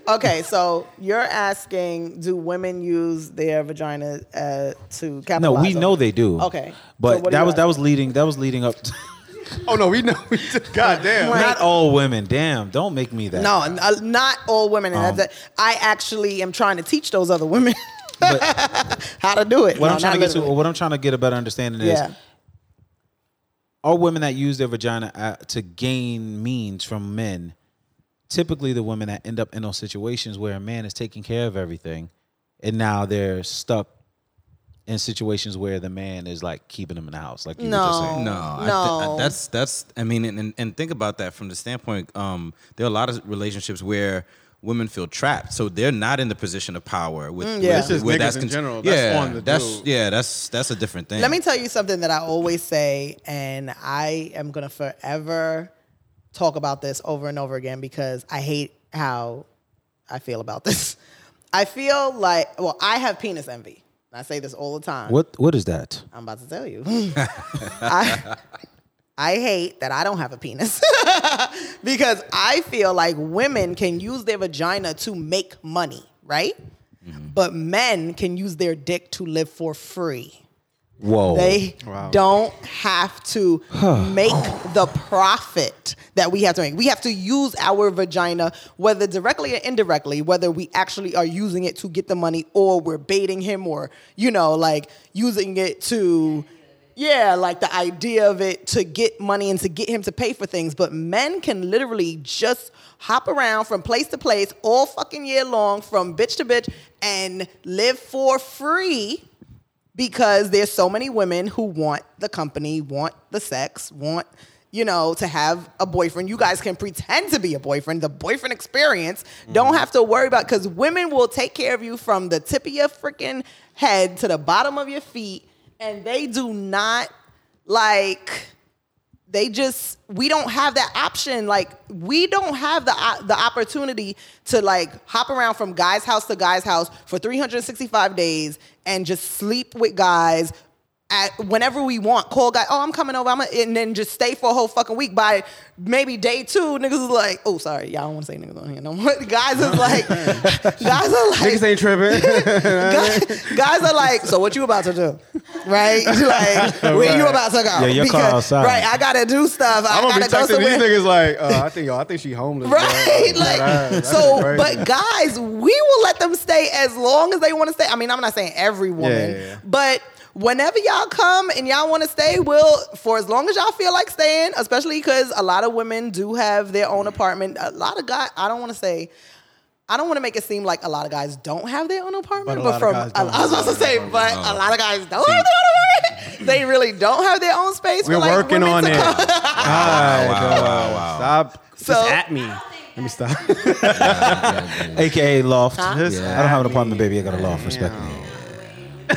Speaker 4: Okay, so you're asking, do women use their vagina uh, to capitalize?
Speaker 2: No, we
Speaker 4: on
Speaker 2: know
Speaker 4: it?
Speaker 2: they do.
Speaker 4: Okay. So
Speaker 2: but
Speaker 4: what do
Speaker 2: that
Speaker 4: you
Speaker 2: was that
Speaker 4: ask?
Speaker 2: was leading that was leading up. To,
Speaker 1: Oh no, we know. We just, God damn.
Speaker 4: Right.
Speaker 2: not all women. Damn, don't make me that.
Speaker 4: No, n- uh, not all women. And
Speaker 2: Um,
Speaker 4: that's it. I actually am trying to teach those other women how to do it.
Speaker 2: What
Speaker 4: No,
Speaker 2: I'm trying to
Speaker 4: not
Speaker 2: get to,
Speaker 4: literally.
Speaker 2: what I'm trying to get a better understanding is,
Speaker 4: Yeah.
Speaker 2: are women that use their vagina uh, to gain means from men? Typically, the women that end up in those situations where a man is taking care of everything, and now they're stuck in situations where the man is like keeping them in the house, like you were just saying.
Speaker 5: no. I thi- I-
Speaker 2: uh,
Speaker 4: No.
Speaker 5: that's that's. I mean, and, and and think about that from the standpoint. Um, there are a lot of relationships where women feel trapped, so they're not in the position of power. With
Speaker 4: Mm, yeah.
Speaker 5: with-
Speaker 4: This
Speaker 1: is
Speaker 5: where
Speaker 1: niggas in general. That's
Speaker 5: Yeah,
Speaker 1: on the
Speaker 5: that's
Speaker 1: dude.
Speaker 5: yeah. That's that's a different thing.
Speaker 4: Let me tell you something that I always say, and I am gonna forever talk about this over and over again because I hate how I feel about this. I feel like, well, I have penis envy. I say this all the time.
Speaker 2: What what is that?
Speaker 4: I'm about to tell you. I, I hate that I don't have a penis because I feel like women can use their vagina to make money, right? But men can use their dick to live for free.
Speaker 2: Whoa!
Speaker 4: They don't have to make the profit that we have to make. We have to use our vagina, whether directly or indirectly, whether we actually are using it to get the money or we're baiting him or, you know, like using it to, yeah, like the idea of it to get money and to get him to pay for things. But men can literally just hop around from place to place all fucking year long, from bitch to bitch, and live for free because there's so many women who want the company, want the sex, want you know to have a boyfriend. You guys can pretend to be a boyfriend. The boyfriend experience don't have to worry about because women will take care of you from the tip of your freaking head to the bottom of your feet, and they do not like they just we don't have that option like we don't have the o- the opportunity to like hop around from guy's house to guy's house for 365 days and just sleep with guys at whenever we want call guy oh i'm coming over i'm a, and then just stay for a whole fucking week by maybe day two niggas is like oh sorry y'all don't want to say niggas on here no more guys is like guys are like
Speaker 1: Niggas ain't tripping.
Speaker 4: guys, guys are like, so what you about to do, right? Like, where you about to go?
Speaker 2: Yeah, your car outside.
Speaker 4: Right, I gotta do stuff. I
Speaker 1: I'm gonna be
Speaker 4: gotta go
Speaker 1: texting
Speaker 4: somewhere.
Speaker 1: these niggas like, uh, I think yo, I think she homeless. bro.
Speaker 4: Right,
Speaker 1: Like,
Speaker 4: like
Speaker 1: that- that's
Speaker 4: so.
Speaker 1: crazy.
Speaker 4: But guys, we will let them stay as long as they want to stay. I mean, I'm not saying every woman,
Speaker 1: yeah, yeah.
Speaker 4: but whenever y'all come and y'all want to stay, we'll for as long as y'all feel like staying. Especially because a lot of women do have their own apartment. A lot of guys, I don't want to say. I don't want to make it seem like a lot of guys don't have their own apartment,
Speaker 1: But a
Speaker 4: but,
Speaker 1: lot of
Speaker 4: from
Speaker 1: guys
Speaker 4: I
Speaker 1: don't
Speaker 4: was
Speaker 1: have
Speaker 4: supposed to
Speaker 1: their
Speaker 4: say,
Speaker 1: own
Speaker 4: but a lot of guys don't have their own apartment. they really don't have their own space.
Speaker 1: We're
Speaker 4: for, like,
Speaker 1: working
Speaker 4: women
Speaker 1: on
Speaker 4: to
Speaker 1: it.
Speaker 4: come.
Speaker 1: God, Stop.
Speaker 4: So-
Speaker 1: Just at me. Let me stop.
Speaker 2: AKA loft.
Speaker 1: Just
Speaker 2: I don't have an
Speaker 1: at
Speaker 2: apartment,
Speaker 1: me.
Speaker 2: baby. I got a loft. Respect me.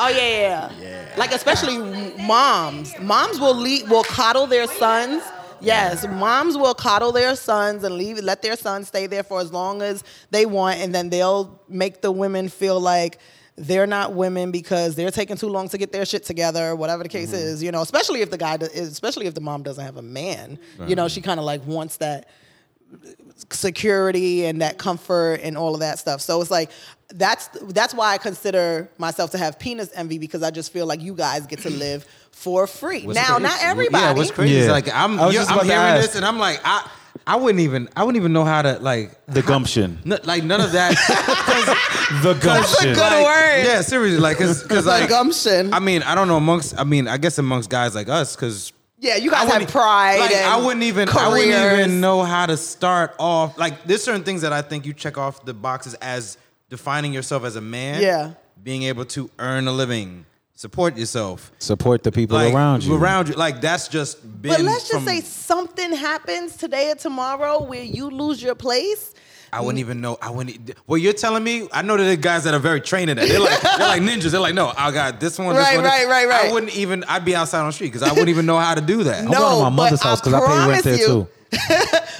Speaker 4: Oh yeah, yeah, Like especially moms. Moms will leave, will coddle their sons. Yes, moms will coddle their sons and leave, let their sons stay there for as long as they want, and then they'll make the women feel like they're not women because they're taking too long to get their shit together, whatever the case is. You know, especially if the guy, do- especially if the mom doesn't have a man. You know, she kind of like wants that security and that comfort and all of that stuff. So it's like that's that's why I consider myself to have penis envy because I just feel like you guys get to live for free. now, not everybody.
Speaker 5: Yeah, what's crazy? is
Speaker 2: Yeah.
Speaker 5: Like I'm,
Speaker 2: I was
Speaker 5: you're-
Speaker 2: just
Speaker 5: I'm
Speaker 2: about to
Speaker 5: hearing
Speaker 2: ask.
Speaker 5: this, and I'm like, I, I wouldn't even, I wouldn't even know how to like,
Speaker 2: The gumption.
Speaker 5: n- like none of that. 'Cause,
Speaker 2: The gumption.
Speaker 4: good
Speaker 5: like,
Speaker 4: word.
Speaker 5: Yeah, seriously, like, cause, 'cause,
Speaker 4: The
Speaker 5: like,
Speaker 4: gumption.
Speaker 5: I mean, I don't know amongst. I mean, I guess amongst guys like us, because
Speaker 4: yeah, you guys have pride.
Speaker 5: e-, Like,
Speaker 4: and
Speaker 5: I wouldn't even. I wouldn't
Speaker 4: careers.
Speaker 5: even know how to start off. Like there's certain things that I think you check off the boxes as defining yourself as a man.
Speaker 4: Yeah.
Speaker 5: Being able to earn a living, support yourself.
Speaker 2: Support the people
Speaker 5: Like,
Speaker 2: around you.
Speaker 5: Around you. Like that's just been.
Speaker 4: But let's just
Speaker 5: from-
Speaker 4: say something happens today or tomorrow where you lose your place.
Speaker 5: I
Speaker 4: Mm.
Speaker 5: wouldn't even know. I wouldn't. Well, you're telling me. I know that there are guys that are very trained in that. They're like, they're like ninjas. They're like, no, I got this one. This
Speaker 4: Right,
Speaker 5: one, this-
Speaker 4: right, right, right.
Speaker 5: I wouldn't even. I'd be outside on the street because I wouldn't even know how to do that.
Speaker 2: I'm going to my
Speaker 4: No,
Speaker 2: mother's
Speaker 4: but I
Speaker 2: house because I pay rent
Speaker 4: promise
Speaker 2: there
Speaker 4: you-
Speaker 2: too.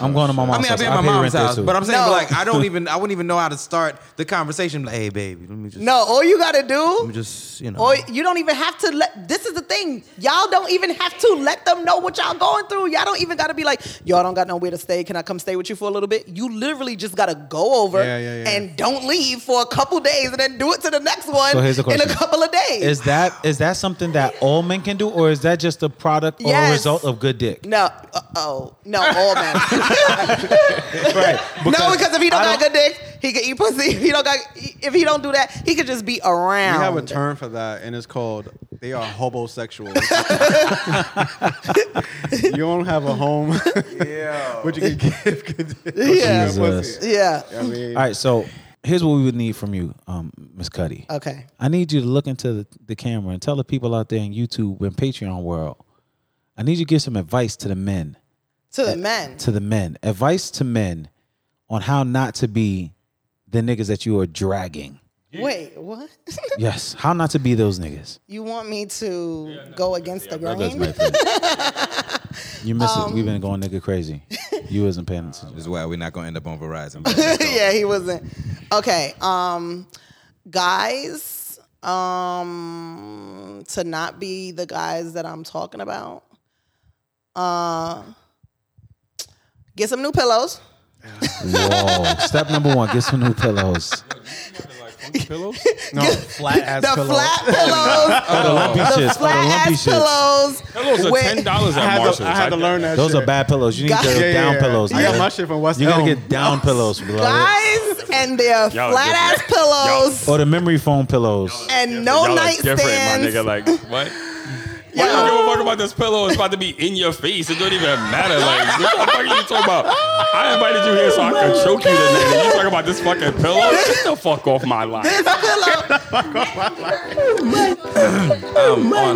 Speaker 2: I'm going to my
Speaker 5: I
Speaker 2: mom's
Speaker 5: mean, I've
Speaker 2: house.
Speaker 5: been at my
Speaker 2: pay
Speaker 5: mom's
Speaker 2: rent there,
Speaker 5: house,
Speaker 2: too.
Speaker 5: but I'm saying,
Speaker 4: No.
Speaker 5: but like, I don't even, I wouldn't even know how to start the conversation. Like, hey, baby, let me just,
Speaker 4: No, all you gotta do.
Speaker 5: let me just, you know.
Speaker 4: Or you don't even have to let. This is the thing. Y'all don't even have to let them know what y'all going through. Y'all don't even gotta be like, y'all don't got nowhere to stay. Can I come stay with you for a little bit? You literally just gotta go over
Speaker 1: Yeah, yeah, yeah.
Speaker 4: and don't leave for a couple days, and then do it to the next one
Speaker 2: So here's the
Speaker 4: in a
Speaker 2: question.
Speaker 4: couple of days.
Speaker 2: Is that is that something that all men can do, or is that just a product or
Speaker 4: Yes.
Speaker 2: a result of good dick?
Speaker 4: no, uh oh, no, all men.
Speaker 2: Right.
Speaker 4: no, because if he don't,
Speaker 2: I
Speaker 4: got good dick, he can eat pussy. If he don't got, if he don't do that, he could just be around.
Speaker 1: We have a term for that, and it's called they are hobosexuals. you don't have a home, yeah. but you can give good
Speaker 4: Yeah.
Speaker 2: Jesus.
Speaker 4: Yeah.
Speaker 1: I mean,
Speaker 2: All right. So here's what we would need from you, um, Miss Cuddy.
Speaker 4: Okay.
Speaker 2: I need you to look into the, the camera and tell the people out there in YouTube and Patreon world. I need you to give some advice to the men,
Speaker 4: To the men.
Speaker 2: to the men, advice to men on how not to be the niggas that you are dragging.
Speaker 4: Wait, what?
Speaker 2: Yes, how not to be those niggas.
Speaker 4: you want me to go against the grain?
Speaker 2: You miss it. We've been going nigga crazy. You wasn't paying attention.
Speaker 5: this is why we're not gonna end up on Verizon. um,
Speaker 4: yeah, he wasn't. Okay, um, guys, um, to not be the guys that I'm talking about, uh, get some new pillows.
Speaker 2: Whoa. Step number one: get some new pillows.
Speaker 1: pillows? No, flat ass
Speaker 4: the
Speaker 1: pillows.
Speaker 4: flat pillows,
Speaker 2: The lumpy
Speaker 4: the
Speaker 2: shits. Oh, the
Speaker 4: flat
Speaker 2: lumpy
Speaker 4: ass
Speaker 2: shits.
Speaker 4: pillows.
Speaker 3: Those are
Speaker 4: with-
Speaker 3: ten dollars
Speaker 1: I
Speaker 3: at
Speaker 1: had,
Speaker 3: Marshalls.
Speaker 1: to, I had to learn that.
Speaker 2: Those
Speaker 1: shit.
Speaker 2: are bad pillows. You need
Speaker 4: Guys-
Speaker 2: the
Speaker 4: Yeah,
Speaker 1: yeah,
Speaker 2: down
Speaker 1: yeah.
Speaker 2: pillows.
Speaker 1: I got
Speaker 2: nigga.
Speaker 1: my shit from West
Speaker 2: You gotta
Speaker 1: Elm.
Speaker 2: get down pillows, bro.
Speaker 4: Guys and their
Speaker 3: Y'all are
Speaker 4: flat ass pillows
Speaker 2: Or the memory foam pillows.
Speaker 4: and no
Speaker 3: Y'all are different, my nigga.
Speaker 4: nightstands.
Speaker 3: Like what? Why you give a fuck about this pillow? It's about to be in your face. It don't even matter. Like what the fuck are you talking about? I invited you here so I could choke you tonight. And you talk about this fucking pillow? Get the fuck off my line.
Speaker 5: um, on, my,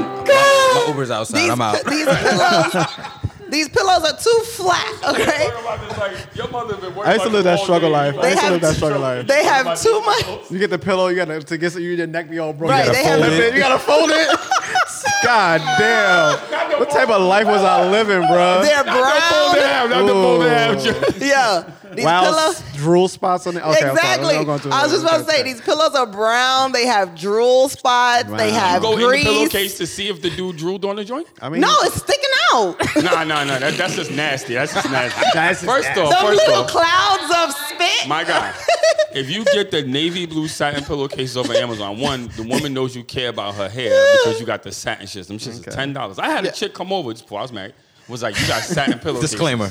Speaker 5: my Uber's outside.
Speaker 4: Oh These,
Speaker 5: I'm out.
Speaker 4: these pillows, these pillows are too flat. Okay.
Speaker 3: Talk about this, like, your mother been working
Speaker 1: I used to
Speaker 3: like
Speaker 1: live
Speaker 3: you
Speaker 1: that
Speaker 3: all
Speaker 1: struggle
Speaker 3: day.
Speaker 1: life. I
Speaker 4: They
Speaker 1: used to
Speaker 4: have
Speaker 1: live that
Speaker 4: two-
Speaker 1: struggle life.
Speaker 4: They have too much.
Speaker 1: You get the pillow, you gotta to get you your neck be all broken.
Speaker 4: Right,
Speaker 1: you
Speaker 4: they
Speaker 1: gotta
Speaker 4: have-
Speaker 1: fold it. You gotta fold it. God damn! What type of life was I living, bro?
Speaker 4: They're brown.
Speaker 1: Damn, not the fold it out.
Speaker 4: Yeah. These
Speaker 1: Wow,
Speaker 4: pillows.
Speaker 1: drool spots on it. Okay, I'm sorry.
Speaker 4: Exactly.
Speaker 1: I'm going to
Speaker 4: I was just about to say these pillows are brown. They have drool spots. They
Speaker 1: Wow.
Speaker 4: have
Speaker 3: Go in the
Speaker 4: grease.
Speaker 3: pillowcase to see if the dude drooled on the joint.
Speaker 1: I mean,
Speaker 4: No, it's sticking out.
Speaker 3: Nah, nah, nah. That, that's just nasty. That's just nasty.
Speaker 1: That's just
Speaker 3: first
Speaker 1: nasty.
Speaker 3: off,
Speaker 4: Some
Speaker 3: first
Speaker 4: little
Speaker 3: off,
Speaker 4: clouds of spit.
Speaker 3: my guy. If you get the navy blue satin pillowcases over Amazon, one, the woman knows you care about her hair because you got the satin shits. Them shits are ten dollars. I had a chick come over just before I was married. Was like, you got satin pillowcases.
Speaker 5: Disclaimer.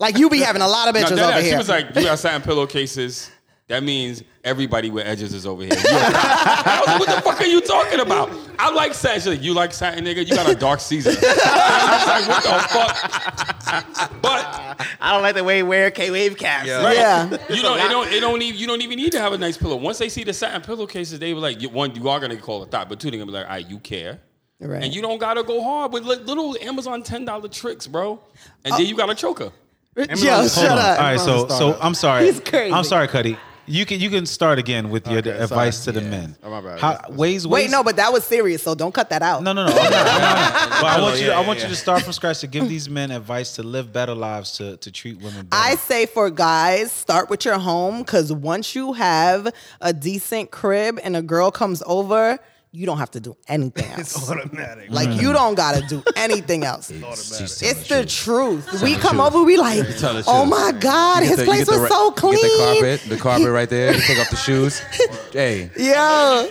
Speaker 4: Like you be having a lot of
Speaker 3: No,
Speaker 4: bitches
Speaker 3: that,
Speaker 4: over
Speaker 3: she
Speaker 4: here.
Speaker 3: was like, you got satin pillowcases. That means everybody with edges is over here. You a cop. I was like, what the fuck are you talking about? I like satin. She's like, you like satin, nigga? You got a dark season. I was like, what the fuck? But
Speaker 1: I don't like the way wear K wave caps.
Speaker 5: Yeah.
Speaker 4: Yeah.
Speaker 3: you know, it don't, it don't even, you don't even need to have a nice pillow. Once they see the satin pillowcases, they were like, you- one, you are gonna call a thought, but two, they're gonna be like, all right, you care.
Speaker 4: Right.
Speaker 3: And you don't gotta go hard with li- little Amazon ten dollar tricks, bro. And
Speaker 4: Uh,
Speaker 3: then you got a choker.
Speaker 4: Yo, shut
Speaker 2: Hold on.
Speaker 4: up.
Speaker 2: All right, so so I'm sorry.
Speaker 4: He's crazy.
Speaker 2: I'm sorry, Cuddy. You can you can start again with your
Speaker 1: sorry.
Speaker 2: advice to the men.
Speaker 1: Oh, my bad.
Speaker 2: How,
Speaker 1: That's-
Speaker 2: ways,
Speaker 4: Wait,
Speaker 2: ways-
Speaker 4: no, but that was serious, so don't cut that out.
Speaker 2: No, no, no. I'm not, I'm not. But I want you.
Speaker 1: yeah,
Speaker 2: I
Speaker 1: yeah,
Speaker 2: want you to start from scratch to give these men advice to live better lives, to to treat women. better.
Speaker 4: I say for guys, start with your home because once you have a decent crib and a girl comes over, you don't have to do anything else.
Speaker 1: Automatic.
Speaker 4: like you don't gotta do anything else.
Speaker 5: Mm. She's telling
Speaker 4: It's the
Speaker 5: truth.
Speaker 4: truth. We come
Speaker 5: truth.
Speaker 4: over, we like,
Speaker 5: telling the
Speaker 4: oh
Speaker 5: truth.
Speaker 4: my God,
Speaker 5: You get
Speaker 4: his
Speaker 5: the- you
Speaker 4: place
Speaker 5: get the
Speaker 4: was
Speaker 5: ra-
Speaker 4: so
Speaker 5: you
Speaker 4: clean.
Speaker 5: Get the carpet, the carpet right there. You take off the shoes. hey,
Speaker 4: Yeah.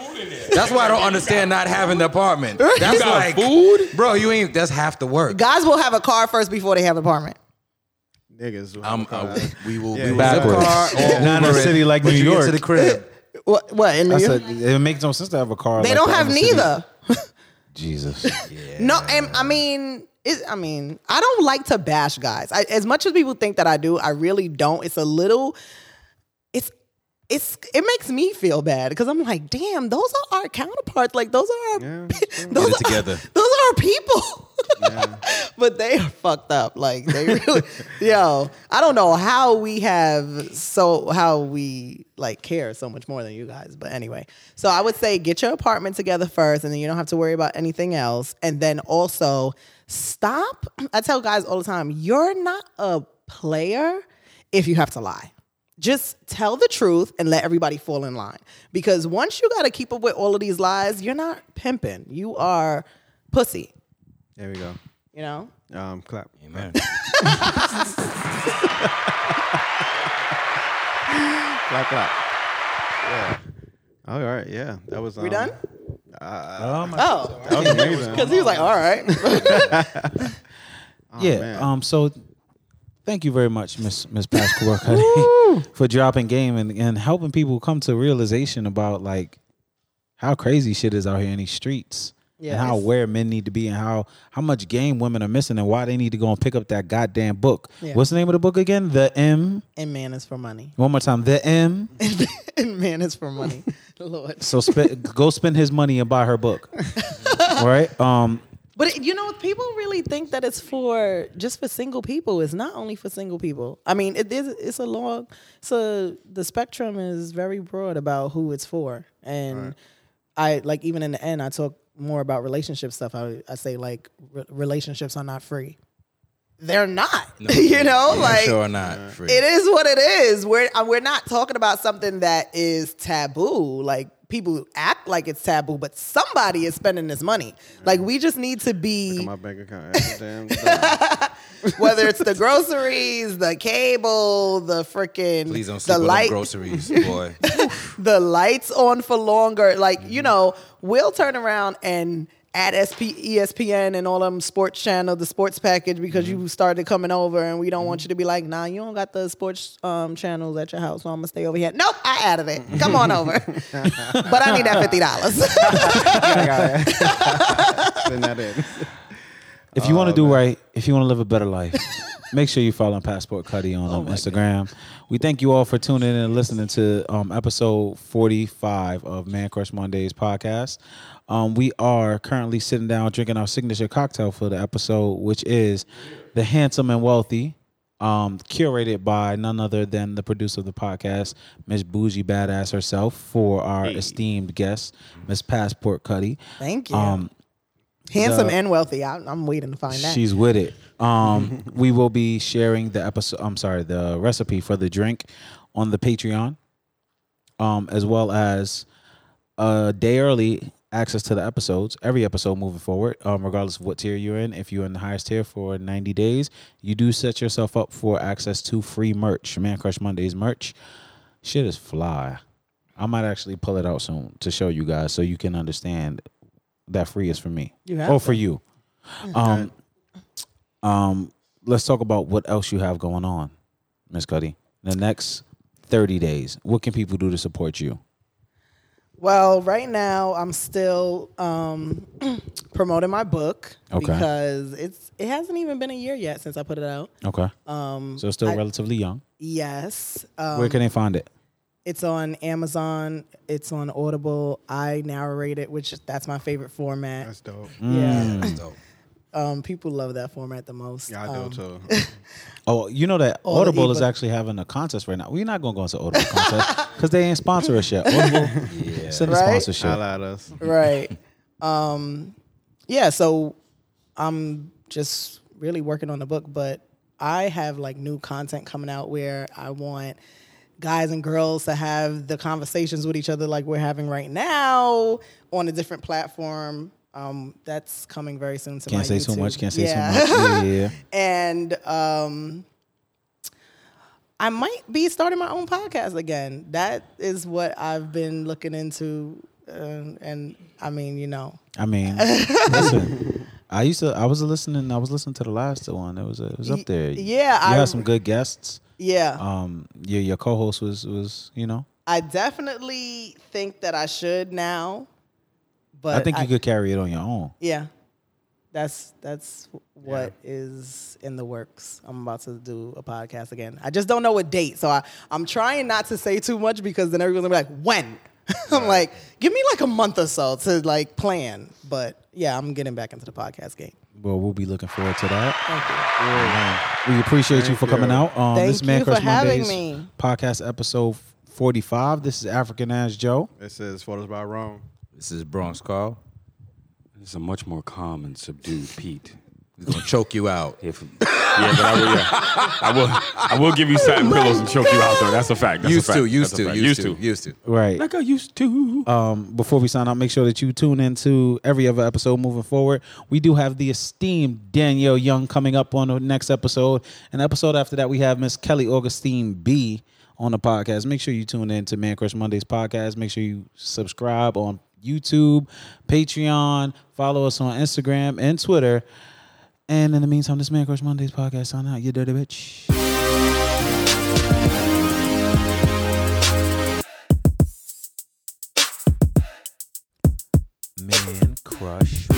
Speaker 5: that's why I don't understand not having the apartment. That's
Speaker 3: got
Speaker 5: like,
Speaker 3: food?
Speaker 5: bro, you ain't. That's half the work.
Speaker 4: Guys will have a car first before they have an apartment.
Speaker 1: Niggas.
Speaker 5: I'm, uh, we will
Speaker 1: Yeah,
Speaker 5: we will
Speaker 1: yeah.
Speaker 5: zip car
Speaker 2: Backwards.
Speaker 5: or
Speaker 2: Not in a
Speaker 5: Uber it,
Speaker 2: city like
Speaker 5: but
Speaker 2: New
Speaker 5: you get
Speaker 2: York.
Speaker 5: to the crib.
Speaker 4: What? What? In New
Speaker 2: I
Speaker 4: York?
Speaker 2: said, it makes no sense to have a car.
Speaker 4: they
Speaker 2: like
Speaker 4: don't
Speaker 2: that
Speaker 4: have
Speaker 2: in the city.
Speaker 4: neither.
Speaker 2: Jesus.
Speaker 4: No, and I mean, it, I mean, I don't like to bash guys. I, as much as people think that I do, I really don't. It's a little, it's, it's, it makes me feel bad because I'm like, damn, those are our counterparts. Like those are, our, those
Speaker 5: Get it
Speaker 4: are
Speaker 5: together.
Speaker 4: those are our people. but they are fucked up. Like they really, yo, I don't know how we have so how we like care so much more than you guys. But anyway, so I would say get your apartment together first, and then you don't have to worry about anything else. And then also stop. I tell guys all the time, you're not a player if you have to lie. Just tell the truth and let everybody fall in line. Because once you got to keep up with all of these lies, you're not pimping. You are pussy.
Speaker 1: There we go.
Speaker 4: You know.
Speaker 1: Um, clap. Clap, clap. Yeah. All right. Yeah. That was. Um,
Speaker 4: We done?
Speaker 2: Oh my
Speaker 4: Oh,
Speaker 1: That was amazing.
Speaker 4: because he was like, "All right."
Speaker 2: yeah.
Speaker 1: man.
Speaker 2: Um. So, thank you very much, Miss Miss Pascal, Cuddy, for dropping game and, and helping people come to realization about like how crazy shit is out here in these streets.
Speaker 4: Yeah,
Speaker 2: and how
Speaker 4: it's-
Speaker 2: aware men need to be, and how how much game women are missing, and why they need to go and pick up that goddamn book.
Speaker 4: Yeah.
Speaker 2: What's the name of the book again? The M.
Speaker 4: and man is for money.
Speaker 2: One more time. The M.
Speaker 4: and man is for money. Lord.
Speaker 2: So spe- go spend his money and buy her book. right? Um,
Speaker 4: But it, you know, people really think that it's for just for single people. It's not only for single people. I mean, it is. It's a long. So the spectrum is very broad about who it's for, and I like even in the end, I talk more about relationship stuff. I I say like re- relationships are not free. They're not. you
Speaker 3: Oh,
Speaker 4: know, like
Speaker 5: sure or not. free.
Speaker 4: it is what it is. We're uh, we're not talking about something that is taboo. Like people act like it's taboo, but somebody is spending this money. Like we just need to be
Speaker 1: My bank account. every Damn. time.
Speaker 4: whether it's the groceries, the cable, the freaking
Speaker 5: Please don't
Speaker 4: the
Speaker 5: sleep on them
Speaker 4: light,
Speaker 5: groceries, boy.
Speaker 4: the lights on for longer. Like you know, we'll turn around and. At SP, ESPN and all them sports channel, the sports package, because you started coming over, and we don't want you to be like, nah, you don't got the sports um, channels at your house, so I'm gonna stay over here. Nope, I added it. Come on over, but I need that fifty dollars.
Speaker 1: Send that in.
Speaker 2: if you want to do right, if you want to live a better life, make sure you follow Passport Cuddy on um, Instagram. We thank you all for tuning in and listening to um, episode 45 of Man Crush Mondays podcast. Um, we are currently sitting down drinking our signature cocktail for the episode, which is the Handsome and Wealthy. um, curated by none other than the producer of the podcast, Miss Bougie Badass herself, for our esteemed guest, Miss Passport Cuddy. Um,
Speaker 4: Thank you. Handsome and wealthy. I, I'm waiting to find that.
Speaker 2: She's with it. Um, we will be sharing the episode. I'm sorry, the recipe for the drink on the Patreon, um, as well as a day early access to the episodes. Every episode moving forward, um, regardless of what tier you're in. If you're in the highest tier for 90 days, you do set yourself up for access to free merch, Man Crush Mondays merch. Shit is fly. I might actually pull it out soon to show you guys so you can understand that free is for me
Speaker 4: You have
Speaker 2: or for you. Um, um, let's talk about what else you have going on, Miss Cuddy. The next thirty days, what can people do to support you?
Speaker 4: Well, right now I'm still um, promoting my book
Speaker 2: Okay.
Speaker 4: because it's it hasn't even been a year yet since I put it out.
Speaker 2: Okay. Um, so it's still relatively young.
Speaker 4: Yes, um,
Speaker 2: Where can they find it?
Speaker 4: it's on Amazon. It's on Audible. I narrate it, which that's my favorite format.
Speaker 1: That's dope.
Speaker 4: yeah,
Speaker 5: So,
Speaker 4: um, people love that format the most.
Speaker 1: Yeah, I
Speaker 4: Um,
Speaker 1: do too.
Speaker 2: Oh, you know that
Speaker 4: the
Speaker 2: Audible is
Speaker 4: ebook.
Speaker 2: actually having a contest right now. We're not gonna go into Audible contest because they ain't sponsor us yet. Audible, send a
Speaker 4: Right?
Speaker 2: sponsorship.
Speaker 1: Holla at us.
Speaker 4: right. Um, yeah, so I'm just really working on the book, but I have like new content coming out where I want guys and girls to have the conversations with each other like we're having right now on a different platform. Um, that's coming very soon to
Speaker 2: Can't
Speaker 4: my
Speaker 2: say too
Speaker 4: YouTube.
Speaker 2: much. Can't say
Speaker 4: Yeah.
Speaker 2: too much. Yeah, yeah, yeah.
Speaker 4: and um, I might be starting my own podcast again. That is what I've been looking into, um, and I mean, you know,
Speaker 2: I mean, listen. I used to. I was listening. I was listening to the last one. It was. It was up there.
Speaker 4: yeah,
Speaker 2: you
Speaker 4: I-
Speaker 2: had some good guests.
Speaker 4: yeah,
Speaker 2: Um, your your co-host was was you know.
Speaker 4: I definitely think that I should now, but
Speaker 2: I think you could carry it on your own.
Speaker 4: Yeah, that's that's what is in the works. I'm about to do a podcast again. I just don't know what date, so I I'm trying not to say too much because then everyone's gonna be like, when. I'm like, give me like a month or so to like plan. But yeah, I'm getting back into the podcast game.
Speaker 2: Well, we'll be looking forward to that.
Speaker 4: Thank you.
Speaker 2: We appreciate you for coming out. Um,
Speaker 4: Thank
Speaker 2: this man
Speaker 4: you for
Speaker 2: Crush
Speaker 4: having
Speaker 2: Mondays
Speaker 4: me.
Speaker 2: podcast episode forty-five. This is African Ass Joe.
Speaker 1: This is photos by Rome.
Speaker 5: this is Bronx Carl.
Speaker 3: It's a much more calm and subdued Pete.
Speaker 5: He's gonna choke you out.
Speaker 3: If, yeah, but I will, yeah. I will. I will give you satin pillows and choke you out though. That's a fact. That's
Speaker 5: Used
Speaker 3: a fact.
Speaker 5: to, Oh used
Speaker 3: That's a
Speaker 5: to,
Speaker 3: fact.
Speaker 5: used to, used to.
Speaker 2: Right.
Speaker 3: Like I used to.
Speaker 2: Um, before we sign out, make sure that you tune into every other episode moving forward. We do have the esteemed Danielle Young coming up on the next episode. And the episode after that, we have Miss Kelly Augustine B on the podcast. Make sure you tune in to Man Crush Mondays podcast. Make sure you subscribe on YouTube, Patreon, follow us on Instagram and Twitter. And in the meantime, this Man Crush Mondays podcast sign out. You dirty bitch. Man Crush